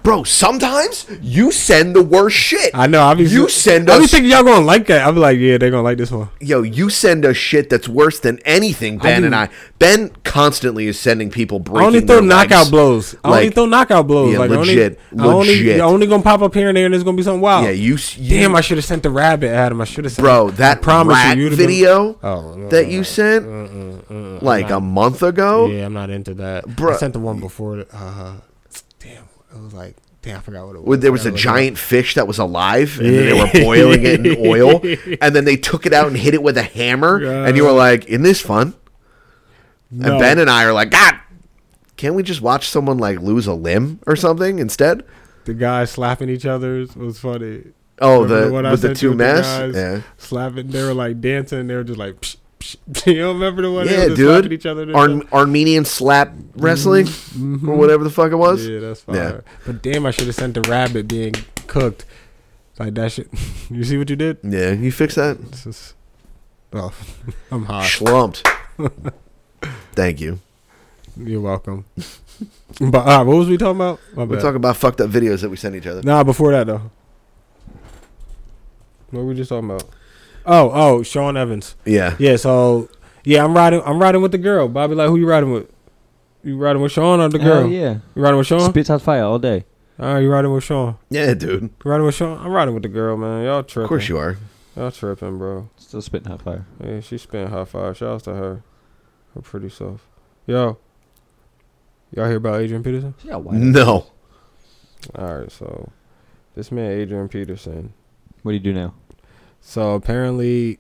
Speaker 4: bro. Sometimes you send the worst shit.
Speaker 3: I know. I be
Speaker 4: you send
Speaker 3: I be
Speaker 4: us
Speaker 3: thinking y'all gonna like that. I be like, yeah, they're gonna like this one.
Speaker 4: yo, you send us shit that's worse than anything Ben
Speaker 3: do.
Speaker 4: and I. Ben constantly is sending people breaking.
Speaker 3: I only throw
Speaker 4: their legs.
Speaker 3: knockout blows. I only
Speaker 4: Like,
Speaker 3: throw knockout blows.
Speaker 4: yeah,
Speaker 3: like I
Speaker 4: legit,
Speaker 3: only, I only,
Speaker 4: legit.
Speaker 3: you're only gonna pop up here and there, and there's gonna be something wild.
Speaker 4: Yeah, you s- you-
Speaker 3: Damn, I should have sent the rabbit, Adam. I should have.
Speaker 4: bro, that rat
Speaker 3: you'd have been-
Speaker 4: video
Speaker 3: Oh, no, Mm,
Speaker 4: that you sent like a month ago.
Speaker 3: Yeah, I'm not into that.
Speaker 4: Bro-
Speaker 3: I sent the one before. the- Uh, damn, it was like damn, I forgot what it was.
Speaker 4: Where there was
Speaker 3: I
Speaker 4: a
Speaker 3: looked it
Speaker 4: giant fish that was alive, and then they
Speaker 3: Yeah.
Speaker 4: were boiling
Speaker 3: [LAUGHS]
Speaker 4: it in oil, and then they took it out and hit it with a hammer, and you were like, "Isn't this fun?"
Speaker 3: No.
Speaker 4: And Ben and I are like, "God, can't we just watch someone like lose a limb or something instead?"
Speaker 3: up. The guys slapping each other was funny.
Speaker 4: Oh,
Speaker 3: Remember
Speaker 4: the-
Speaker 3: one I
Speaker 4: with the
Speaker 3: sent
Speaker 4: two
Speaker 3: you with
Speaker 4: masks?
Speaker 3: guys
Speaker 4: Yeah.
Speaker 3: slapping. They were like dancing. They were just like. Psh, psh, psh. [LAUGHS] You don't remember the one? they
Speaker 4: Yeah,
Speaker 3: were just slapping
Speaker 4: dude.
Speaker 3: Each other and
Speaker 4: Ar-
Speaker 3: stuff?
Speaker 4: Armenian slap wrestling or whatever the fuck it was.
Speaker 3: Mm-hmm. Yeah, that's fine. But damn, I should have sent the rabbit being cooked. Like that shit. [LAUGHS] you see what you did?
Speaker 4: Yeah, yeah. You fix that.
Speaker 3: It's just, oh, [LAUGHS] I'm hot.
Speaker 4: Schlumped.
Speaker 3: [LAUGHS]
Speaker 4: Thank you.
Speaker 3: You're welcome. but uh, what was we talking about? My
Speaker 4: We're
Speaker 3: bad.
Speaker 4: talking about fucked up videos that we send each other.
Speaker 3: Nah, before that though. What were we just talking about? Oh, oh, Sean Evans.
Speaker 4: Yeah.
Speaker 3: Yeah. So yeah, I'm riding. I'm riding with the girl, Bobby. Like, who you riding with? You riding with Sean or the
Speaker 5: Hell
Speaker 3: girl?
Speaker 5: yeah.
Speaker 3: You riding with Sean?
Speaker 5: Spits out fire all day.
Speaker 3: All right, you riding with Sean?
Speaker 4: Yeah, dude.
Speaker 3: You riding with Sean? I'm riding with the girl, man. Y'all tripping?
Speaker 4: course you are.
Speaker 3: Y'all tripping, bro.
Speaker 5: Still spitting hot fire.
Speaker 3: Yeah, she spent high five. Shout out to her. Her pretty self. Yo. Y'all hear about Adrian Peterson?
Speaker 5: She got white.
Speaker 4: No.
Speaker 3: All right, so this man Adrian Peterson.
Speaker 5: What do you do now?
Speaker 3: So apparently,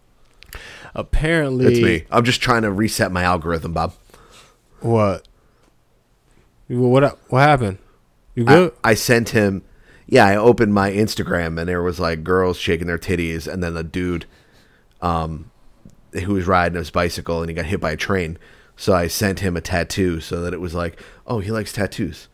Speaker 3: [COUGHS] apparently,
Speaker 4: It's me. I'm just trying to reset my algorithm, Bob.
Speaker 3: What? Well, What what happened? You
Speaker 4: good? I, I sent him. Yeah, I opened my Instagram and there was like girls shaking their titties, and then a dude, um, who was riding his bicycle and he got hit by a train. So I sent him a tattoo so that it was like, oh, he likes tattoos.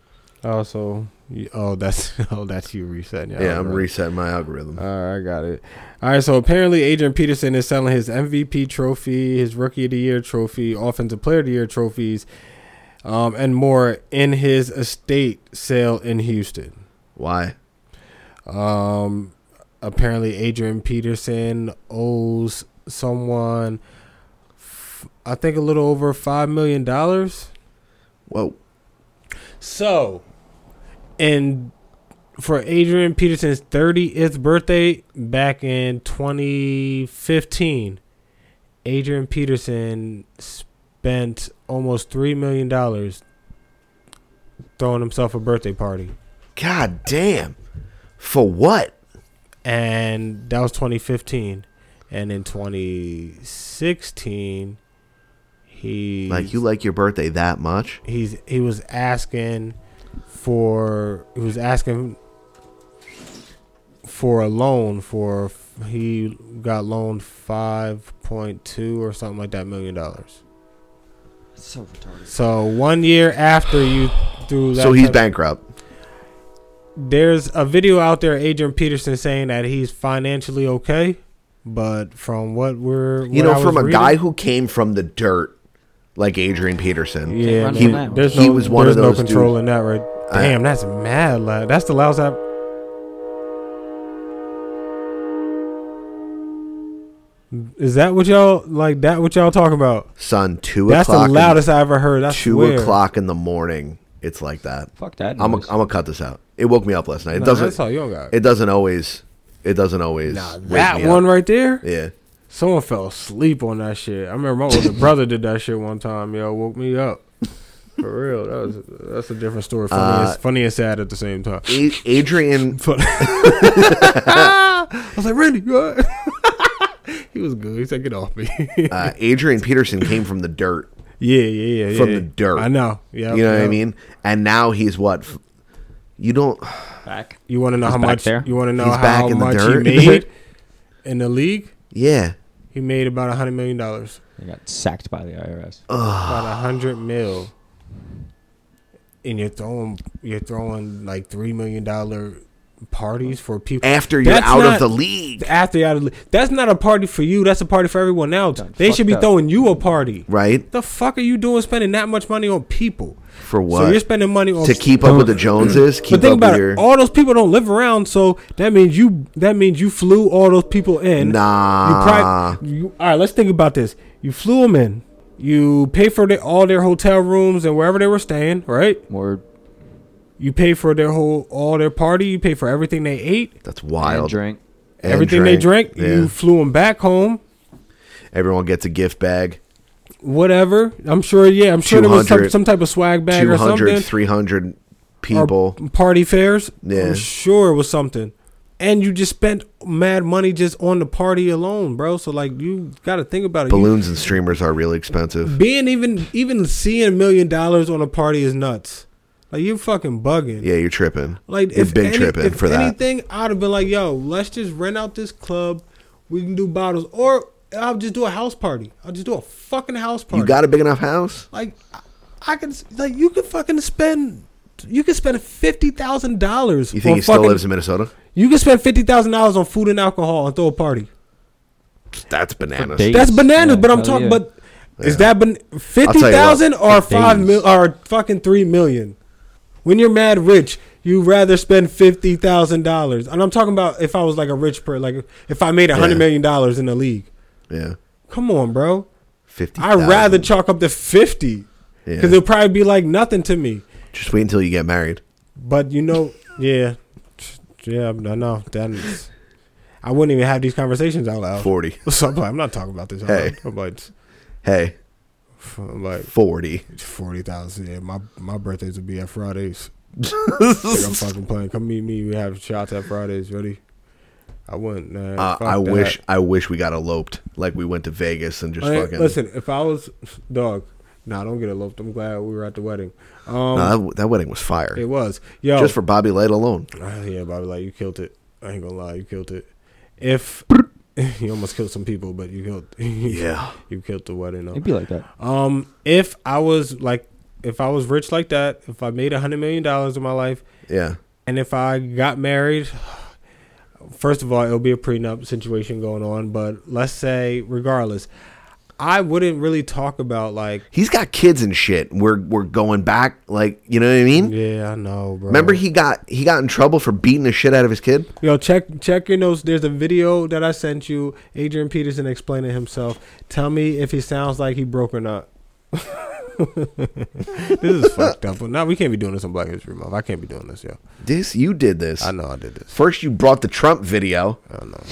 Speaker 3: Oh, so you- oh, that's [LAUGHS] oh, that's you resetting. your
Speaker 4: Yeah, I'm
Speaker 3: algorithm.
Speaker 4: resetting my algorithm.
Speaker 3: All right, I got it. All right, so apparently Adrian Peterson is selling his MVP trophy, his Rookie of the Year trophy, Offensive Player of the Year trophies, um, and more in his estate sale in Houston.
Speaker 4: Why?
Speaker 3: Um, apparently Adrian Peterson owes someone, f- I think, a little over five million dollars.
Speaker 4: Whoa!
Speaker 3: So, and for Adrian Peterson's 30th birthday back in 2015, Adrian Peterson spent almost $3 million throwing himself a birthday party.
Speaker 4: God damn. For what?
Speaker 3: And that was 2015. And in 2016, he
Speaker 4: Like you like your birthday that much?
Speaker 3: he's he was asking for he was asking for a loan for he got loaned 5.2 or something like that million dollars
Speaker 5: So retarded.
Speaker 3: so one year after you threw that
Speaker 4: So he's
Speaker 3: type-
Speaker 4: bankrupt.
Speaker 3: there's a video out there adrian peterson saying that he's financially okay but from what we're what I
Speaker 4: You know,
Speaker 3: was
Speaker 4: from a
Speaker 3: reading-
Speaker 4: guy who came from the dirt, like Adrian Peterson.
Speaker 3: yeah
Speaker 4: he,
Speaker 3: no- there's
Speaker 4: he
Speaker 3: no,
Speaker 4: was one
Speaker 3: there's
Speaker 4: of those
Speaker 3: no control
Speaker 4: control
Speaker 3: in that right
Speaker 4: I-
Speaker 3: damn that's mad loud that's the loudest i've Is that what y'all like? That what y'all talking about?
Speaker 4: son. Two
Speaker 3: That's the
Speaker 4: o'clock. in-
Speaker 3: loudest I ever heard, I
Speaker 4: two
Speaker 3: swear.
Speaker 4: o'clock in the morning. It's like that.
Speaker 5: Fuck that
Speaker 4: I'm
Speaker 5: noise.
Speaker 4: gonna I'm cut this out. It woke me up last night. It
Speaker 3: Nah,
Speaker 4: doesn't.
Speaker 3: that's all you don't got.
Speaker 4: It doesn't always. It doesn't always. wake
Speaker 3: That
Speaker 4: me up.
Speaker 3: one right there.
Speaker 4: Yeah.
Speaker 3: Someone fell asleep on that shit. I remember my
Speaker 4: [LAUGHS]
Speaker 3: older brother did that shit one time. Yo, woke me up. For real, that was that's a different story. Funny,
Speaker 4: Uh,
Speaker 3: and, funny and sad at the same time.
Speaker 4: A- Adrian.
Speaker 3: [LAUGHS] I was like, Randy, you all right?" [LAUGHS] he was good. He said, "Get off
Speaker 5: [LAUGHS]
Speaker 3: me."
Speaker 4: uh, Adrian Peterson came from the dirt.
Speaker 3: Yeah, yeah, yeah.
Speaker 4: From
Speaker 3: yeah.
Speaker 4: the dirt.
Speaker 3: I know. Yeah,
Speaker 4: You know what I
Speaker 3: yep.
Speaker 4: mean? And now he's what? F- You don't.
Speaker 5: Back.
Speaker 3: You want to know
Speaker 5: He's
Speaker 3: how
Speaker 5: back
Speaker 3: much?
Speaker 5: there.
Speaker 3: You want to know
Speaker 4: He's
Speaker 3: how
Speaker 4: back in the
Speaker 3: much
Speaker 4: dirt.
Speaker 3: he
Speaker 4: [LAUGHS]
Speaker 3: made in the league?
Speaker 4: Yeah.
Speaker 3: He made about a hundred million dollars.
Speaker 5: They got sacked by the IRS.
Speaker 4: Uh,
Speaker 3: About a hundred mil. And you're throwing you're throwing like three million dollar parties for people
Speaker 4: After you're
Speaker 3: That's
Speaker 4: out of
Speaker 3: not-
Speaker 4: the league.
Speaker 3: After you're out of the league. That's not a party for you. That's a party for everyone else.
Speaker 5: Done
Speaker 3: They should
Speaker 5: fucked
Speaker 3: be
Speaker 5: up.
Speaker 3: throwing you a party.
Speaker 4: Right?
Speaker 3: The fuck are you doing spending that much money on people?
Speaker 4: For what?
Speaker 3: So you're spending money on
Speaker 4: to keep up with
Speaker 3: [CLEARS THROAT]
Speaker 4: the Joneses. Keep
Speaker 3: but think
Speaker 4: up
Speaker 3: about
Speaker 4: with
Speaker 3: it.
Speaker 4: your.
Speaker 3: All those people don't live around, so that means you. That means you flew all those people in. You
Speaker 4: nah.
Speaker 3: probably. You, all right. Let's think about this. You flew them in. You pay for their, all their hotel rooms and wherever they were staying. Right.
Speaker 5: More
Speaker 3: You pay for their whole all their party. You pay for everything they ate,
Speaker 4: That's
Speaker 5: and
Speaker 4: wild.
Speaker 5: drink.
Speaker 4: And
Speaker 3: everything they drank.
Speaker 4: Yeah.
Speaker 3: You flew them back home.
Speaker 4: Everyone gets a gift bag.
Speaker 3: Whatever. I'm sure. Yeah. I'm sure there was some,
Speaker 4: 200
Speaker 3: some type of swag bag or
Speaker 4: 200,
Speaker 3: something.
Speaker 4: 300
Speaker 3: or
Speaker 4: people.
Speaker 3: party fairs.
Speaker 4: Yeah.
Speaker 3: I'm sure it was something. And you just spent mad money just on the party alone, bro. So like you got to think about it. You-
Speaker 4: Balloons and streamers are really expensive.
Speaker 3: being even even seeing a million dollars on a party is nuts. Like you're fucking bugging.
Speaker 4: Yeah, you're tripping.
Speaker 3: Like
Speaker 4: you're
Speaker 3: if
Speaker 4: big
Speaker 3: any-
Speaker 4: tripping
Speaker 3: if
Speaker 4: for that.
Speaker 3: anything, I'd have been like, yo, let's just rent out this club. We can do bottles, or I'll just do a house party. I'll just do a fucking house party.
Speaker 4: you got a big enough house?
Speaker 3: Like I- I can like you can fucking spend you can spend fifty thousand dollars.
Speaker 4: You think he still lives in Minnesota?
Speaker 3: You can spend fifty thousand dollars on food and alcohol and throw a party.
Speaker 4: That's bananas.
Speaker 5: days.
Speaker 3: That's
Speaker 5: Yeah,
Speaker 3: bananas, but I'm
Speaker 5: hell
Speaker 3: talking.
Speaker 5: yeah.
Speaker 3: But is that ben- fifty thousand or
Speaker 5: For
Speaker 3: five
Speaker 5: days.
Speaker 3: mil or fucking three million? When you're mad rich, You rather spend fifty thousand dollars, and I'm talking about if I was like a rich person, like if I made a hundred
Speaker 4: Yeah.
Speaker 3: million dollars in the league.
Speaker 4: Yeah.
Speaker 3: Come on, bro.
Speaker 4: Fifty.
Speaker 3: I'd rather chalk up to fifty
Speaker 4: Yeah.
Speaker 3: because it'll probably be like nothing to me.
Speaker 4: Just wait until you get married.
Speaker 3: But you know, yeah, yeah, I know that. Is, I wouldn't even have these conversations out loud. [LAUGHS]
Speaker 4: 40.
Speaker 3: So I'm, like, I'm not talking about this.
Speaker 4: Hey.
Speaker 3: I'm like,
Speaker 4: Hey,
Speaker 3: I'm like
Speaker 4: forty.
Speaker 3: forty thousand. Yeah, my my birthdays would be at Fridays. Like, I'm fucking playing. Come meet me. We have shots at Fridays. Ready? I wouldn't. Man.
Speaker 4: Uh,
Speaker 3: Fuck
Speaker 4: I
Speaker 3: that.
Speaker 4: wish I wish we got eloped like we went to Vegas and just
Speaker 3: I mean,
Speaker 4: fucking.
Speaker 3: Listen, if I was dog, nah, don't get eloped. I'm glad we were at the wedding. Um,
Speaker 4: Nah, that, that wedding was fire.
Speaker 3: It was. Yo.
Speaker 4: just for Bobby Light alone.
Speaker 3: Ah, yeah, Bobby, like you killed it. I ain't gonna lie, you killed it. If [LAUGHS] you almost killed some people, but you killed. [LAUGHS]
Speaker 4: Yeah.
Speaker 3: you killed the wedding. though.
Speaker 5: It'd be like that.
Speaker 3: Um, if I was like, if I was rich like that, if I made a hundred million dollars in my life,
Speaker 4: Yeah.
Speaker 3: and if I got married, [SIGHS] first of all, it'll be a prenup situation going on. But let's say, regardless, I wouldn't really talk about like.
Speaker 4: He's got kids and shit. We're we're going back. Like you know what I mean?
Speaker 3: Yeah, I know, bro.
Speaker 4: Remember he got he got in trouble for beating the shit out of his kid.
Speaker 3: Yo, check check your notes. There's a video that I sent you. Adrian Peterson explaining himself. Tell me if he sounds like he broke or not. [LAUGHS] this is fucked up. Now we can't be doing this on Black History Month. I can't be doing this, yo.
Speaker 4: This you did this. I
Speaker 3: know I did this.
Speaker 4: First you brought the Trump video.
Speaker 3: I know.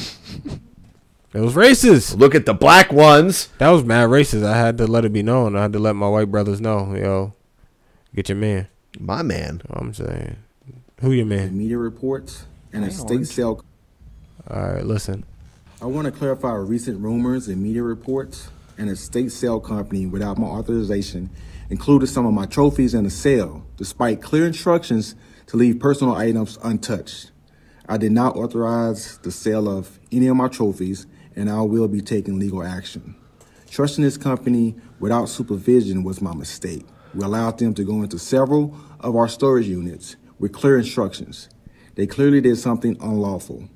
Speaker 3: It was racist.
Speaker 4: Look at the black ones.
Speaker 3: That was mad racist. I had to let it be known. I had to let my white brothers know, yo. Get your man.
Speaker 4: My man.
Speaker 3: I'm saying, who your man?
Speaker 18: Media reports and a state sale.
Speaker 3: All right, listen.
Speaker 18: I want to clarify recent rumors and media reports and a state sale company without my authorization included some of my trophies in a sale, despite clear instructions to leave personal items untouched. I did not authorize the sale of any of my trophies, and I will be taking legal action. Trusting this company without supervision was my mistake. We allowed them to go into several of our storage units with clear instructions. They clearly did something unlawful.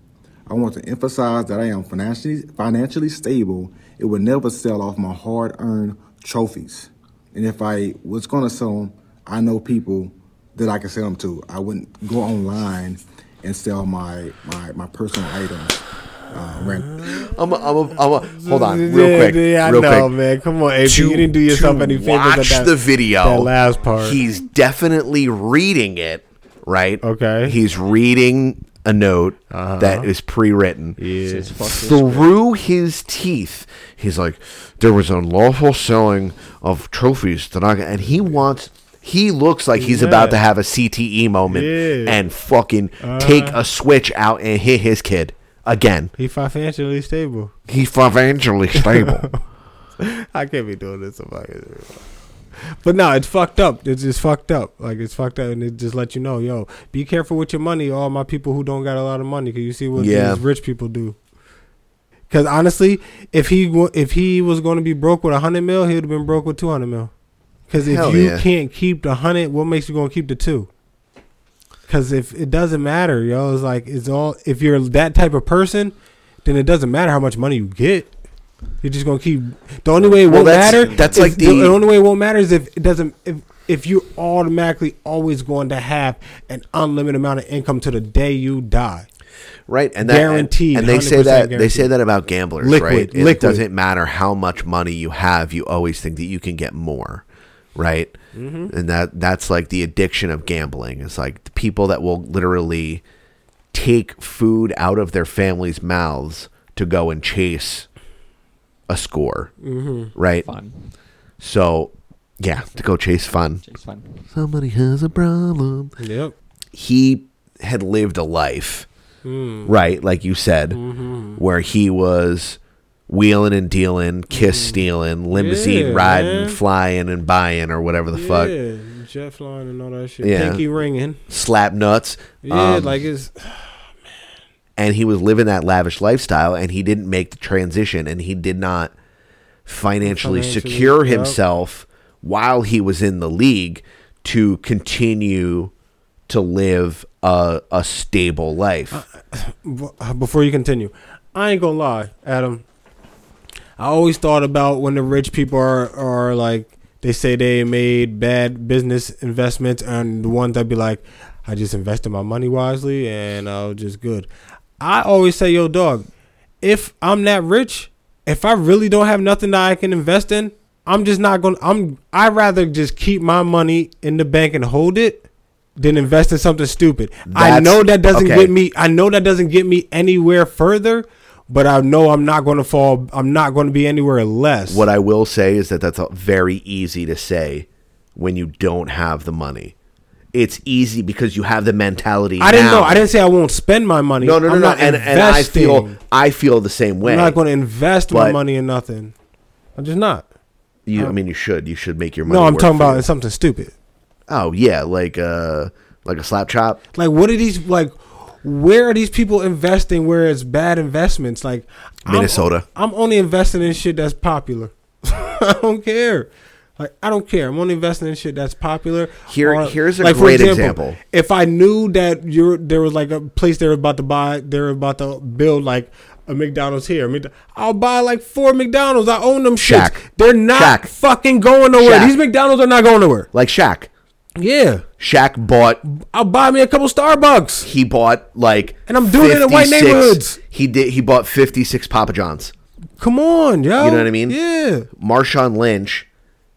Speaker 18: I want to emphasize that I am financially financially stable. It would never sell off my hard-earned trophies, and if I was going to sell them, I know people that I can sell them to. I wouldn't go online and sell my my, my personal items. Uh, rent.
Speaker 4: I'm a, I'm a, I'm a, hold on,
Speaker 3: Yeah,
Speaker 4: real quick.
Speaker 3: yeah, I
Speaker 4: real
Speaker 3: know,
Speaker 4: quick.
Speaker 3: man. Come on, AP, you didn't do yourself
Speaker 4: to
Speaker 3: any favors at
Speaker 4: Watch
Speaker 3: that-
Speaker 4: the video.
Speaker 3: that last part.
Speaker 4: He's definitely reading it, right?
Speaker 3: Okay. Uh-huh.
Speaker 4: He's reading a note that is pre-written.
Speaker 3: Yeah.
Speaker 4: Through his teeth, he's like, "There was unlawful selling of trophies that I," and he wants. He looks like he's about
Speaker 3: Yeah.
Speaker 4: to have a CTE moment
Speaker 3: Yeah. Uh-huh.
Speaker 4: and fucking take a switch out and hit his kid again.
Speaker 3: He financially stable.
Speaker 4: He's financially stable.
Speaker 3: I can't be doing this. on Black History Month. But no, it's fucked up. It's just fucked up. Like it's fucked up, and it just let you know, yo, be careful with your money. All my people who don't got a lot of money, cause you see what
Speaker 4: Yeah.
Speaker 3: these rich people do. Cause honestly, if he wa- if he was going to be broke with a hundred mil, he would have been broke with two hundred mil. Cause if
Speaker 4: Hell
Speaker 3: you
Speaker 4: yeah.
Speaker 3: can't keep the hundred, what makes you gonna keep the two? Cause if it doesn't matter, yo, it's like it's all. If you're that type of person, then it doesn't matter how much money you get. You're just gonna keep. The only way it
Speaker 4: Well,
Speaker 3: won't
Speaker 4: that's-
Speaker 3: matter.
Speaker 4: that's
Speaker 3: is-
Speaker 4: like the-
Speaker 3: only way it won't matter is if it doesn't. If if you're automatically always going to have an unlimited amount of income to the day you die.
Speaker 4: Right, and that, and-
Speaker 3: guaranteed.
Speaker 4: And, they say
Speaker 3: 100%
Speaker 4: that they say
Speaker 3: guaranteed.
Speaker 4: that about gamblers,
Speaker 3: Liquid,
Speaker 4: right? It
Speaker 3: liquid.
Speaker 4: doesn't matter how much money you have; you always think that you can get more, right?
Speaker 3: Mhm.
Speaker 4: And that that's like the addiction of gambling. It's like the people that will literally take food out of their families' mouths to go and chase a score,
Speaker 5: Mhm.
Speaker 3: Mm-hmm.
Speaker 4: right?
Speaker 5: Fun.
Speaker 4: So, yeah, to go chase fun.
Speaker 5: Chase fun.
Speaker 4: Somebody has a problem.
Speaker 3: Yep.
Speaker 4: He had lived a life,
Speaker 3: Mm.
Speaker 4: right? Like you said,
Speaker 3: Mhm.
Speaker 4: where he was wheeling and dealing, kiss stealing, limousine
Speaker 3: Mm. Yeah,
Speaker 4: riding,
Speaker 3: man.
Speaker 4: flying and buying, or whatever the fuck.
Speaker 3: Yeah, Jeff Line and all that shit.
Speaker 4: Yeah.
Speaker 3: Pinky ringing.
Speaker 4: Slap nuts.
Speaker 3: Yeah,
Speaker 4: um,
Speaker 3: like it's.
Speaker 4: and he was living that lavish lifestyle and he didn't make the transition and he did not financially,
Speaker 3: Financially,
Speaker 4: secure
Speaker 3: yep.
Speaker 4: himself while he was in the league to continue to live a, a stable life.
Speaker 3: Uh, b- before you continue, I ain't gonna lie, Adam. I always thought about when the rich people are are like they say they made bad business investments, and the ones that be like, I just invested my money wisely and I was just good. I always say, yo, dog, if I'm that rich, if I really don't have nothing that I can invest in, I'm just not going to, I'm, I'd rather just keep my money in the bank and hold it than invest in something stupid. I
Speaker 4: That's-
Speaker 3: know that doesn't
Speaker 4: okay.
Speaker 3: get me, I know that doesn't get me anywhere further, but I know I'm not going to fall, I'm not going to be anywhere less.
Speaker 4: What I will say is that that's uh, very easy to say when you don't have the money. It's easy because you have the mentality.
Speaker 3: I didn't
Speaker 4: now.
Speaker 3: know. I didn't say I won't spend my money.
Speaker 4: No, no, no,
Speaker 3: I'm
Speaker 4: no.
Speaker 3: not
Speaker 4: And, and I feel
Speaker 3: investing.
Speaker 4: I feel the same way.
Speaker 3: I'm not going to invest my
Speaker 4: But-
Speaker 3: money in nothing. I'm just not.
Speaker 4: You, I mean, you should. You should make your money.
Speaker 3: No, I'm
Speaker 4: work
Speaker 3: talking
Speaker 4: for
Speaker 3: about
Speaker 4: you.
Speaker 3: something stupid.
Speaker 4: Oh yeah, like uh, like a slap chop.
Speaker 3: Like, what are these? Like, where are these people investing? Where it's bad investments? Like I'm-
Speaker 4: Minnesota.
Speaker 3: I'm, only investing in shit that's popular. [LAUGHS] I don't care. Like I don't care. I'm only investing in shit that's popular.
Speaker 4: Here- here's a
Speaker 3: for
Speaker 4: great example.
Speaker 3: If I knew that you're there was like a place they were about to buy, they were about to build like a McDonald's here. I mean, I'll buy like four McDonald's. I own them shits.
Speaker 4: Shaq.
Speaker 3: They're not
Speaker 4: Shaq.
Speaker 3: fucking going nowhere.
Speaker 4: Shaq.
Speaker 3: These McDonald's are not going nowhere.
Speaker 4: Like Shaq.
Speaker 3: Yeah.
Speaker 4: Shaq bought.
Speaker 3: I'll buy me a couple Starbucks.
Speaker 4: He bought like,
Speaker 3: And I'm doing it in white
Speaker 4: 56
Speaker 3: neighborhoods.
Speaker 4: He did. He bought 56 Papa Johns.
Speaker 3: Come on, yo.
Speaker 4: You know what I mean?
Speaker 3: Oh, Yeah.
Speaker 4: Marshawn Lynch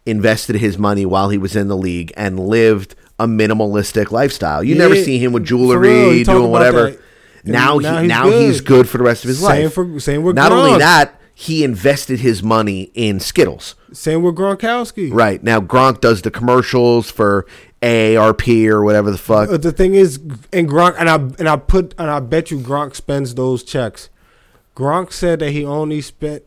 Speaker 4: invested his money while he was in the league and lived a minimalistic lifestyle. You never
Speaker 3: Yeah.
Speaker 4: see him with
Speaker 3: For real,
Speaker 4: jewelry
Speaker 3: you talk
Speaker 4: doing
Speaker 3: about
Speaker 4: whatever.
Speaker 3: that. And
Speaker 4: Now, he,
Speaker 3: now he's
Speaker 4: now
Speaker 3: good.
Speaker 4: he's good for the rest of his
Speaker 3: Same
Speaker 4: life.
Speaker 3: for- same with
Speaker 4: Not only
Speaker 3: Gronk.
Speaker 4: that, he invested his money in Skittles.
Speaker 3: Same with Gronkowski.
Speaker 4: Right. Now Gronk does the commercials for AARP or whatever the fuck.
Speaker 3: Uh, the thing is, and Gronk and I and I put and I bet you Gronk spends those checks. Gronk said that he only spent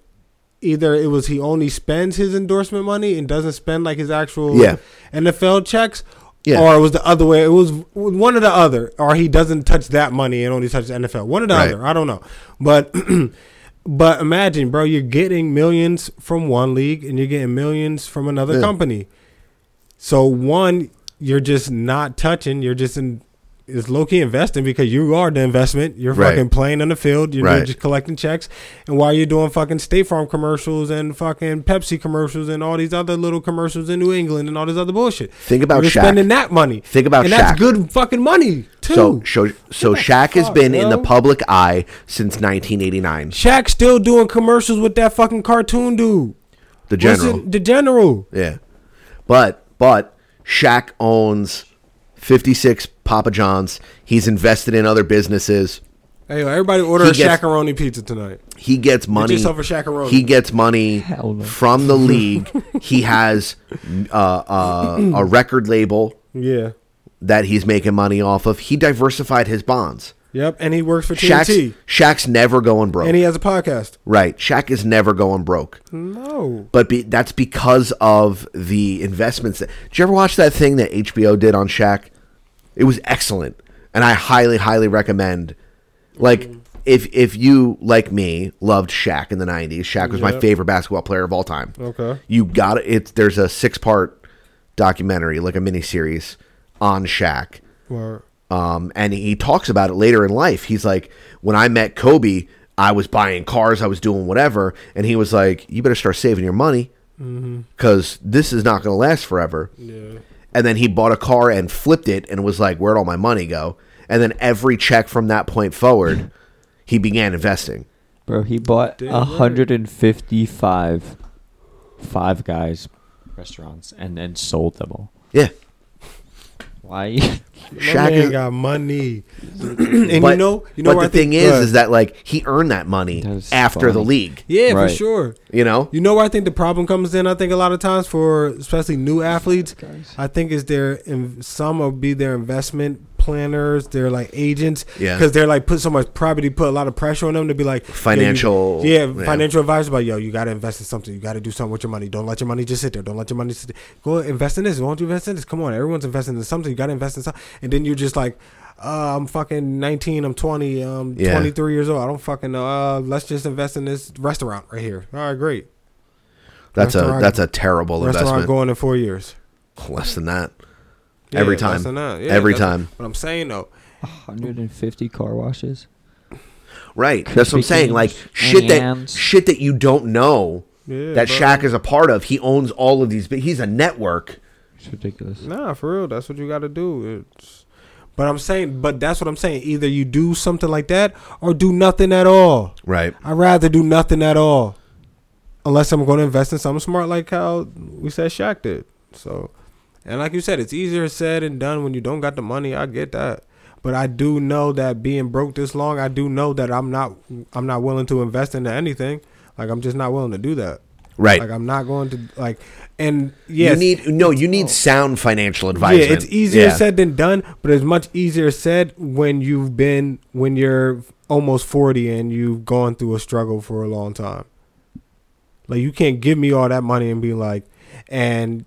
Speaker 3: either it was he only spends his endorsement money and doesn't spend like his actual
Speaker 4: Yeah.
Speaker 3: NFL checks.
Speaker 4: Yeah.
Speaker 3: Or it was the other way. It was one or the other. Or he doesn't touch that money and only touches NFL. One or the
Speaker 4: Right.
Speaker 3: other. I don't know. But [CLEARS THROAT] but imagine, bro, you're getting millions from one league and you're getting millions from another
Speaker 4: Yeah.
Speaker 3: company. So one, you're just not touching. You're just in is low key investing because you are the investment. You're
Speaker 4: Right.
Speaker 3: fucking playing on the field. You're
Speaker 4: Right.
Speaker 3: just collecting checks. And while you're doing fucking State Farm commercials and fucking Pepsi commercials and all these other little commercials in New England and all this other bullshit.
Speaker 4: Think about
Speaker 3: you're
Speaker 4: Shaq.
Speaker 3: spending that money.
Speaker 4: Think about
Speaker 3: and that's
Speaker 4: Shaq.
Speaker 3: good fucking money too.
Speaker 4: So, so, so Shaq has
Speaker 3: fuck,
Speaker 4: been in the
Speaker 3: bro.
Speaker 4: public eye since 1989.
Speaker 3: Shaq's still doing commercials with that fucking cartoon dude.
Speaker 4: The
Speaker 3: What's
Speaker 4: general.
Speaker 3: it- the general.
Speaker 4: Yeah. But but Shaq owns 56 Papa Johns. He's invested in other businesses.
Speaker 3: Hey, yo, everybody order
Speaker 4: He
Speaker 3: a
Speaker 4: gets-
Speaker 3: shakaroni pizza tonight.
Speaker 4: He gets money.
Speaker 3: yourself a shakaroni.
Speaker 4: He gets money from the league. he has uh, uh, a record label
Speaker 3: Yeah.
Speaker 4: that he's making money off of. He diversified his bonds.
Speaker 3: Yep. And he works for TNT.
Speaker 4: Shaq's, Shaq's never going broke.
Speaker 3: And he Hmm. has a podcast.
Speaker 4: right. Shaq is never going broke.
Speaker 3: No.
Speaker 4: But be, that's because of the investments. That, did you ever watch that thing that HBO did on Shaq? It was excellent, and I highly, highly recommend. Like, if if you like me loved Shaq in the '90s, Shaq was my
Speaker 3: Yep.
Speaker 4: favorite basketball player of all time.
Speaker 3: Okay.
Speaker 4: you got it. It's there's a six part documentary, like a miniseries on Shaq.
Speaker 3: Word.
Speaker 4: Um, and he talks about it later in life. He's like, when I met Kobe, I was buying cars, I was doing whatever, and he was like, you better start saving your money
Speaker 3: Mhm.
Speaker 4: because this is not going to last forever.
Speaker 3: Yeah.
Speaker 4: And then he bought a car and flipped it and was like, where'd all my money go? And then every check from that point forward, he began investing.
Speaker 5: Bro, he bought
Speaker 3: Damn right.
Speaker 5: 155 Five Guys restaurants and then sold them all.
Speaker 4: Yeah.
Speaker 5: Why? [LAUGHS]
Speaker 4: Shaq
Speaker 3: Shaq
Speaker 4: is-
Speaker 3: got money. and
Speaker 4: but,
Speaker 3: you know, you know where
Speaker 4: but the
Speaker 3: I think-
Speaker 4: thing is,
Speaker 3: Go
Speaker 4: is
Speaker 3: ahead.
Speaker 4: that like he earned that money
Speaker 5: That's
Speaker 4: after the
Speaker 5: funny.
Speaker 4: league.
Speaker 3: yeah,
Speaker 5: Right.
Speaker 3: for sure.
Speaker 4: You know,
Speaker 3: You know where I think the problem comes in. I think a lot of times for especially new athletes,
Speaker 5: Guys.
Speaker 3: I think is their in, some will be their investment planners, they're like agents,
Speaker 4: Yeah.
Speaker 3: because they're like put so much probably put a lot of pressure on them to be like yo, you-
Speaker 4: Financial-
Speaker 3: yeah,
Speaker 4: yeah.
Speaker 3: financial advice about yo, you got to invest in something, you got to do something with your money. Don't let your money just sit there. Don't let your money sit there. Go invest in this. Won't you invest in this? Come on, everyone's investing in something. You got to invest in something, and then you're just like. Uh, I'm fucking 19. I'm 20. I'm
Speaker 4: Yeah.
Speaker 3: 23 years old. I don't fucking know. Uh, let's just invest in this restaurant right here. All right, great.
Speaker 4: that's a
Speaker 3: Restaurant-
Speaker 4: that's a terrible
Speaker 3: restaurant
Speaker 4: investment.
Speaker 3: going in four years.
Speaker 4: Less than that.
Speaker 3: Yeah,
Speaker 4: every
Speaker 3: less
Speaker 4: time.
Speaker 3: than that. Yeah,
Speaker 4: every
Speaker 3: that's
Speaker 4: time.
Speaker 3: What I'm saying though,
Speaker 5: 150 car washes?
Speaker 4: Right. That's what I'm saying. Like shit that
Speaker 5: Yams.
Speaker 4: shit that you don't know
Speaker 3: Yeah,
Speaker 4: that
Speaker 3: bro.
Speaker 4: Shaq is a part of. He owns all of these. But he's a network.
Speaker 5: It's ridiculous.
Speaker 3: nah, for real, that's what you got to do. It's, But I'm saying, but that's what I'm saying. Either you do something like that or do nothing at all.
Speaker 4: Right.
Speaker 3: I'd rather do nothing at all, unless I'm going to invest in something smart, like how we said Shaq did. So, and like you said, it's easier said and done when you don't got the money. I get that, but I do know that being broke this long, I do know that I'm not, I'm not willing to invest into anything. Like I'm just not willing to do that.
Speaker 4: Right.
Speaker 3: Like I'm not going to like, and yes, Oh.
Speaker 4: you need no. You need sound financial advisement.
Speaker 3: yeah, it's easier
Speaker 4: Yeah.
Speaker 3: said than done, but it's much easier said when you've been when you're almost forty and you've gone through a struggle for a long time. Like you can't give me all that money and be like, and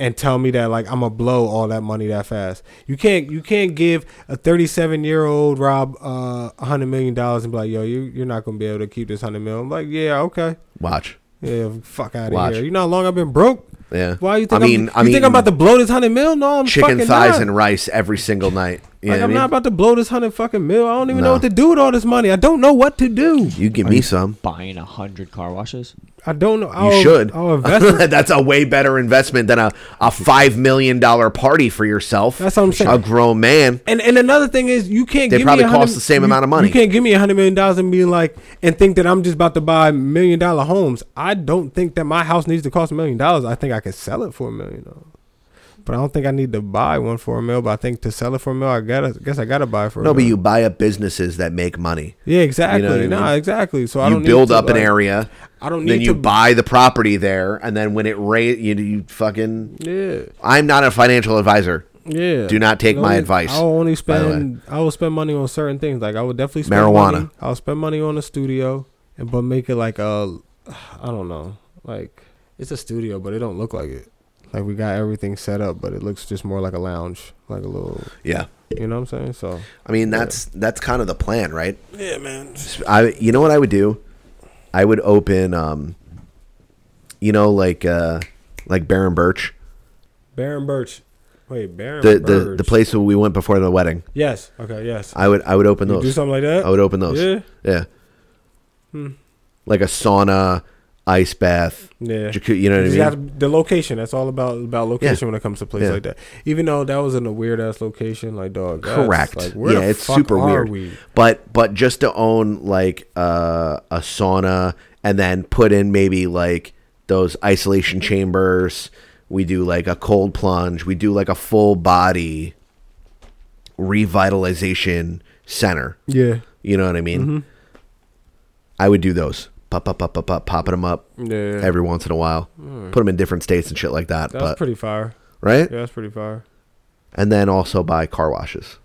Speaker 3: and tell me that like I'm gonna blow all that money that fast. You can't you can't give a 37 year old Rob uh 100 million dollars and be like, yo, you you're not gonna be able to keep this hundred million. I'm like, yeah, okay.
Speaker 4: Watch.
Speaker 3: Yeah, fuck out of
Speaker 4: Watch.
Speaker 3: here. You know how long I've been broke?
Speaker 4: Yeah.
Speaker 3: Why you
Speaker 4: I
Speaker 3: think? I
Speaker 4: mean-
Speaker 3: am
Speaker 4: I
Speaker 3: you think I'm
Speaker 4: mean-
Speaker 3: about to blow this hundred mil? No, I'm
Speaker 4: Chicken
Speaker 3: fucking
Speaker 4: thighs
Speaker 3: not.
Speaker 4: and rice every single night. You
Speaker 3: like
Speaker 4: know
Speaker 3: I'm
Speaker 4: what I
Speaker 3: not
Speaker 4: mean?
Speaker 3: about to blow this hundred fucking mil. I don't even know
Speaker 4: No.
Speaker 3: what to do with all this money. I don't know what to do.
Speaker 4: You give
Speaker 3: Are
Speaker 4: me
Speaker 3: you
Speaker 4: some.
Speaker 5: Buying a hundred car washes.
Speaker 3: I don't know.
Speaker 4: You should. [LAUGHS]
Speaker 3: I'll invest. in-
Speaker 4: That's a way better investment than a, a five million dollar party for yourself.
Speaker 3: That's what I'm saying.
Speaker 4: A grown man.
Speaker 3: And and another thing is you can't.
Speaker 4: They
Speaker 3: give
Speaker 4: probably
Speaker 3: me a hundred-
Speaker 4: cost the same
Speaker 3: you-
Speaker 4: amount of money.
Speaker 3: You can't give me a hundred million dollars and be like and think that I'm just about to buy million dollar homes. I don't think that my house needs to cost a million dollars. I think I can sell it for a million dollars. But I don't think I need to buy one for a mil. But I think to sell it for a mil, I gotta guess I gotta buy it for. a
Speaker 4: No, but
Speaker 3: mil.
Speaker 4: you buy up businesses that make money.
Speaker 3: Yeah, exactly.
Speaker 4: You know what I
Speaker 3: no,
Speaker 4: mean?
Speaker 3: exactly. So I
Speaker 4: you
Speaker 3: don't need
Speaker 4: build
Speaker 3: to,
Speaker 4: up an
Speaker 3: like-
Speaker 4: area.
Speaker 3: I don't
Speaker 4: Then
Speaker 3: need
Speaker 4: you
Speaker 3: to-
Speaker 4: buy the property there, and then when it raise, you, you fucking.
Speaker 3: Yeah.
Speaker 4: I'm not a financial advisor.
Speaker 3: Yeah.
Speaker 4: Do not take
Speaker 3: I
Speaker 4: my
Speaker 3: only-
Speaker 4: advice.
Speaker 3: I'll only
Speaker 4: by the way.
Speaker 3: spend. I will spend money on certain things. Like I would definitely spend
Speaker 4: Marijuana.
Speaker 3: money- I'll spend money on a studio, and but make it like a, I don't know, like it's a studio, but it don't look like it. Like we got everything set up, but it looks just more like a lounge, like a little.
Speaker 4: Yeah.
Speaker 3: You know what I'm saying? So.
Speaker 4: I mean,
Speaker 3: yeah.
Speaker 4: that's that's kind of the plan, right?
Speaker 3: Yeah, man.
Speaker 4: I you know what I would do? I would open um you know like uh like Baron Birch.
Speaker 3: Baron Birch. Wait, Baron
Speaker 4: The the
Speaker 3: Birch.
Speaker 4: the place where we went before the wedding.
Speaker 3: Yes. Okay. Yes.
Speaker 4: I would I would open
Speaker 3: You
Speaker 4: those.
Speaker 3: do something like that?
Speaker 4: I would open those.
Speaker 3: Yeah?
Speaker 4: Yeah.
Speaker 3: Hmm.
Speaker 4: Like a sauna, ice bath,
Speaker 3: Yeah,
Speaker 4: jacuzzi, you know what I
Speaker 3: just
Speaker 4: mean?
Speaker 3: have to- the location. That's all about about location when it comes to places
Speaker 4: Yeah.
Speaker 3: like that. Even though that was in a weird ass location, like dog. that's,
Speaker 4: Correct.
Speaker 3: Like, where
Speaker 4: yeah,
Speaker 3: the
Speaker 4: it's
Speaker 3: fuck
Speaker 4: super
Speaker 3: are
Speaker 4: weird.
Speaker 3: We?
Speaker 4: But but just to own like uh, a sauna and then put in maybe like those isolation chambers. We do like a cold plunge. We do like a full body revitalization center.
Speaker 3: Yeah.
Speaker 4: You know what I mean?
Speaker 3: Mhm.
Speaker 4: I would do those. Pop, pop, pop, pop, pop, popping them up
Speaker 3: Yeah.
Speaker 4: every once in a while.
Speaker 3: Mm.
Speaker 4: Put them in different states and shit like that.
Speaker 3: That's
Speaker 4: but,
Speaker 3: pretty fire.
Speaker 4: Right?
Speaker 3: Yeah, that's pretty fire.
Speaker 4: And then also buy car washes.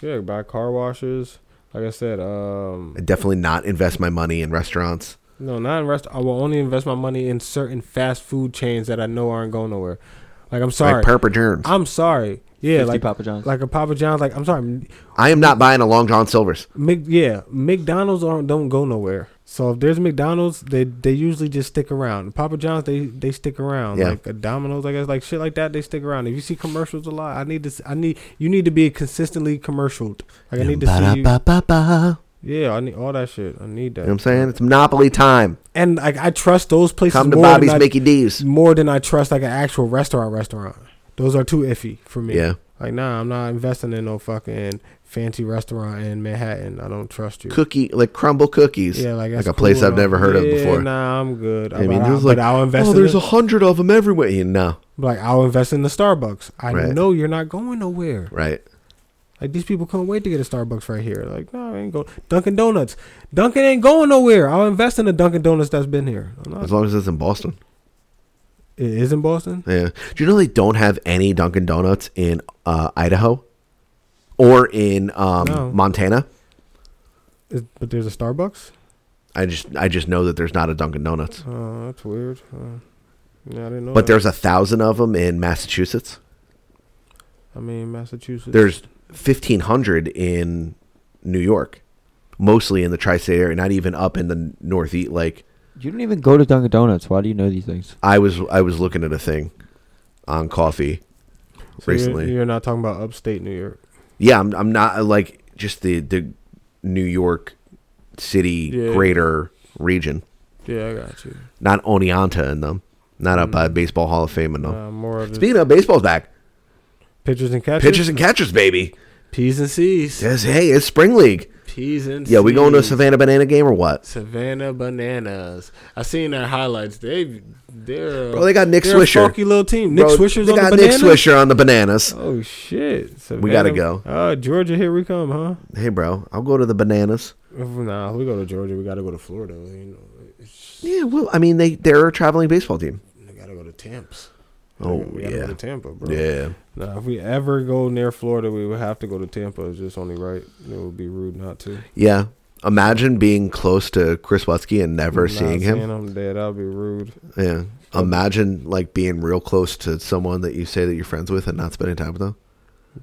Speaker 3: Yeah, buy car washes. Like I said, um,
Speaker 4: I definitely not invest my money in restaurants.
Speaker 3: no, not invest. I will only invest my money in certain fast food chains that I know aren't going nowhere. Like I'm sorry,
Speaker 4: Like Purple Germs.
Speaker 3: I'm sorry. Yeah,
Speaker 5: 50
Speaker 3: like
Speaker 5: Papa John's.
Speaker 3: Like a Papa John's. Like I'm sorry.
Speaker 4: I am not buying a Long John Silver's.
Speaker 3: Mc, yeah, McDonald's aren't don't go nowhere. So if there's McDonald's, they they usually just stick around. Papa John's, they they stick around.
Speaker 4: Yeah.
Speaker 3: Like a Domino's, I guess, like shit like that, they stick around. If you see commercials a lot, I need to. s- I need you need to be consistently commercialed. Like I need to see you.
Speaker 4: Ba-da-ba-ba-ba.
Speaker 3: Yeah, I need all that shit. I need that.
Speaker 4: You know what I'm saying? It's Monopoly time.
Speaker 3: and like I trust those places
Speaker 4: Come to
Speaker 3: more
Speaker 4: Bobby's
Speaker 3: than I,
Speaker 4: Mickey D's.
Speaker 3: more than I trust like an actual restaurant. Restaurant. Those are too iffy for me.
Speaker 4: Yeah.
Speaker 3: Like nah, I'm not investing in no fucking fancy restaurant in Manhattan. I don't trust you.
Speaker 4: Cookie, like crumble cookies.
Speaker 3: Yeah, like,
Speaker 4: like
Speaker 3: that's
Speaker 4: a place
Speaker 3: cool
Speaker 4: I've
Speaker 3: and all.
Speaker 4: never heard
Speaker 3: Yeah,
Speaker 4: of before.
Speaker 3: Nah, I'm good.
Speaker 4: I mean,
Speaker 3: but,
Speaker 4: there's
Speaker 3: I,
Speaker 4: like,
Speaker 3: but I'll invest.
Speaker 4: oh,
Speaker 3: in
Speaker 4: there's
Speaker 3: the-
Speaker 4: a hundred of them everywhere. You know,
Speaker 3: like I'll invest in the Starbucks. I
Speaker 4: Right.
Speaker 3: know you're not going nowhere.
Speaker 4: right?
Speaker 3: Like these people can't wait to get a Starbucks right here. Like no, I ain't go Dunkin' Donuts. Dunkin' ain't going nowhere. I'll invest in the Dunkin' Donuts that's been here. I'm not-
Speaker 4: As long as it's in Boston.
Speaker 3: it is in Boston.
Speaker 4: Yeah. Do you know they don't have any Dunkin' Donuts in uh, Idaho or in um,
Speaker 3: No.
Speaker 4: Montana?
Speaker 3: Is, but there's a Starbucks.
Speaker 4: I just I just know that there's not a Dunkin' Donuts,
Speaker 3: Oh, that's weird. Uh, yeah, I didn't know.
Speaker 4: but
Speaker 3: that.
Speaker 4: there's a thousand of them in Massachusetts.
Speaker 3: I mean, Massachusetts.
Speaker 4: There's fifteen hundred in New York, mostly in the tri-state area, not even up in the northeast. Like
Speaker 5: You don't even go to Dunkin' Donuts. Why do you know these things?
Speaker 4: I was I was looking at a thing on coffee
Speaker 3: So you're-
Speaker 4: recently.
Speaker 3: You're, not talking about upstate New York.
Speaker 4: Yeah, I'm I'm not like just the the New York City
Speaker 3: Yeah.
Speaker 4: greater region,
Speaker 3: Yeah, I got you.
Speaker 4: not Oneonta in them, not up by Baseball Hall of Fame in them.
Speaker 3: Mm. Uh, more of the
Speaker 4: Speaking of baseball's back,
Speaker 3: pitchers and catchers.
Speaker 4: pitchers and catchers, baby.
Speaker 3: P's and C's.
Speaker 4: Yes, hey, it's spring league.
Speaker 3: P's and
Speaker 4: Yeah, we going to a
Speaker 3: Cs.
Speaker 4: Savannah Banana game or what?
Speaker 3: Savannah Bananas. I seen their highlights. They they're
Speaker 4: Bro, they got Nick
Speaker 3: they're
Speaker 4: Swisher.
Speaker 3: A funky little team. Nick
Speaker 4: Bro,
Speaker 3: Swisher's
Speaker 4: they
Speaker 3: on
Speaker 4: got
Speaker 3: the
Speaker 4: Nick
Speaker 3: bananas.
Speaker 4: Swisher on the bananas.
Speaker 3: Oh shit!
Speaker 4: We gotta
Speaker 3: Savannah-
Speaker 4: go.
Speaker 3: Uh, Georgia, here we come, huh?
Speaker 4: Hey, bro, I'll go to the bananas.
Speaker 3: Nah, we go to Georgia. We gotta go to Florida. You know,
Speaker 4: Yeah, well, I mean, they they're a traveling baseball team.
Speaker 3: we gotta go to Tamps.
Speaker 4: Oh
Speaker 3: we gotta
Speaker 4: yeah,
Speaker 3: go to Tampa, bro.
Speaker 4: Yeah,
Speaker 3: Nah, if we ever go near Florida, we would have to go to Tampa. It's just only right. It would be rude not to.
Speaker 4: yeah. Imagine being close to Chris Wetsky and never
Speaker 3: Not
Speaker 4: seeing him.
Speaker 3: saying I'm dead. I'll be rude.
Speaker 4: Yeah. Imagine like being real close to someone that you say that you're friends with and not spending time with them.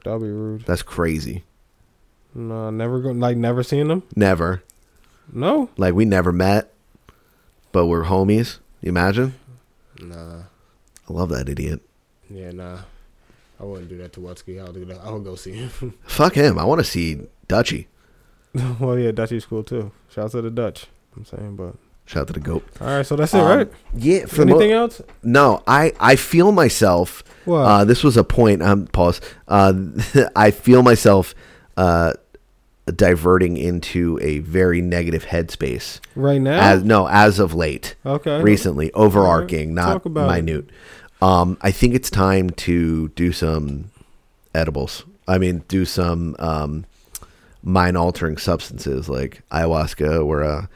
Speaker 3: That'll be rude.
Speaker 4: That's crazy.
Speaker 3: Nah, never go. Like never seeing them.
Speaker 4: Never.
Speaker 3: No.
Speaker 4: Like we never met, but we're homies. You imagine?
Speaker 3: Nah.
Speaker 4: I love that idiot.
Speaker 3: Yeah, nah. I wouldn't do that to Watsky. I'll do that. I'll go see him. [LAUGHS]
Speaker 4: Fuck him. I want to see Dutchy.
Speaker 3: well, yeah, Dutch is cool too. Shout out to the Dutch. I'm saying, but
Speaker 4: Shout out to the goat.
Speaker 3: all right, so that's it,
Speaker 4: Um,
Speaker 3: right?
Speaker 4: Yeah. the
Speaker 3: Anything
Speaker 4: mo-
Speaker 3: else?
Speaker 4: No. I I feel myself.
Speaker 3: What?
Speaker 4: Uh, this was a point. Um, pause. Uh, [LAUGHS] I feel myself uh, diverting into a very negative headspace
Speaker 3: Right now?
Speaker 4: As no, as of late.
Speaker 3: Okay.
Speaker 4: Recently, overarching,
Speaker 3: All right, talk
Speaker 4: not
Speaker 3: about it.
Speaker 4: minute. Um, I think it's time to do some edibles. I mean, do some um, mind altering substances like ayahuasca or a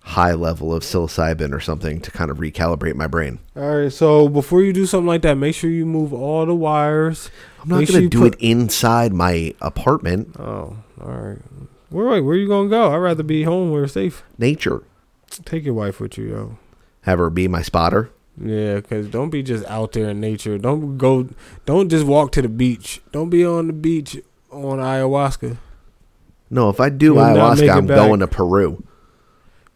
Speaker 4: high level of psilocybin or something to kind of recalibrate my brain.
Speaker 3: All right, so before you do something like that, make sure you move all the wires.
Speaker 4: I'm not going to do it inside my apartment.
Speaker 3: Oh, all right. Where wait, where you gonna go? I'd rather be home where it's safe.
Speaker 4: Nature.
Speaker 3: Take your wife with you, yo.
Speaker 4: Have her be my spotter.
Speaker 3: Yeah, cause don't be just out there in nature. Don't go. Don't just walk to the beach. Don't be on the beach on ayahuasca.
Speaker 4: No, if I do
Speaker 3: You'll not make
Speaker 4: ayahuasca,
Speaker 3: it
Speaker 4: I'm
Speaker 3: back.
Speaker 4: going to Peru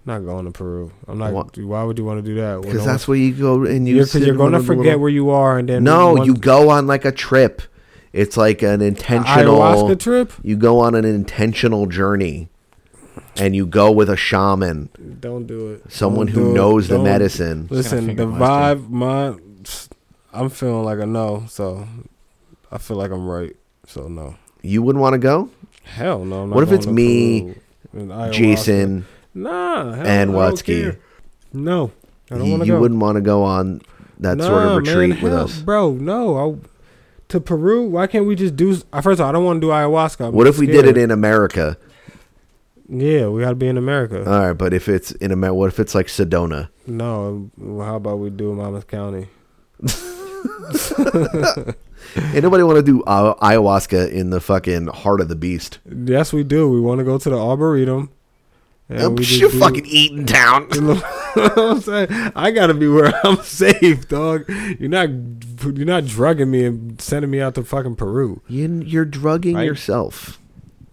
Speaker 3: Not going to Peru. I'm
Speaker 4: I
Speaker 3: not.
Speaker 4: want-
Speaker 3: why would you want to do that?
Speaker 4: because that's where you go and you.
Speaker 3: you're, cause
Speaker 4: sit
Speaker 3: you're
Speaker 4: in
Speaker 3: going
Speaker 4: one
Speaker 3: to
Speaker 4: of the
Speaker 3: forget
Speaker 4: little-
Speaker 3: where you are, and then
Speaker 4: No,
Speaker 3: one-
Speaker 4: you go on like a trip. It's like an intentional
Speaker 3: Ayahuasca trip?
Speaker 4: You go on an intentional journey, and you go with a shaman,
Speaker 3: Don't do it.
Speaker 4: someone
Speaker 3: Don't
Speaker 4: who
Speaker 3: do it.
Speaker 4: knows the
Speaker 3: Don't-
Speaker 4: medicine.
Speaker 3: Listen, the vibe, my, I'm feeling like a no, so I feel like I'm right, so no.
Speaker 4: You wouldn't want to go.
Speaker 3: Hell no. I'm not
Speaker 4: What if
Speaker 3: going
Speaker 4: it's
Speaker 3: to
Speaker 4: me,
Speaker 3: Peru and ayahuasca.
Speaker 4: Jason,
Speaker 3: Nah, hell,
Speaker 4: and
Speaker 3: I don't
Speaker 4: Watsky?
Speaker 3: care. No, I don't
Speaker 4: You,
Speaker 3: want to
Speaker 4: you
Speaker 3: go.
Speaker 4: wouldn't want to go on that
Speaker 3: nah,
Speaker 4: sort of retreat
Speaker 3: man, [LAUGHS]
Speaker 4: with
Speaker 3: hell,
Speaker 4: us.
Speaker 3: bro. No, I, to Peru. Why can't we just do? s- uh, First of all, I don't want to do ayahuasca. I'm
Speaker 4: What if we did it
Speaker 3: scared.
Speaker 4: in America?
Speaker 3: Yeah, we got to be in America.
Speaker 4: All right, but if it's in America, what if it's like Sedona?
Speaker 3: no, well, how about we do Monmouth County?
Speaker 4: Ain't nobody want to do uh, ayahuasca in the fucking heart of the beast.
Speaker 3: Yes, we do. We want to go to the arboretum. and
Speaker 4: Um,
Speaker 3: we just
Speaker 4: you're
Speaker 3: do- [LAUGHS]
Speaker 4: fucking eating town.
Speaker 3: You
Speaker 4: [LAUGHS]
Speaker 3: know what I'm saying? I gotta be where [LAUGHS] I'm safe, dog. You're not, you're not drugging me and sending me out to fucking Peru.
Speaker 4: You, you're drugging
Speaker 3: Right.
Speaker 4: yourself.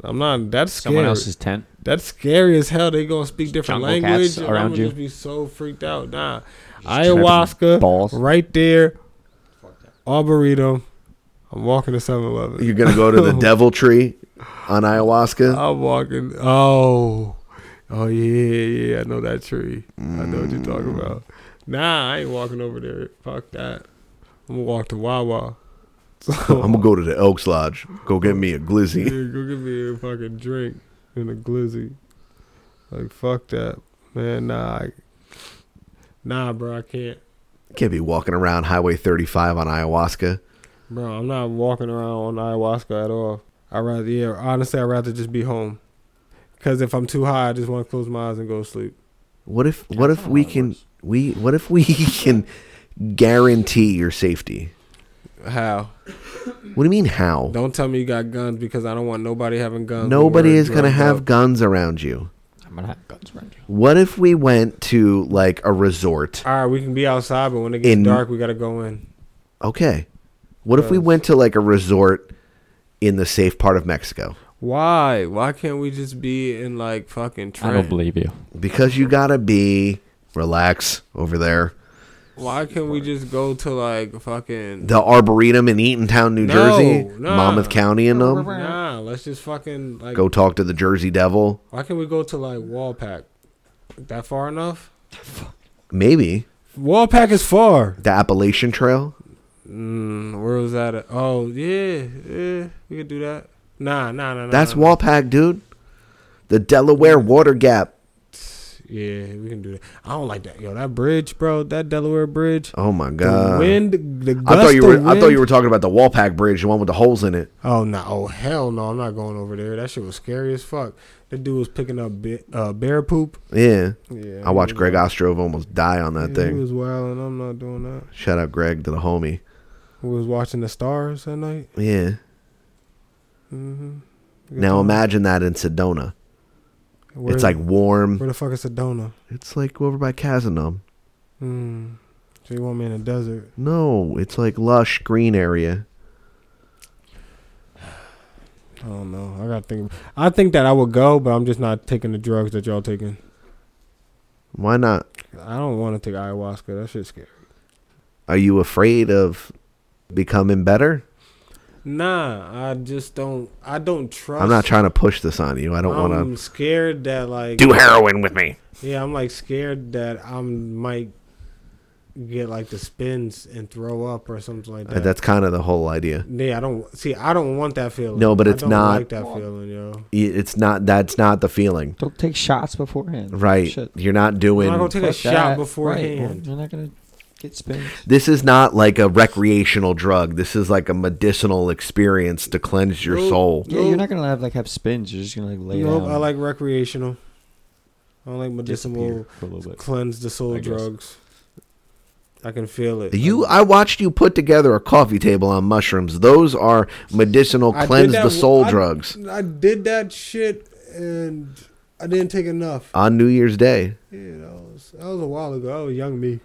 Speaker 3: I'm not. That's scary.
Speaker 5: Someone else's tent.
Speaker 3: That's scary as hell. They gonna speak different
Speaker 5: Jungle
Speaker 3: language.
Speaker 5: cats
Speaker 3: and
Speaker 5: around
Speaker 3: I'm
Speaker 5: you.
Speaker 3: gonna just be so freaked out. Nah,
Speaker 5: tripping
Speaker 3: ayahuasca,
Speaker 5: balls.
Speaker 3: right there, arboretum. I'm walking to 7-Eleven.
Speaker 4: You're gonna go to the devil tree on ayahuasca.
Speaker 3: I'm walking. Oh, oh yeah, yeah. I know that tree. I know what you're
Speaker 5: Mm.
Speaker 3: talking about. Nah, I ain't walking over there. Fuck that. I'm gonna walk to Wawa. So
Speaker 4: [LAUGHS] I'm gonna go to the Elks Lodge. Go get me a glizzy.
Speaker 3: Yeah, go get me a fucking drink and a glizzy. Like fuck that, man. Nah, I, nah, bro. I can't,
Speaker 4: Can't be walking around Highway 35 on ayahuasca.
Speaker 3: bro. I'm not walking around on ayahuasca at all. I would rather, yeah. Honestly, I would rather just be home. Cause if I'm too high, I just want to close my eyes and go to sleep.
Speaker 4: What if? What if we can? We. What if we [LAUGHS] can guarantee your safety?
Speaker 3: How?
Speaker 4: What do you mean? How?
Speaker 3: Don't tell me you got guns because I don't want nobody having guns. when
Speaker 4: Nobody
Speaker 3: we're
Speaker 4: is gonna
Speaker 3: drugged
Speaker 4: have
Speaker 3: up.
Speaker 4: guns around you.
Speaker 5: I'm gonna have guns around you.
Speaker 4: What if we went to like a resort?
Speaker 3: All right, we can be outside, but when it gets
Speaker 4: In-
Speaker 3: dark, we gotta go in.
Speaker 4: Okay. What if we
Speaker 3: Guns.
Speaker 4: went to like a resort in the safe part of Mexico?
Speaker 3: Why? Why can't we just be in like fucking? Trent?
Speaker 5: I don't believe you.
Speaker 4: Because you gotta be relax over there.
Speaker 3: Why can't we just go to like fucking?
Speaker 4: The Arboretum in Eatontown, New
Speaker 3: No,
Speaker 4: Jersey,
Speaker 3: nah.
Speaker 4: Monmouth County, and them.
Speaker 3: Nah, let's just fucking like.
Speaker 4: Go talk to the Jersey Devil.
Speaker 3: Why can't we go to like Wallpack? That far enough?
Speaker 4: Maybe
Speaker 3: Wallpack is far.
Speaker 4: the Appalachian Trail.
Speaker 3: Mm, where was that? At? Oh yeah, yeah, we could do that. Nah, nah, nah. nah,
Speaker 4: That's
Speaker 3: nah, nah.
Speaker 4: Walpack, dude. The Delaware Water Gap.
Speaker 3: Yeah, we can do that. I don't like that, yo. That bridge, bro. That Delaware Bridge.
Speaker 4: Oh my god.
Speaker 3: wind, the
Speaker 4: I
Speaker 3: gust
Speaker 4: thought you were.
Speaker 3: of
Speaker 4: I thought
Speaker 3: wind.
Speaker 4: you were talking about the Walpack Bridge, the one with the holes in it.
Speaker 3: Oh no! Oh hell no! I'm not going over there. That shit was scary as fuck. That dude was picking up be- uh, bear poop.
Speaker 4: Yeah.
Speaker 3: Yeah,
Speaker 4: I watched Greg Ostrov almost die on that
Speaker 3: Yeah, He
Speaker 4: thing.
Speaker 3: was wild, and I'm not doing that.
Speaker 4: Shout out Greg to the homie.
Speaker 3: We was watching the stars that night.
Speaker 4: Yeah.
Speaker 3: Mm-hmm.
Speaker 4: Now imagine that in Sedona. it's like warm.
Speaker 3: Where the fuck is Sedona?
Speaker 4: It's like over by Casanum.
Speaker 3: Mm. So you want me in the desert?
Speaker 4: No, it's like lush green area.
Speaker 3: I don't know. I gotta think. I think that I would go, but I'm just not taking the drugs that y'all taking.
Speaker 4: Why not?
Speaker 3: I don't want to take ayahuasca. That shit's scary.
Speaker 4: Are you afraid of becoming better?
Speaker 3: Nah, I just don't. I don't trust.
Speaker 4: I'm not trying to push this on you. I don't
Speaker 3: I'm
Speaker 4: want
Speaker 3: scared that
Speaker 4: to
Speaker 3: like
Speaker 4: do heroin with me.
Speaker 3: Yeah, I'm like scared that I might get like the spins and throw up or something like
Speaker 4: Uh,
Speaker 3: that.
Speaker 4: That's kind of the whole idea.
Speaker 3: yeah. I don't see. I don't want that feeling.
Speaker 4: No, but
Speaker 3: I
Speaker 4: it's
Speaker 3: don't
Speaker 4: not.
Speaker 3: like that feeling, yo.
Speaker 4: Y- It's not. That's not the feeling.
Speaker 5: Don't take shots beforehand.
Speaker 4: Right.
Speaker 5: Shit.
Speaker 4: You're not doing.
Speaker 3: I'm not gonna take a
Speaker 5: Fuck
Speaker 3: shot
Speaker 5: that.
Speaker 3: beforehand.
Speaker 5: Right. You're not gonna get spins.
Speaker 4: This is not like a recreational drug. This is like a medicinal experience to cleanse your
Speaker 3: Nope.
Speaker 4: soul.
Speaker 5: Yeah, you're not gonna have like have spins. You're just gonna like lay
Speaker 3: Nope,
Speaker 5: down.
Speaker 3: I like recreational. I don't like medicinal
Speaker 5: Disappear for a little bit,
Speaker 3: cleanse the soul
Speaker 5: I guess.
Speaker 3: drugs. I can feel it.
Speaker 4: You, I watched you put together a coffee table on mushrooms. Those are medicinal
Speaker 3: I did
Speaker 4: cleanse
Speaker 3: that
Speaker 4: the
Speaker 3: w-
Speaker 4: soul
Speaker 3: I-
Speaker 4: drugs
Speaker 3: I did that shit and I didn't take enough.
Speaker 4: on New Year's Day.
Speaker 3: Yeah, that was, that was a while ago. I was young me.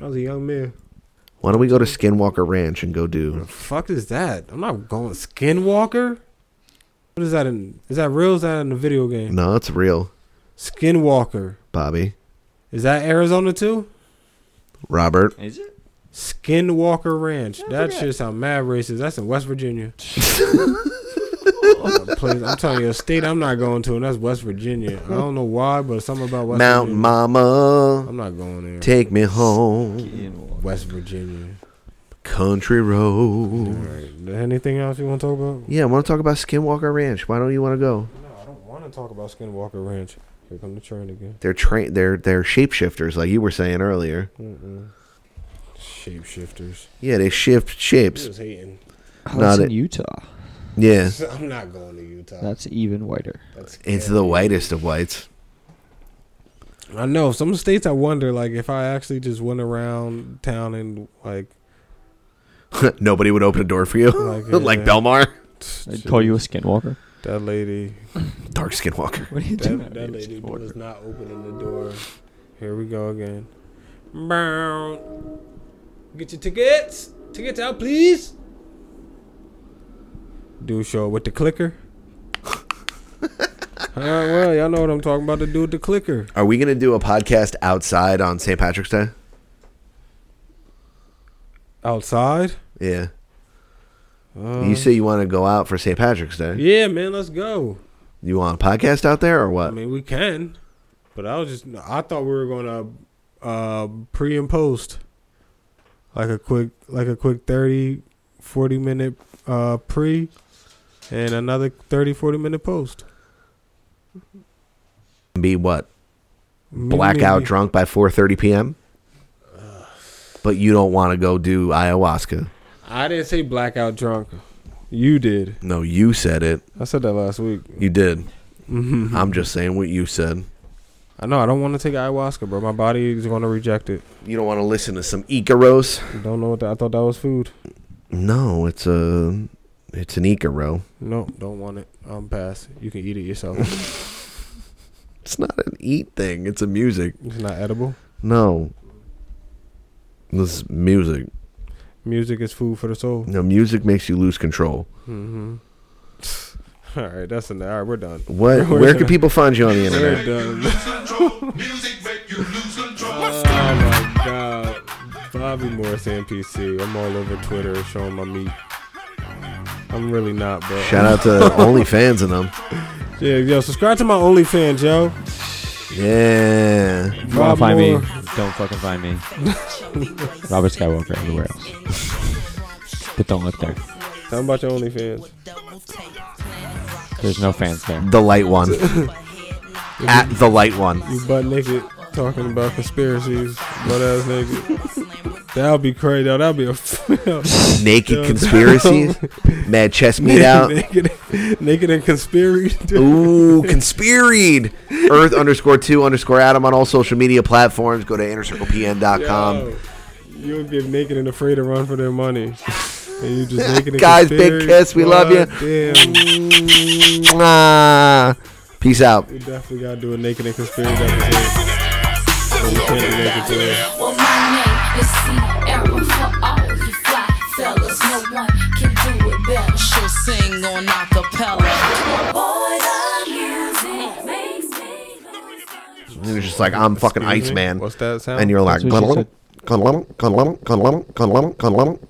Speaker 3: I was a young man.
Speaker 4: Why don't we go to Skinwalker Ranch and go do?
Speaker 3: Fuck is that? I'm not going Skinwalker. What is that in? Is that real? Is that in the video game?
Speaker 4: No, it's real,
Speaker 3: Skinwalker.
Speaker 4: Bobby.
Speaker 3: Is that Arizona too?
Speaker 4: Robert.
Speaker 5: Is it?
Speaker 3: Skinwalker Ranch. that shit sound mad racist. That's in West [LAUGHS] Virginia. Uh, place- I'm telling you, a state I'm not going to, and that's West Virginia. I don't know why, but something about West
Speaker 4: Mount
Speaker 3: Virginia.
Speaker 4: Mama.
Speaker 3: I'm not going there.
Speaker 4: Take me home,
Speaker 3: West Virginia.
Speaker 4: country road.
Speaker 3: Anything else you want to talk about?
Speaker 4: Yeah, I want to talk about Skinwalker Ranch. Why don't you want to go?
Speaker 3: I don't want to talk about Skinwalker Ranch. Here come the train again.
Speaker 4: They're train. They're they're shapeshifters, like you were saying earlier.
Speaker 3: Mm-mm. Shapeshifters.
Speaker 4: Yeah, they shift
Speaker 3: He
Speaker 4: shapes.
Speaker 3: was hating. [LAUGHS]
Speaker 5: Oh,
Speaker 4: Not
Speaker 5: that's in
Speaker 4: it-
Speaker 5: Utah.
Speaker 4: Yeah,
Speaker 3: I'm not going to Utah.
Speaker 5: That's even whiter.
Speaker 3: That's
Speaker 4: it's the whitest of whites. [LAUGHS]
Speaker 3: I know some states. I wonder, like, if I actually just went around town and like,
Speaker 4: Nobody would open a door for you,
Speaker 3: Like,
Speaker 4: [LAUGHS] like,
Speaker 3: yeah.
Speaker 4: Belmar,
Speaker 5: I'd call you a skinwalker.
Speaker 3: that lady.
Speaker 4: Dark Skinwalker.
Speaker 5: What are you doing?
Speaker 3: That, that
Speaker 5: You're a
Speaker 3: lady
Speaker 5: skinwalker.
Speaker 3: was not opening the door. Here we go again. Bow. Get your tickets. Tickets out, please. Dude, show with the [LAUGHS] clicker. All right, well, y'all know what I'm talking about. The dude with the clicker.
Speaker 4: Are we gonna do a podcast outside on St. Patrick's Day?
Speaker 3: Outside?
Speaker 4: Yeah. you say you want to go out for St. Patrick's Day.
Speaker 3: Uh, Yeah, man, let's go.
Speaker 4: You want a podcast out there or
Speaker 3: I
Speaker 4: what?
Speaker 3: mean, we can, but I was just, I thought we were going to uh, pre and post like a quick, like a quick 30, 40 minute uh, pre and another 30, 40 minute post.
Speaker 4: Be what?
Speaker 3: Me-
Speaker 4: Blackout
Speaker 3: me-
Speaker 4: drunk by 4:30 p.m. But you don't want to go do ayahuasca.
Speaker 3: I didn't say blackout drunk. You did.
Speaker 4: No, you said it.
Speaker 3: I said that last week.
Speaker 4: You did.
Speaker 3: Mm-hmm.
Speaker 4: I'm just saying what you said.
Speaker 3: I know. I don't want to take ayahuasca, bro. My body is going to reject it.
Speaker 4: You don't want to listen to some Icaros.
Speaker 3: Don't know what that, I thought that was food.
Speaker 4: No, it's a it's an Icaro.
Speaker 3: No, don't want it. I'm past. You can eat it yourself.
Speaker 4: It's not an eat thing. It's a music.
Speaker 3: [LAUGHS] it's not edible.
Speaker 4: No. This is music.
Speaker 3: Music is food for the soul.
Speaker 4: No, music makes you lose control.
Speaker 3: Mm-hmm. All right, that's enough. All right, we're done. [LAUGHS]
Speaker 4: What?
Speaker 3: We're
Speaker 4: Where
Speaker 3: done.
Speaker 4: can people find you on the
Speaker 3: We're [LAUGHS]
Speaker 4: internet?
Speaker 3: done. oh my god, Bobby Morris and PC. I'm all over Twitter showing my meat. I'm really not, bro.
Speaker 4: Shout out to
Speaker 3: [LAUGHS]
Speaker 4: OnlyFans and them.
Speaker 3: Yeah, yo, subscribe to my OnlyFans, yo.
Speaker 4: Yeah.
Speaker 5: If you wanna
Speaker 3: Rob
Speaker 5: find
Speaker 3: Moore.
Speaker 5: me? Don't fucking find me. Robert Skywalker everywhere else. But don't look there.
Speaker 3: Tell 'em about your OnlyFans.
Speaker 5: There's no fans there.
Speaker 4: The
Speaker 3: [LAUGHS]
Speaker 4: light one. At the light one.
Speaker 3: You butt naked talking about conspiracies, butt ass naked. That'll be crazy. though. That'll be a [LAUGHS] film.
Speaker 4: Naked
Speaker 3: Yo, [LAUGHS]
Speaker 4: conspiracies. Mad chest meat out.
Speaker 3: naked, [LAUGHS] naked and conspiracy.
Speaker 4: Ooh, conspiried. Earth underscore two underscore Adam on all social media platforms. Go to innercirclepn.com.
Speaker 3: Yo, You'll get naked and afraid to run for their money. And you just naked and
Speaker 4: Guys,
Speaker 3: conspiracy.
Speaker 4: big kiss. We love you.
Speaker 3: God Damn.
Speaker 4: Mwah. Peace out.
Speaker 3: We definitely gotta do a naked and conspiracy episode. But we can't do naked today.
Speaker 19: Well, my name is Sierra for all you fly fellas. No one can do it better. She'll sing on acapella. Boy, the music makes me.
Speaker 4: And You're just like, I'm fucking
Speaker 3: Excuse me?
Speaker 4: Iceman.
Speaker 3: What's that sound?
Speaker 4: And you're like,
Speaker 3: That's what she
Speaker 4: "Glum, glum, glum, glum, glum, glum, glum, glum,